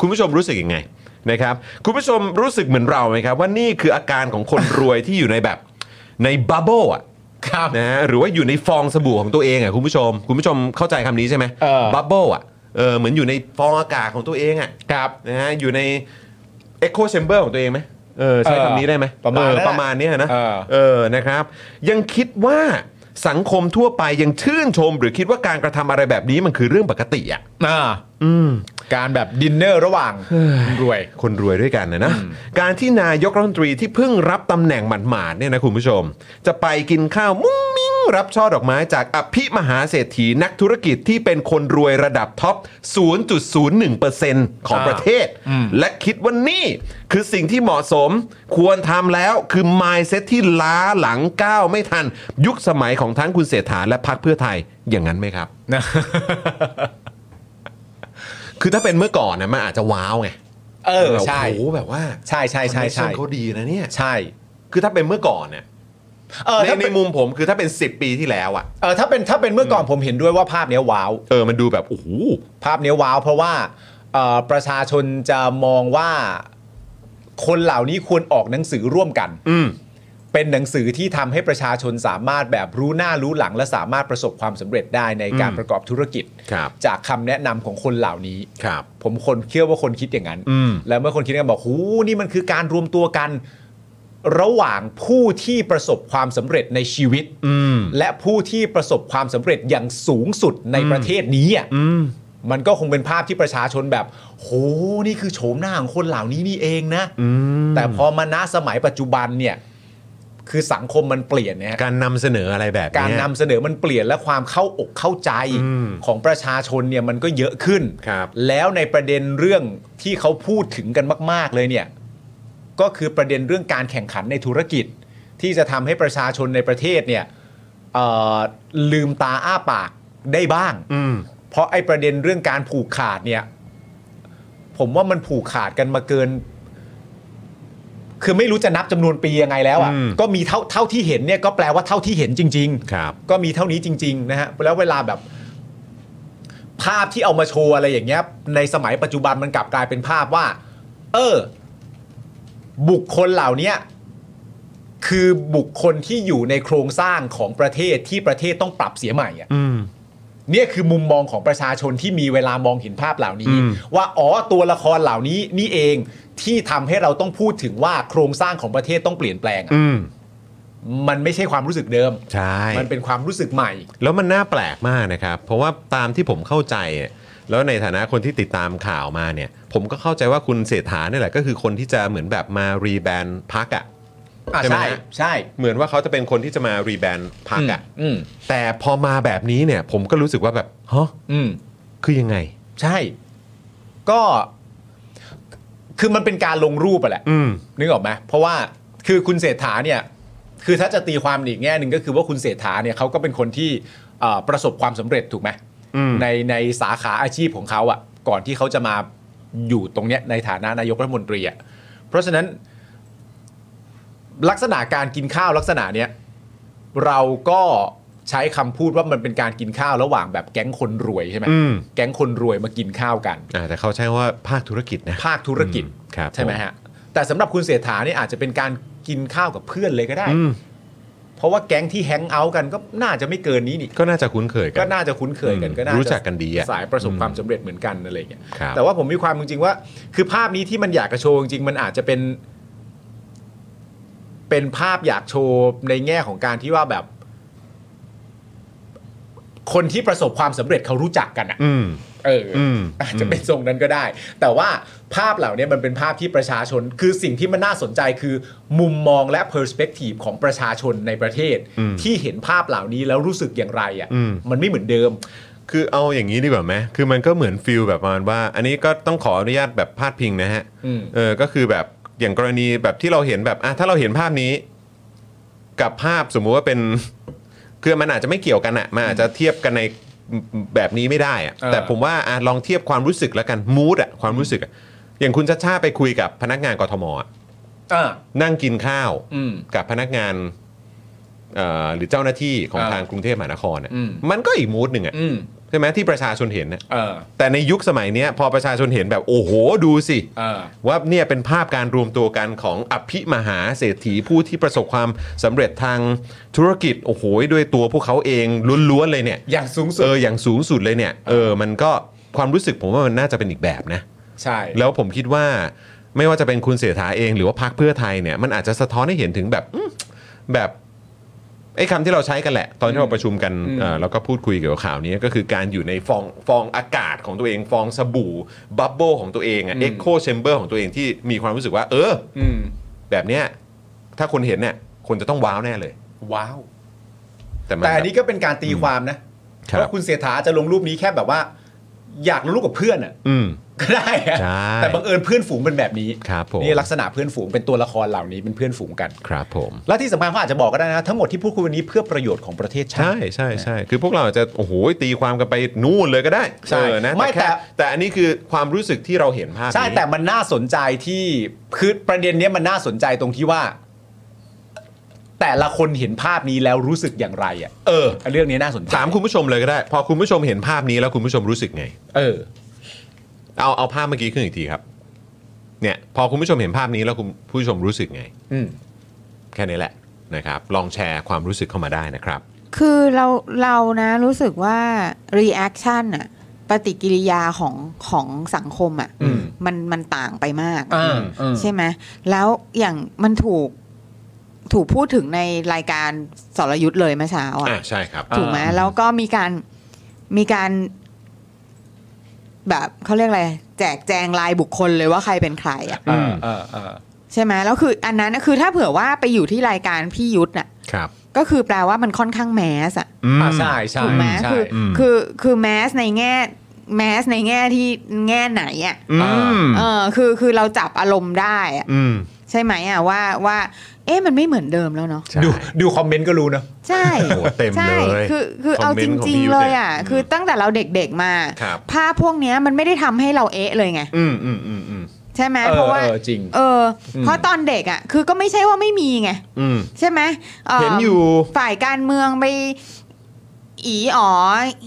คุณผู้ชมรู้สึกยังไงนะครับคุณผู้ชมรู้สึกเหมือนเราไหมครับ ว่านี่คืออาการของคนรวยที่อยู่ในแบบในบับเบิลอ่ะ ครับ นะฮะหรือว่าอยู่ในฟองสบู่ของตัวเองอ่ะคุณผู้ชม คุณผู้ชมเข้าใจคำนี้ใช่ไหม เออ บับเบิลอ่ะเออเหมือนอยู่ในฟองอากาศของตัวเองอ่ะ ครับ นะฮะอยู่ในเอ็กโคแชมเบอร์ของตัวเองไหมเออใช้ เออ คำนี้ได้ไหม ประมาณ เออ นั้นแหละ ประมาณเนี้ยนะ เออ เออนะครับ ยังคิดว่าสังคมทั่วไปยังชื่นชม หรือคิดว่าการกระทำอะไรแบบนี้มันคือเรื่องปกติอ่ะ อ่าการแบบดินเนอร์ระหว่างรวย คนรวยด้วยกันนะนะ การที่นายกรัฐมนตรีที่เพิ่งรับตำแหน่งหมาดๆเนี่ยนะคุณผู้ชม จะไปกินข้าวมุ้งมิ้งรับช่อดอกไม้จากอภิมหาเศรษฐีนักธุรกิจที่เป็นคนรวยระดับท็อป 0.01%ของ อ่า ประเทศ และคิดว่านี่คือสิ่งที่เหมาะสมควรทำแล้วคือ mindset ที่ล้าหลังก้าวไม่ทัน ยุคสมัยของทั้งคุณเศรษฐาและพรรคเพื่อไทยอย่างนั้นไหมครับ นะ คือถ้าเป็นเมื่อก่อนนะมันอาจจะว้าวไง เออใช่ โอ้โหแบบว่า ใช่ใช่ใช่ใช่ เขาดีนะเนี่ย ใช่ คือถ้าเป็นเมื่อก่อนเนี่ย เออ ใน ถ้า ใน เป็น มุมผมคือถ้าเป็น 10 ปีที่แล้วอะ่ะ เออถ้าเป็นถ้าเป็นเมื่อก่อนผมเห็นด้วยว่าภาพเนี้ยว้าว เออมันดูแบบโอ้โห ภาพเนี้ยว้าวเพราะว่าเอ่อประชาชนจะมองว่าคนเหล่านี้ควรออกหนังสือร่วมกัน อืม เป็นหนังสือที่ทำให้ประชาชนสามารถแบบรู้หน้ารู้หลัง และสามารถประสบความสำเร็จได้ในการ อืม ประกอบธุรกิจ ครับ จากคำแนะนำของคนเหล่านี้ ครับ ผมคนเชื่อว่าคนคิดอย่างนั้น อืม แล้วเมื่อคนคิดกันบอกหูนี่มันคือการรวมตัวกัน ระหว่างผู้ที่ประสบความสำเร็จในชีวิต อืม และผู้ที่ประสบความสำเร็จอย่างสูงสุดในประเทศนี้อ่ะ อืม มันก็คงเป็นภาพที่ประชาชนแบบ โห นี่คือโฉมหน้าของคนเหล่านี้นี่เองนะ อืม แต่พอมาณสมัยปัจจุบันเนี่ย คือสังคมมันเปลี่ยนนะฮะ การนำเสนออะไรแบบเนี้ย การนำเสนอมันเปลี่ยนและความเข้าอกเข้าใจ อืม ของประชาชนเนี่ยมันก็เยอะขึ้น ครับ แล้วในประเด็นเรื่องที่เขาพูดถึงกันมาก ๆ เลยเนี่ย ก็คือประเด็นเรื่องการแข่งขันในธุรกิจ ที่จะทำให้ประชาชนในประเทศเนี่ยเอ่อลืมตาอ้าปากได้บ้าง อืม เพราะไอ้ประเด็นเรื่องการผูกขาดเนี่ย ผมว่ามันผูกขาดกันมาเกิน คือไม่รู้จะนับจำนวนปียังไงแล้ว อืม อะ่ะก็มีเท่าเท่าที่เห็นเนี่ยก็แปลว่าเท่าที่เห็นจริง ครับ ๆ ก็มีเท่านี้จริง ๆ นะฮะแล้วเวลาแบบ ภาพที่เอามาโชว์อะไรอย่างเงี้ย ในสมัยปัจจุบันมันกลับกลายเป็นภาพว่า เออ บุคคลเหล่าเนี้ยคือบุคคลที่อยู่ในโครงสร้างของประเทศที่ประเทศต้องปรับเสียใหม่อะ อืม เนี่ยคือมุมมองของประชาชนที่มีเวลามองเห็นภาพเหล่านี้ อืม ว่าอ๋อตัวละครเหล่านี้นี่เองที่ทำให้เราต้องพูดถึงว่าโครงสร้างของประเทศต้องเปลี่ยนแปลงอะ อืม มันไม่ใช่ความรู้สึกเดิม ใช่ มันเป็นความรู้สึกใหม่ แล้วมันน่าแปลกมากนะครับ เพราะว่าตามที่ผมเข้าใจอะแล้วในฐานะคนที่ติดตามข่าวมาเนี่ย ผมก็เข้าใจว่าคุณเศรษฐาเนี่ยแหละก็คือคนที่จะเหมือนแบบมารีแบรนด์พักอ่ะ อ่ะ ใช่ไหม ใช่ ฮะ ใช่ เหมือนว่าเขาจะเป็นคนที่จะมารีแบรนด์พัก อืม อ่ะ อืม แต่พอมาแบบนี้เนี่ย ผมก็รู้สึกว่าแบบฮะ อืม คือยังไง ใช่ ก็ คือมันเป็นการลงรูปอะแหละ อืม นึกออกไหมเพราะว่าคือคุณเศรษฐาเนี่ย คือถ้าจะตีความอีกแง่หนึ่งก็คือว่าคุณเศรษฐาเนี่ยเขาก็เป็นคนที่เอ่อประสบความสำเร็จถูกไหม อืม ในในสาขาอาชีพของเขาอะ่ะ ก่อนที่เขาจะมาอยู่ตรงเนี้ยในฐานะนายกรัฐมนตรีอะ่ะเพราะฉะนั้น ลักษณะการกินข้าวลักษณะเนี้ยเราก็ใช้คำพูดว่ามันเป็นการกินข้าวระหว่างแบบแก๊งคนรวยใช่ไหม อืม แก๊งคนรวยมากินข้าวกัน อ่าแต่เขาใช้ว่าภาคธุรกิจนะ ภาคธุรกิจ อืมครับ ใช่ไหม ผม ฮะแต่สำหรับคุณเศรษฐาเนี่ยอาจจะเป็นการกินข้าวกับเพื่อนเลยก็ได้ อืม พ เพราะว่าแก๊งที่แฮงเอาท์กันก็น่าจะไม่เกินนี้นี่ ก็น่าจะคุ้นเคยกั ก็ น น่าจะคุ้นเคยกัน อืม ก็น่ารู้ รู้จักกันดีอะ สายประสบ อืม ความสำเร็จเหมือนกันอะไรอย่างเงี้ย ครับ แต่ว่าผมมีความจริงๆว่า คือภาพนี้ที่มันอยากจะโชว์จริงๆมันอาจจะเป็น เป็นภาพอยากโชว์ในแง่ของการที่ว่าแบบ คนที่ประสบความสำเร็จเขารู้จักกันอะ อืม เอออ อืม อาจจะเป็นทรงนั้นก็ได้ แต่ว่าภาพเหล่านี้มันเป็นภาพที่ประชาชน คือสิ่งที่มันน่าสนใจคือ มุมมองและเพอร์สเปกทีฟของประชาชนในประเทศ อืม ที่เห็นภาพเหล่านี้แล้วรู้สึกอย่างไร อืม อะ่ะมันไม่เหมือนเดิม คือเอาอย่างนี้ดีกว่าไหมคือมันก็เหมือนฟิลแบบประมาณว่า อันนี้ก็ต้องขออนุญาตแบบพาดพิงนะฮะ อืม เออ ก็คือแบบอย่างกรณีแบบที่เราเห็นแบบอ่ะถ้าเราเห็นภาพนี้ กับภาพสมมุติว่าเป็น คือมันอาจจะไม่เกี่ยวกันอะมันอาจจะเทียบกันในแบบนี้ไม่ได้อะ เออ แต่ผมว่าอ่ะลองเทียบความรู้สึกแล้วกันมูดอะความรู้สึกอะอย่างคุณชาชาติไปคุยกับพนักงานกทมอะ อ่า นั่งกินข้าว อืม กับพนักงานเอ่อหรือเจ้าหน้าที่ของ อ่า ทางกรุงเทพมหานครเนี่ย อืม มันก็อีกมูดหนึ่งอะ อืม ใช่ไหมที่ประชาชนเห็นนะ เออ แต่ในยุคสมัยเนี้ยพอประชาชนเห็นแบบโอ้โหดูสิ เออ ว่าเนี่ยเป็นภาพการรวมตัวกันของอภิมหาเศรษฐีผู้ที่ประสบความสำเร็จทางธุรกิจ โอ้โหด้วยตัวพวกเขาเองล้วนๆเลยเนี่ย อย่างสูงสุด เอออย่างสูงสุดเลยเนี่ยเออมันก็ความรู้สึกผมว่ามันน่าจะเป็นอีกแบบนะ ใช่ แล้วผมคิดว่าไม่ว่าจะเป็นคุณเสถาเองหรือว่าพรรคเพื่อไทยเนี่ยมันอาจจะสะท้อนให้เห็นถึงแบบอื้อแบบไอ้คำที่เราใช้กันแหละ ตอนที่เราประชุมกันเอ่อแล้วก็พูดคุยเกี่ยวกับข่าวนี้ก็คือการอยู่ในฟองฟองอากาศของตัวเอง ฟองสบู่บับเบิลของตัวเองอะเอ็กโคแชมเบอร์ของตัวเองที่มีความรู้สึกว่า เออ อืม แบบเนี้ยถ้าคนเห็นเนี่ยคนจะต้องว้าวแน่เลย ว้าว แต่มั แต่อัน บบ นี้ก็เป็นการตีความนะครับ ว่าคุณเสถาจะลงรูปนี้แค่แบบว่า อยากลงรูปกับเพื่อนอ่ะ อืม ก็ได้อะ ใช่ แต่บังเอิญเพื่อนฝูงเป็นแบบนี้ ครับผม นี่ลักษณะเพื่อนฝูงเป็นตัวละครเหล่านี้เป็นเพื่อนฝูงกัน ครับผม และที่สำคัญเขาอาจจะบอกก็ได้นะ ทั้งหมดที่พูดคุยวันนี้เพื่อประโยชน์ของประเทศชา ใช่ ติ ใช่ใช่คือพวกเราอาจจะโอ้โหตีความกันไปนู่นเลยก็ได้ ใช่ เออนะ ไม่แต่ ค่แต่อันนี้คือความรู้สึกที่เราเห็นภาพนี้ ใช่แต่มันน่าสนใจที่คือประเด็นเนี้ยมันน่าสนใจตรงที่ว่า แต่ละคนเห็นภาพนี้แล้วรู้สึกอย่างไรอ่ะ เออ เรื่องนี้น่าสนใจ ถามคุณผู้ชมเลยก็ได้ พอคุณผู้ชมเห็นภาพนี้แล้วคุณผู้ชมรู้สึกไง เออ เอาเอาภาพเมื่อกี้ขึ้นอีกทีครับ เนี่ย พอคุณผู้ชมเห็นภาพนี้แล้วคุณผู้ชมรู้สึกไง อืม แค่นี้แหละนะครับ ลองแชร์ความรู้สึกเข้ามาได้นะครับ คือเราเรานะรู้สึกว่า reaction อะปฏิกิริยาของของสังคมอะ อืม มันมันต่างไปมาก อ่าอืม ใช่ไหมแล้วอย่างมันถูกถูกพูดถึงในรายการสรยุทธ์เลยเมื่อเช้า อ่า อ่ะ ใช่ครับ ถูกไหมแล้วก็มีการมีการ แบบเขาเรียกอะไร แจกแจงรายบุคคลเลยว่าใครเป็นใครอ่ะ อ่าอ่าอ่า ใช่ไหมแล้วคือ อันนั้นน่ะคือถ้าเผื่อว่าไปอยู่ที่รายการพี่ยุทธ์น่ะ ครับ ก็คือแปลว่ามันค่อนข้างแมสอ่ะ อืม อ่าใช่ใช่ ถูกไหม ใช่ คืออ ม คือคือแมสในแง่แมสในแง่ที่แง่ไหนอ่ะ อืม เออคือคือเราจับอารมณ์ได้อะ อืม ใช่ไหมอ่ะว่าว่า เอ๊ะมันไม่เหมือนเดิมแล้วเนาะ ใช่ ดูดูคอมเมนต์ก็รู้เนอะ ใช่ โอ้โหเต็ม ใช่ เลย คือคือ คอ เอา มเม จ นต์ของ ริ พี่ ง ยุท ๆ ธ์ เลย เนี่ย อ่ะ อืม คือตั้งแต่เราเด็กๆมา ครับ ภาพพวกเนี้ยมันไม่ได้ทำให้เราเอ๊ะเลยไง อืมอืมอืมอืม ใช่ไหม เออ เพราะว่า เออจริง เอออเพราะตอนเด็กอ่ะ คือก็ไม่ใช่ว่าไม่มีไง อืม ใช่ไหมอ่อ เห็นอยู่ ฝ่ายการเมืองไปอีอ๋อ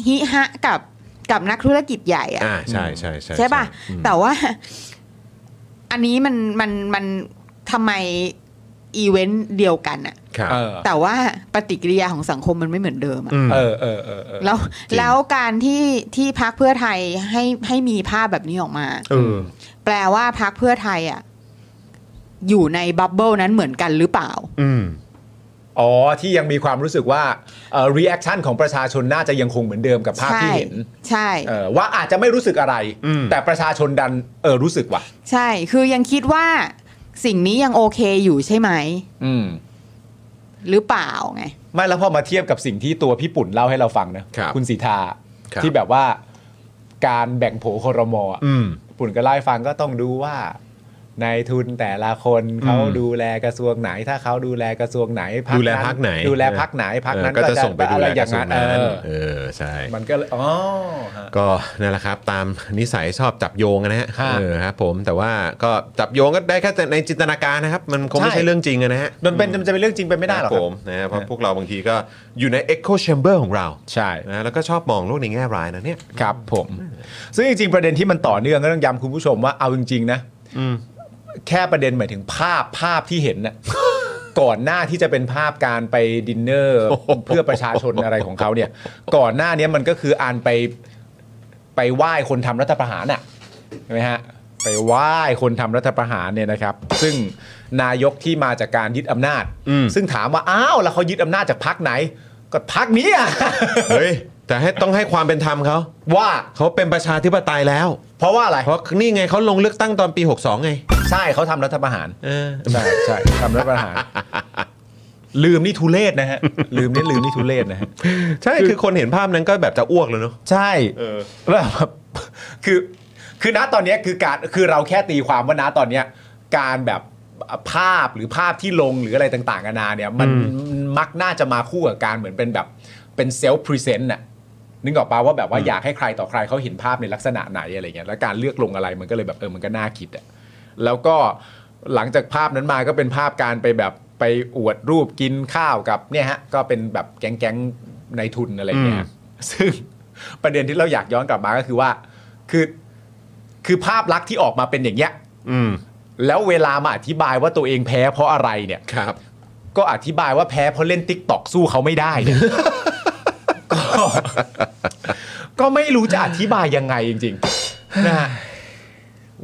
ฮิฮะกับกับนักธุรกิจใหญ่อ่ะ อ่าใช่ใช่ใช่ ใช่ป่ะ อืม แต่ว่า อันนี้มันมันมันทำไมอีเวนต์เดียวกันอะ ครับ เออ แต่ว่าปฏิกิริยาของสังคมมันไม่เหมือนเดิมอะ ม เออเออเออเออ แล้ว จริง แล้วการที่ที่พักเพื่อไทยให้ให้มีภาพแบบนี้ออกมา เออ แปลว่าพักเพื่อไทยอ่ะอยู่ในบับเบิลนั้นเหมือนกันหรือเปล่า อืม อ๋อที่ยังมีความรู้สึกว่าเอ่อรีแอคชั่นของประชาชนน่าจะยังคงเหมือนเดิมกับภาพที่เห็น ใช่ เอ่อว่าอาจจะไม่รู้สึกอะไร อืม แต่ประชาชนดันเออรู้สึกว่ะ ใช่ คือยังคิดว่าสิ่งนี้ยังโอเคอยู่ใช่ไหม อืม หรือเปล่าไง ไม่แล้วพอมาเทียบกับสิ่งที่ตัวพี่ปุ่นเล่าให้เราฟังนะครับ ณสีทา ครับ ที่แบบว่าการแบ่งโผคอรมอะ อืม พี่ปุ่นก็เล่าให้ฟังก็ต้องดูว่าในายทุนแต่ละคนเขาดูแลกระทรวงไหน ถ้าเขาดูแลกระทรวงไหนพรรค ดูแลพักไหน ดูแลพักไหนพักนั้น เออก็จะส่งไปดู อะไร แล อก ย่า ระ ง ทรวง นั้น นั้ เอน อ เออใช่ มันก็เลยอ๋อฮะ ก็นั่นแหละครับตามนิสัยชอบจับโยงอะนะฮะ ฮะ เออครับผมแต่ว่าก็จับโยงก็ได้แค่แต่ในจินตนาการนะครับ มันคงไม่ ใช่ ใช่เรื่องจริงอะนะฮะ มันเป็นมันจะเป็นเรื่องจริงไปไม่ได้หรอคกบครับ ผมนะฮะเพราะพวกเราบางทีก็อยู่ใน Echo Chamber ของเรา ใช่ นะแล้วก็ชอบมองโลกในแง่ร้ายนะเนี่ย ครับผม ซึ่งจริงๆประเด็นที่มันต่อเนื่องก็ต้องย้ำคุณผู้ชมว่าเอาจริงๆนะ อืม แค่ประเด็นหมายถึงภาพภาพที่เห็นน่ะ ก่อนหน้าที่จะเป็นภาพการไปดินเนอร์ เพื่อประชาชนอะไรของเขาเนี่ย ก่อนหน้าเนี้ยมันก็คืออ่านไปไปไหว้คนทำรัฐประหารน่ะใช่ไหมฮะไปไหว้คนทำรัฐประหารเนี่ยนะครับ ซึ่งนายกที่มาจากการยึดอำนาจ อืม ซึ่งถามว่าอ้าวแล้วเขายึดอำนาจจากพักไหน ก็พักนี้อ่ะ เฮ้ย แต่ให้ต้องให้ความเป็นธรรมเขา ว่า เขาเป็นประชาธิปไตยแล้ว เพราะว่าอะไร เพราะนี่ไงเขาลงเลือกตั้งตอนปี 62 ไง ใช่เขาทำรัฐประหาร เออ ใช่ใช่ทำรัฐประหาร ลืมนี่ทุเลศนะฮะ ลืมนี่ลืมนี่ทุเลศนะฮะ ใช่คือคนเห็นภาพนั้นก็แบบจะอ้วกเลยเนาะ ใช่ เออ แล้วแบบคือคือณตอนเนี้ยคือการคือเราแค่ตีความว่าณตอนเนี้ยการแบบภาพหรือภาพที่ลงหรืออะไรต่างๆนานาเนี่ย มันมักน่าจะมาคู่กับการเหมือนเป็นแบบเป็นเซลฟ์พรีเซนต์น่ะนึกออกปะว่าแบบว่าอยากให้ใครต่อใครเขาเห็นภาพในลักษณะไหนอะไรเงี้ยแล้วการเลือกลงอะไรมันก็เลยแบบเออมันก็น่าคิดอะแล้วก็หลังจากภาพนั้นมาก็เป็นภาพการไปแบบไปอวดรูปกินข้าวกับเนี่ยฮะก็เป็นแบบแก๊งๆในทุนอะไรเงี้ย ซึ่ง ประเด็นที่เราอยากย้อนกลับมาก็คือว่า คือ คือภาพลักษณ์ที่ออกมาเป็นอย่างเงี้ย อืม แล้วเวลามาอธิบายว่าตัวเองแพ้เพราะอะไรเนี่ย ครับ ก็อธิบายว่าแพ้เพราะเล่นติ๊กตอกสู้เขาไม่ได้เนี่ย ก็ก็ไม่รู้จะอธิบายยังไงจริงๆนะฮะ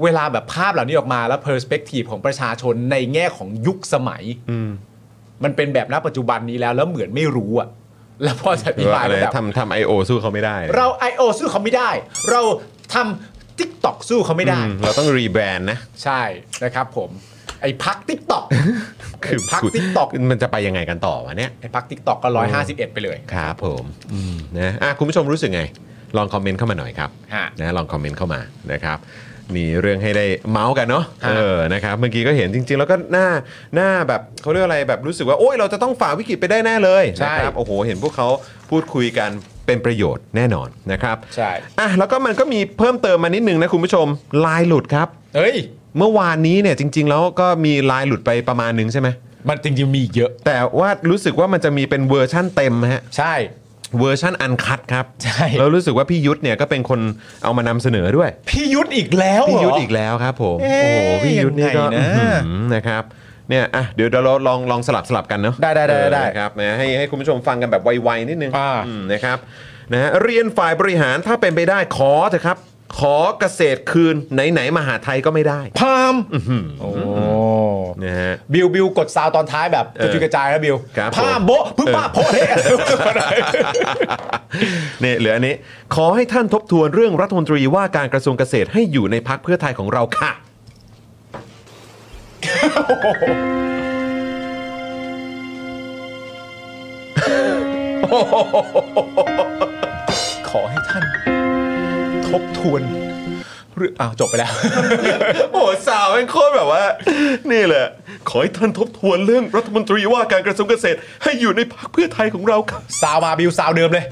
เวลาแบบภาพเหล่านี้ออกมาแล้วเพอร์สเปกทีฟของประชาชนในแง่ของยุคสมัย อืม มันเป็นแบบณปัจจุบันนี้แล้วแล้วเหมือนไม่รู้อะแล้วพอจะอธิบาย อะไร ว่าแบบ ทำทำไอโอสู้เขาไม่ได้ เรา I.O. สู้เขาไม่ได้ เราทำ TikTok สู้เขาไม่ได้ อืมเราต้องรีแบรนด์นะ ใช่นะครับผม ไอ้พัก TikTok คือ พัก TikTok มันจะไปยังไงกันต่อวะเนี่ย ไอ้พัก TikTok ก็ 151 ไปเลย ครับผมนะอ่ะคุณผู้ชมรู้สึกไง ลองคอมเมนต์เข้ามาหน่อยครับ ฮะ นะลองคอมเมนต์เข้ามานะครับมีเรื่องให้ได้เมาส์กันเนาะ ฮะ เออนะครับเมื่อกี้ก็เห็นจริง ๆ แล้วก็หน้าหน้าแบบเขาเรียกอะไรแบบรู้สึกว่าโอ้ยเราจะต้องฝ่าวิกฤตไปได้แน่เลย ใช่ นะครับโอ้โห เห็นพวกเขาพูดคุยกันเป็นประโยชน์แน่นอนนะครับ ใช่ อ่ะแล้วก็มันก็มีเพิ่มเติมมานิดนึงนะคุณผู้ชมลายหลุดครับ เฮ้ย เมื่อวานนี้เนี่ยจริง ๆ แล้วก็มีลายหลุดไปประมาณนึงใช่ไหม มันจริงๆมีอีกเยอะ แต่ว่ารู้สึกว่ามันจะมีเป็นเวอร์ชั่นเต็มฮะ ใช่ เวอร์ชันอันคัดครับ ใช่ แล้วรู้สึกว่าพี่ยุทธเนี่ยก็เป็นคนเอามานำเสนอด้วย พี่ยุทธอีกแล้ว พี่ เหร ยุทธอีกแล้วครับผม เอ๊ะ โอ้โหพี่ยุทธนี่ก็ ยังไงนะ อื้อหือนะครับเนี่ยอ่ะเดี๋ยวเดี๋ยวเราลองลองสลับสลับกันเนาะ ได้ได้ได้ เออ ได้ นะครับนะให้ให้คุณผู้ชมฟังกันแบบไวๆนิดนึง อ่า อืมนะครับนะฮะเรียนฝ่ายบริหารถ้าเป็นไปได้ขอเถอะครับ ขอเกษตรคืนไหนๆมหาไทยก็ไม่ได้ พามโอ้ นะฮะ บิวบิวกดซาวตอนท้ายแบบ เอก อ ระจุยกระจายนะบิว ครับผม พามโบ๊ะพึ่งป้าโพะเฮ้ย เนี่ยเหลืออันนี้ ขอให้ท่านทบทวนเรื่องรัฐมนตรีว่าการกระทรวงเกษตรให้อยู่ในพักเพื่อไทยของเราค่ะ ขอให้ท่าน ทบทวนเรื่องอ้าวจบไปแล้ว โอ้โหสาวแม่งโคตรแบบว่า นี่แหละ ขอให้ท่านทบทวนเรื่องรัฐมนตรีว่าการกระทรวงเกษตร ให้อยู่ในพักเพื่อไทยของเราค่ะ ซาวมาบิวซาวเดิมเลย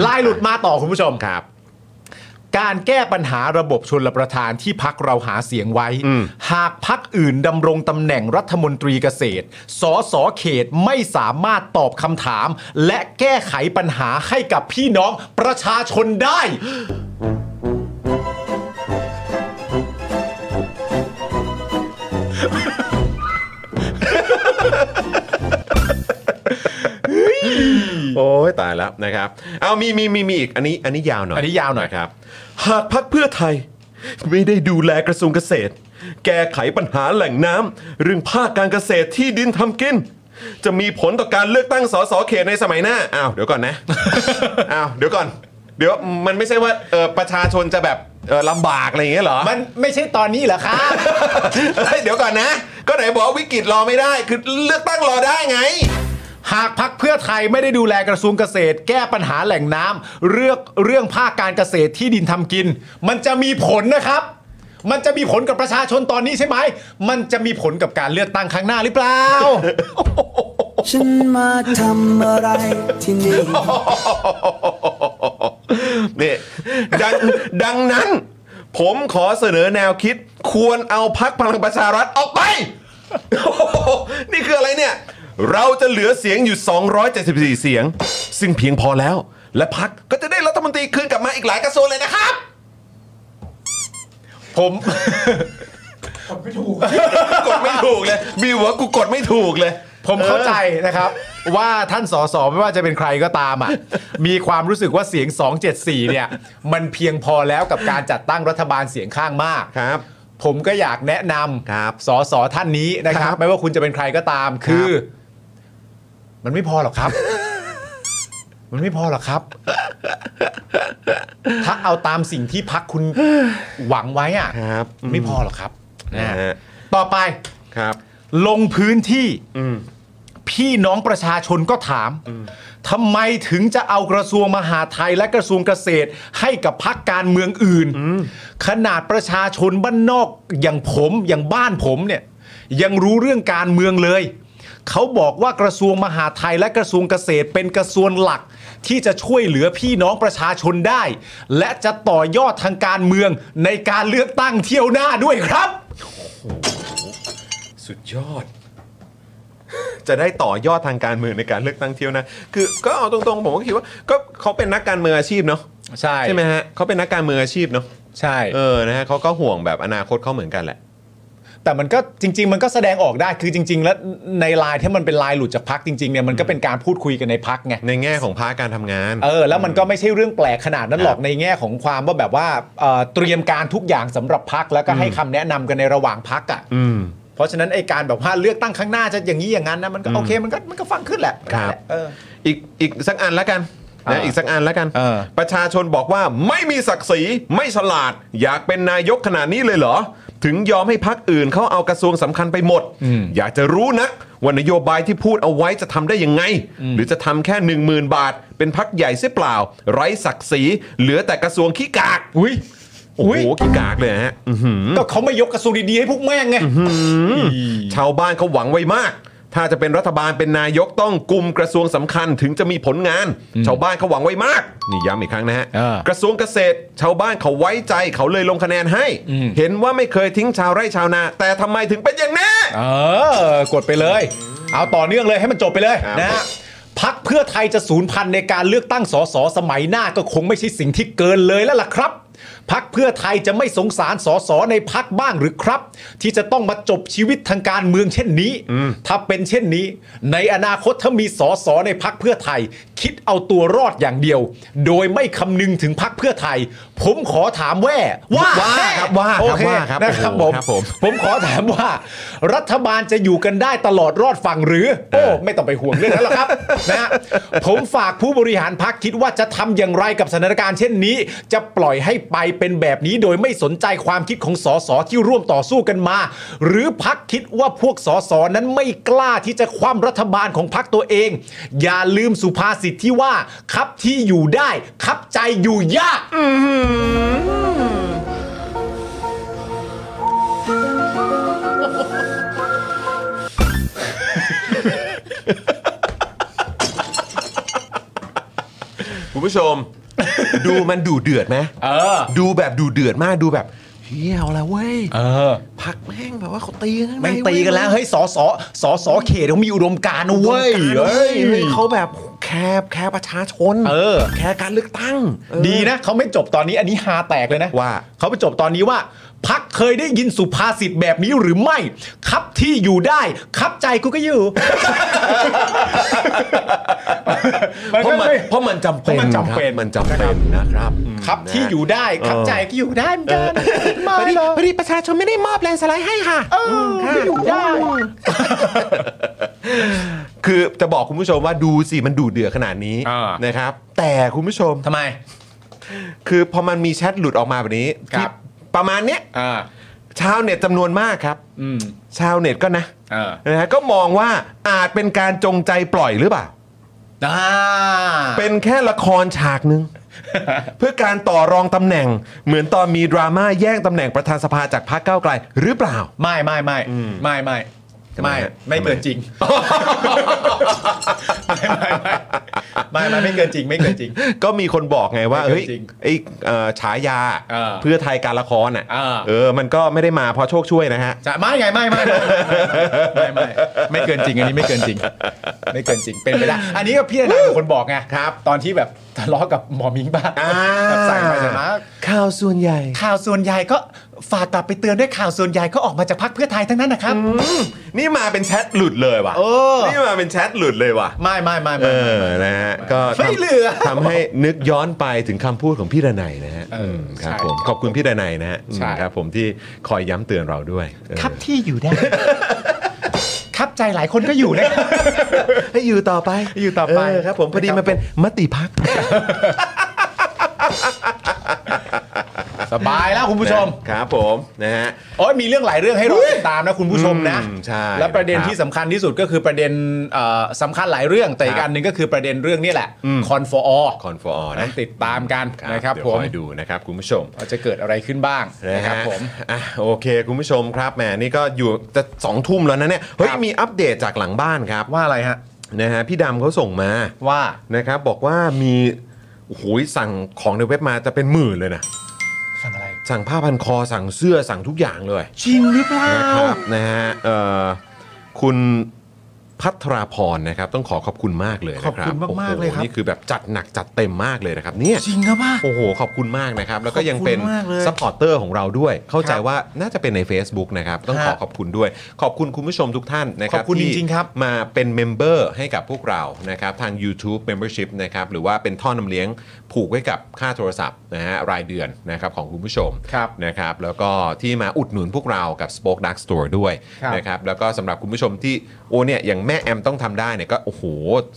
ไล่หลุดมาต่อคุณผู้ชมครับ การแก้ปัญหาระบบชนประทานที่พักเราหาเสียงไว้ หากพักอื่นดำรงตำแหน่งรัฐมนตรีเกษตร สสเขตไม่สามารถตอบคำถาม และแก้ไขปัญหาให้กับพี่น้องประชาชนได้ โอ้ยตายแล้วนะครับ เอามีมีมีมีอีก อันนี้อันนี้ยาวหน่อย อันนี้ยาวหน่อย ะครับ หากพักเพื่อไทย ไม่ได้ดูแลกระทรวงเกษตร แก้ไขปัญหาแหล่งน้ำเรื่องภาคการเกษตรที่ดินทำกิน จะมีผลต่อการเลือกตั้งสสเขตในสมัยหน้า อ้าวเดี๋ยวก่อนนะ อ้าวเดี๋ยวก่อน เดี๋ยวมันไม่ใช่ว่าเอ่อประชาชนจะแบบเอ่อลำบากอะไรอย่างเงี้ยเหรอ มันไม่ใช่ตอนนี้เหรอคะ เอ้ยเดี๋ยวก่อนนะ ก็ไหนบอกว่าวิกฤตรอไม่ได้ คือเลือกตั้งรอได้ไง หากพักเพื่อไทยไม่ได้ดูแลกระทรวงเกษตร แก้ปัญหาแหล่งน้ำเรื่องเรื่องภาคการเกษตรที่ดินทำกิน มันจะมีผลนะครับ มันจะมีผลกับประชาชนตอนนี้ใช่ไหม มันจะมีผลกับการเลือกตั้งครั้งหน้าหรือเปล่า ฉันมาทำอะไรที่นี่ เนี่ยดังดังนั้น ผมขอเสนอแนวคิด ควรเอาพักพลังประชารัฐออกไปโอ้โหนี่คืออะไรเนี่ย เราจะเหลือเสียงอยู่ 274 เสียง ซึ่งเพียงพอแล้ว และพักก็จะได้รัฐมนตรีคืนกลับมาอีกหลายกระทรวงเลยนะครับ ผม กดไม่ถูกเลยมีหัวกูกดไม่ถูกเลย ผมเข้าใจนะครับ ว่าท่านสสไม่ว่าจะเป็นใครก็ตามอ่ะ มีความรู้สึกว่าเสียง 274 เนี่ย มันเพียงพอแล้วกับการจัดตั้งรัฐบาลเสียงข้างมาก ครับ ผมก็อยากแนะนำ ครับ สสท่านนี้นะครับ ครับ ไม่ว่าคุณจะเป็นใครก็ตาม คือ มันไม่พอหรอกครับ มันไม่พอหรอกครับ ถ้าเอาตามสิ่งที่พักคุณหวังไว้อ่ะ ครับอืม ไม่พอหรอกครับนะ นะฮะ ต่อไป ครับ ลงพื้นที่ อืม พี่น้องประชาชนก็ถามทำไมถึงจะเอากระทรวงมหาดไทยและกระทรวงเกษตร ให้กับพักการเมืองอื่น ขนาดประชาชนบ้านนอกอย่างผมอย่างบ้านผมเนี่ย ยังรู้เรื่องการเมืองเลย เขาบอกว่ากระทรวงมหาดไทยและกระทรวงเกษตรเป็นกระทรวงหลัก ที่จะช่วยเหลือพี่น้องประชาชนได้ และจะต่อยอดทางการเมืองในการเลือกตั้งเที่ยวหน้าด้วยครับ สุดยอด จะได้ต่อยอดทางการเมืองในการเลือกตั้งเที่ยวหนะคือก็เอาตรงๆ ผมก็คิดว่าก็เขาเป็นนักการเมืองอาชีพเนาะ ใช่ ใช่ไหมฮะเขาเป็นนักการเมืองอาชีพเนาะ ใช่ เออนะฮะเขาก็ห่วงแบบอนาคตเขาเหมือนกันแหละ แต่มันก็จริง ๆ มันก็แสดงออกได้คือจริง ๆ แล้วในไลน์ที่มันเป็นไลน์หลุดจากพักจริง ๆเนี่ยมันก็เป็นการพูดคุยกันในพักไง ในแง่ของพาการทำงาน เออแล้วมันก็ไม่ใช่เรื่องแปลกขนาดนั้นหรอก ครับ ในแง่ของความว่าแบบว่าเอ่อเตรียมการทุกอย่างสำหรับพักแล้วก็ให้คำแนะนำกันในระหว่างพักอ่ะ อืม เพราะฉะนั้นไอการแบบว่าเลือกตั้งข้างหน้าจะอย่างนี้อย่างนั้นนะมันก็โอเคมันก็มันก็ฟังขึ้นแหละ ครับ เออ อีกอีกสักอันแล้วกันนะ อ่า อีกสักอันแล้วกัน เออ ประชาชนบอกว่าไม่มีศักดิ์ศรีไม่ฉลาด อยากเป็นนายกขนาดนี้เลยเหรอ ถึงยอมให้พักอื่นเขาเอากระทรวงสำคัญไปหมด อยากจะรู้นะว่านโยบายที่พูดเอาไว้จะทำได้ยังไง หรือจะทำแค่ 1 0,000 บาท เป็นพักใหญ่เสียเปล่า ไร้ศักดิ์ศรีเหลือแต่กระทรวงขี้กาก อุ้ย โอ้โหขี้กากเลยฮะ ก็เขาไม่ยกกระทรวงดีๆให้พวกแม่งไง ชาวบ้านเขาหวังไว้มาก ถ้าจะเป็นรัฐบาลเป็นนายกต้องกุมกระทรวงสำคัญถึงจะมีผลงาน ชาวบ้านเขาหวังไว้มาก นี่ย้ำอีกครั้งนะฮะ กระทรวงเกษตร ชาวบ้านเขาไว้ใจเขาเลยลงคะแนนให้ เห็นว่าไม่เคยทิ้งชาวไร่ชาวนา แต่ทำไมถึงเป็นอย่างนี้ เออกดไปเลย เอาต่อเนื่องเลยให้มันจบไปเลย ครับ นะฮะ พักเพื่อไทยจะสูญพันธุ์ในการเลือกตั้งสสสมัยหน้าก็คงไม่ใช่สิ่งที่เกินเลยแล้วล่ะครับ พักเพื่อไทยจะไม่สงสารสสในพักบ้างหรือครับ ที่จะต้องมาจบชีวิตทางการเมืองเช่นนี้ ถ้าเป็นเช่นนี้ ในอนาคตถ้ามีสสในพักเพื่อไทย คิดเอาตัวรอดอย่างเดียว โดยไม่คำนึงถึงพักเพื่อไทย ผมขอถามแว่ว่า ว่าครับว่าครับ โอเ ว่าครับ นะครับ โอ้ ผ โห ม ครับผม ผมขอถามว่า รัฐบาลจะอยู่กันได้ตลอดรอดฝั่งหรือ โอ้ ไม่ต้องไปห่วงเรื่องนั้นหรอกครับ นะฮะผมฝากผู้บริหารพักคิดว่าจะทำอย่างไรกับสถานการณ์เช่นนี้ จะปล่อยให้ไปเป็นแบบนี้โดยไม่สนใจความคิดของสสที่ร่วมต่อสู้กันมา หรือพักคิดว่าพวกสสนั้นไม่กล้าที่จะคว่ำรัฐบาลของพักตัวเอง อย่าลืมสุภาษิตที่ว่าครับที่อยู่ได้ครับใจอยู่ยาก คุณผู้ชม ดูมันดูเดือดไหม เออ ดูแบบดูเดือดมากดูแบบเฮียเอาละเว้ย เออ พักแม่งแบบว่าเขาตีกันข้างใน แม่งตีกันแล้ว เฮ้ยสอสอสอสอเขตเขามีอุดมการณ์นะ เว้ยเว้ย เฮ้ย เฮ้ย เขาแบบแคร์แคร์ประชาชน เออ แคร์การเลือกตั้งเออ ดีนะเขาไม่จบตอนนี้อันนี้ฮาแตกเลยนะ ว่า เขาไปจบตอนนี้ว่า พักเคยได้ยินสุภาษิตแบบนี้หรือไม่ ครับที่อยู่ได้ ครับใจกูก็ อยู่ เพราะมันเพราะมันจำเป็น เพราะมันจำคเป็นรับมันจำเป็นนะครับ ครับที่อยู่ได้ ครับใจก็อยู่ได้เหมือนกันไม่หรอก พอดีประชาชนไม่ได้มอบแรงสไลด์ให้ค่ะ เออก็อยู่ได้ คือจะบอกคุณผู้ชมว่าดูสิมันดูเดือดขนาดนี้ อ่าน นะครับ แต่คุณผู้ชม ทำไม คือพอมันมีแชทหลุดออกมาแบบนี้ ครับ ที่ประมาณเนี้ย อ่า ชาวเน็ตจำนวนมากครับ อืม ชาวเน็ตก็นะ เออ นะฮะก็มองว่าอาจเป็นการจงใจปล่อยหรือเปล่า อ่า เป็นแค่ละครฉากห นึ่ง เพื่อการต่อรองตำแหน่ง เหมือนตอน มีดราม่าแย่งตำแหน่งประธานสภาจากพรรคก้าวไกลหรือเปล่า ไม่ไม่ไม่ไม่ไม่ ทำ ไม่ ฮะ ไม่เกินจริง ไม่ไม่ไม่ไม่เกินจริง ไม่เกินจริง ก็มีคนบอกไงว่าเฮ้ไม่เกินย จริง ไอ้เอ่อฉายา เออ เพื่อไทยการละครอ่ะ เออ เออมันก็ไม่ได้มาเพราะโชคช่วยนะฮะ จะไม่ไงไม่ไม่ไม่ไม่ไม่ไม่เกินจริง อันนี้ไม่เกินจริง ไม่เกินจริงเป็นไปได้ อันนี้ก็พี่นายเป็นคนบอกไงครับ ตอนที่แบบทะเลาะกับหมอมิงบ้าง อ่า แบบใส่ไปใส่มา ข่าวส่วนใหญ่ ข่าวส่วนใหญ่ก็ฝากกลับไปเตือนด้วยข่าวส่วนใหญ่ก็ออกมาจากพรรคเพื่อไทยทั้งนั้นนะครับ นี่มาเป็นแชทหลุดเลยว่ะ เออ นี่มาเป็นแชทหลุดเลยว่ะ ไม่ไม่ไม่ เอ ไม่ อ นะฮะ ก็ทำ ไม่เหลือ ทำให้นึกย้อนไปถึงคำพูดของพี่ดนัยนะฮะ เออ มครับ ใช่ ผม ขอบคุณพี่ดนัยนะฮะ ใช่ อืมครับผมที่คอยย้ำเตือนเราด้วยเออ ครับที่อยู่ได้ ครับใจหลายคนก็อยู่นะ ให้อยู่ต่อไป อยู่ต่อไป เครับผมพอดี ครับ มันเป็นมติพัก สบายแล้วคุณผู้ชม ครับผมนะฮะ โอ้ยมีเรื่องหลายเรื่องให้เราติดตามนะคุณผู้ชมนะ อืมใช่ และประเด็นที่สำคัญที่สุดก็คือประเด็นเอ่อสำคัญหลายเรื่องแต่อี ครั ก บ อันหนึ่งก็คือประเด็นเรื่องนี่แหละ อืม คอนฟอร์ คอนฟอร์ นั้ นะ นติดตามกันนะครับ เดี๋ยว ผม คอยดูนะครับคุณผู้ชม ว่าจะเกิดอะไรขึ้นบ้าง นะ นะครับ ฮะ ผม อ่ะโอเค คุณผู้ชมครับแหมนี่ก็อยู่จะสองทุ่มแล้วนะเนี่ย เฮ้ย ครับ มีอัปเดตจากหลังบ้านครับ ว่าอะไรฮะ นะฮะพี่ดำเขาส่งมา ว่า นะครับบอกว่ามีโอ้โหสั่งของในเว็บมาจะเป็นหมื่นเลยนะ สั่งอะไร สั่งผ้าพันคอสั่งเสื้อสั่งทุกอย่างเลย จริงหรือเปล่า นะครับนะฮะเอ่อคุณพัทราพรนะครับ ต้องขอขอบคุณมากเลยนะครับ ขอบคุณมากๆเลยคโอ้รับโหนี่คือแบบจัดหนักจัดเต็มมากเลยนะครับเนี่ย จริงหรือเปล่า โอ้โห ขอบคุณมากนะครับ แล้วก็ยังเป็น ขอบคุณมากเลย ซัพพอร์ตเตอร์ของเราด้วย เข้าใจ ครับ ว่าน่าจะเป็นใน Facebook นะครับ ต้องขอ ฮะ ขอบคุณด้วย ขอบคุณคุณผู้ชมทุกท่านนะครับ ขอบคุณ ที่ จริงๆครับ มาเป็นเมมเบอร์ให้กับพวกเรานะครับ ทาง YouTube Membership นะครับ หรือว่าเป็นท่อนำเลี้ยงผูกไว้กับค่าโทรศัพท์นะฮะรายเดือนนะครับของคุณผู้ชม ครับ นะครับ แล้วก็ที่มาอุดหนุนพวกเรากับ Spoke Dark Store ด้วย ครับ นะครับ แล้วก็สำหรับคุณผู้ชมที่โอเนี่ยอย่างแม่แอมต้องทำได้เนี่ยก็โอ้โห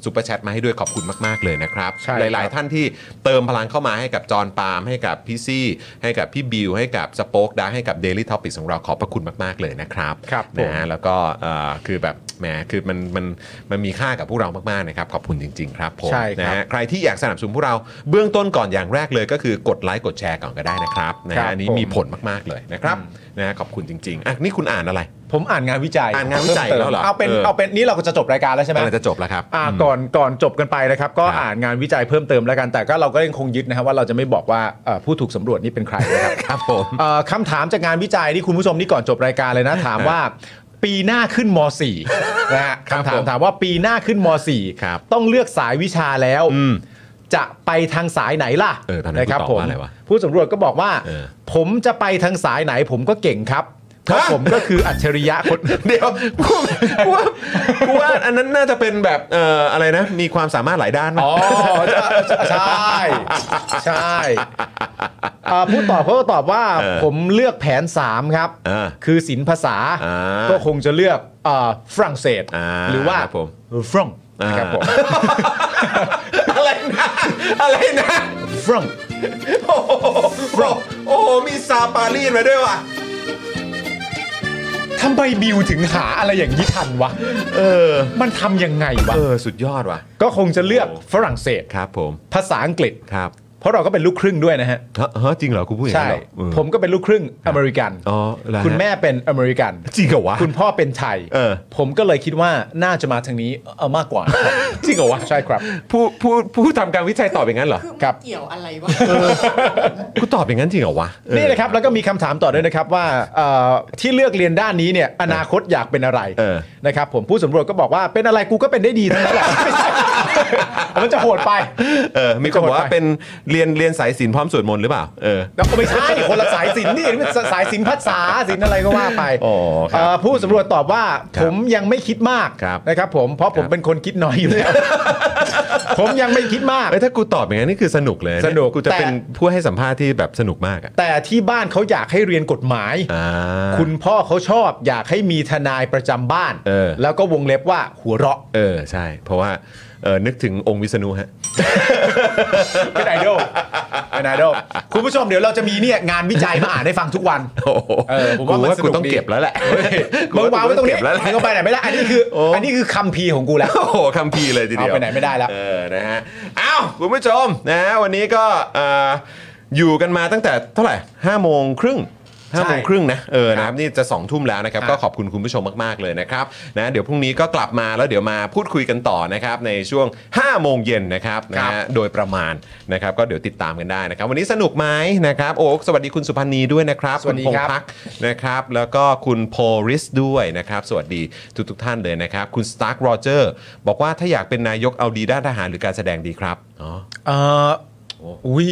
ซุปเปอร์แชทมาให้ด้วยขอบคุณมากๆเลยนะครับ ใช่ครับ หลาย ๆ ท่านที่เติมพลังเข้ามาให้กับจอห์นปาล์มให้กับพี่ซี่ ให้กับพี่บิว ให้กับสป็อคดาให้กับ Daily t o p i c ของเราขอบพระคุณมาก ๆ เลยนะครับ ครับ นะ ผ ฮะ ม แล้วก็เอ่อคือแบบแหมคือมันมันมันมีค่ากับพวกเรามาก ๆ นะครับ ขอบคุณจริง ๆ ครับผม ใช่ครับ นะฮะใครที่อยากสนับสนุนพวกเราเบื้องต้นก่อนอย่างแรกเลย ก็คือกดไลค์กดแชร์ก่อนก็ได้นะครับนะ ครั ฮะ บ อันนี้ ผม มีผลมาก ๆ เลยนะครับนะฮะขอบคุณจริง ๆอ่ะนี่คุณอ่านอะไร ผมอ่านงานวิจัย อ่านงานวิจัย พิ่มติม แล้วเหรอ เอาเป็น เออ เอาเป็นนี่เราก็จะจบรายการแล้วใช่ไหม กำลังจะจบแล้วครับ อ่าก่อนก่อนจบกันไปนะครับ ก็อ่านงานวิจัยเพิ่มเติมแล้วกัน แต่ก็เราก็ยังคงยึดนะครับว่าเราจะไม่บอกว่าเอ่อผู้ถูกสำรวจนี่เป็นใครนะครับ ครับผม เอ่อคำถามจากงานวิจัยนี่คุณผู้ชมนี่ก่อนจบรายการเลยนะ ถามว่าปีหน้าขึ้นม .4 นะฮะ ครับ คำถา ผม ม ถามว่าปีหน้าขึ้นม ครับ .4 ต้องเลือกสายวิชาแล้ว อืม จะไปทางสายไหนล่ะ เออตอนนั้น นะครับ กูตอบ ผม ว่าอะไรวะ ผู้สำรวจก็บอกว่า เออ ผมจะไปทางสายไหนผมก็เก่งครับเพราะ ฮะ ผมก็คืออัจฉริยะ คน เดี๋ยวกูกูว่ากูว่าอันนั้นน่าจะเป็นแบบเอ่ออะไรนะ มีความสามารถหลายด้านไหม อ๋อใช่ ใช่เอ่อผู้ตอบเขาก็ตอบว่า เออ ผมเลือกแผน 3 ครับ เออ คือศิลปภาษา อ่า ก็คงจะเลือกเอ่อฝรั่งเศส อ่า หรือว่า ครับผม ฟรังนะครับผม อะไรนะอะไรนะ ฟรัง โอ้โหโอ้โหมีซาปารีนมาด้วยว่ะ ทำไมบิวถึงหาอะไรอย่างนี้ทันวะ เออ มันทำยังไงวะ เออ สุดยอดว่ะ ก็คงจะเลือก โอ้ ฝรั่งเศส ครับผม ภาษาอังกฤษ ครับ เพราะเราก็เป็นลูกครึ่งด้วยนะฮะ ฮะฮะจริงเหรอกูพูดอย่างนั้ใช่นเหรอเออ ผมก็เป็นลูกครึ่งอเมริกัน อ๋อเหรอฮะ คุณแม่เป็นอเมริกัน จริงเหรอวะ คุณพ่อเป็นไทย เออ ผมก็เลยคิดว่าน่าจะมาทางนี้เอามากก ว่า จริงเหรอวะ ใช่ครับ ผู้ผู้ผู้ทำการวิจัยตอบอย่างนั้นเหรอ ครับ เกี่ยวอะไรวะ กูตอบอย่างนั้นจริงเหรอวะเออ นี่นะครับ แล้วก็มีคำถามต่อด้วยนะครับว่าเอ่อที่เลือกเรียนด้านนี้เนี่ยอนาคตอยากเป็นอะไร เออ นะครับผมผู้สำรวจก็บอกว่าเป็นอะไรกูก็เป็นได้ดีทั้งนั้นแหละ ไม่ใช่มันจะโห ดไป เออ มีคนบอก จะหมด ว่า ไป เป็นเรียนเรียนสายศิลป์พร้อมสวดมนต์หรือเปล่า เออ แล้วก็ไม่ใช่คนละสายสินนี่มันสายสินภาษาสินอะไรก็ว่าไป อ๋อครับ เอ่อผู้สำรวจตอบว่า ครับ ผมยังไม่คิดมาก ครับ นะครับผมเพราะผ ค ม รับ เป็นคนคิดน้อยอยู่แล้ว ผมยังไม่คิดมาก เอ้ยถ้ากูตอบอย่างนั้นนี่คือสนุกเลยะเย สนุก กูจะ แต่ เป็นผู้ให้สัมภาษณ์ที่แบบสนุกมากอ่ะ แต่ที่บ้านเขาอยากให้เรียนกฎหมาย อ่า คุณพ่อเขาชอบอยากให้มีทนายประจำบ้าน เออ แล้วก็วงเล็บว่าหัวเราะ เออ ใช่ เพราะว่าเออนึกถึงองค์วิษณุฮะ เป็นไอดอลเป็นไอดอลคุณผู้ชมเดี๋ยวเราจะมีเนี่ยงานวิจัยมาอ่านให้ฟังทุกวัน โอ้โห เออผมว่ามันสนุกดี กูต้องเก็บแล้วแหละ เฮ้ยมึงวางไว้ตรงนี้ เก็บแล้วแหละ มึงก็ไปไหนไม่ได้ อันนี้คือ โอ้ อันนี้คือคัมภีร์ของกูแล้ว โอ้โหคัมภีร์เลยทีเดียว เอาไปไหนไม่ได้แล้ว เออนะฮะอ้าวคุณผู้ชมนะฮะวันนี้ก็เอ่ออยู่กันมาตั้งแต่เท่าไหร่ห้าโมงครึ่ง ห้าโมงครึ่งนะเออนะค ครั รับบ นี่จะ2องทุ่มแล้วนะครับ ครับ ก็ขอบคุณคุณผู้ชมมาก ๆ เลยนะครับนะเดี๋ยวพรุ่งนี้ก็กลับมาแล้วเดี๋ยวมาพูดคุยกันต่อนะครับในช่วง 5 โมงเย็นนะครับนะ ครั ฮะ บ โดยประมาณนะครับ ก็เดี๋ยวติดตามกันได้นะครับ วันนี้สนุกไหมนะครับโอ๊คสวัสดีคุณสุพันธ์นีด้วยนะครับ สวัสดี ณพง ครับ ษ์พักนะครับ แล้วก็คุณโพริสด้วยนะครับ สวัสดีทุกทท่านเลยนะครับ คุณสตาร์คโรเจอร์บอกว่าถ้าอยากเป็นนายกเอาดีด้านทหารหรือการแสดงดีครับอ๋อ เอออุ้ย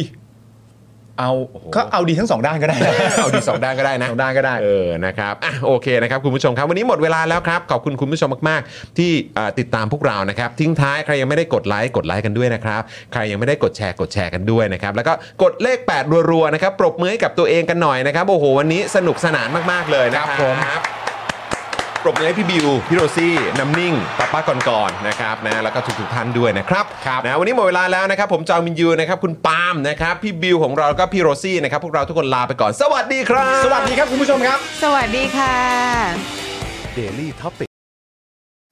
เอา โอ้โห ก็เอาดีทั้งสองด้านก็ ได้นะ เอาดีสองด้านก็ได้นะ สองด้านก็ได้ เออ นะครับ อ่ะ โอเคนะครับคุณผู้ชมครับ วันนี้หมดเวลาแล้วครับ ขอบคุณคุณผู้ชมมาก ๆ ที่อ่าติดตามพวกเรา นะครับ ทิ้งท้ายใครยังไม่ได้กดไลค์ กดไลค์กันด้วยนะครับ ใครยังไม่ได้กดแชร์ กดแชร์กันด้วยนะครับ แล้วก็กดเลข 8 รัว ๆ นะครับ ปรบมือให้กับตัวเองกันหน่อยนะครับ โอ้โห วันนี้สนุกสนานมาก ๆ เลยนะครับ ครับผม ปรบมือให้พี่บิว พี่โรซี่ น้ำนิ่งป้าป้าก่อนๆนะครับ นะ แล้วก็ทุก ๆ ท่านด้วยนะครับ ครับ นะวันนี้หมดเวลาแล้วนะครับ ผมจอมินยูนะครับ คุณปาล์มนะครับ พี่บิวของเราแล้วก็พี่โรซี่นะครับ พวกเราทุกคนลาไปก่อน สวัสดีครับ สวัสดีครับคุณผู้ชมครับ สวัสดีค่ะ Daily t o p i c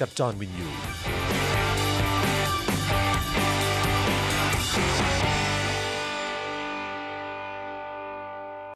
กับจอห์นวินยู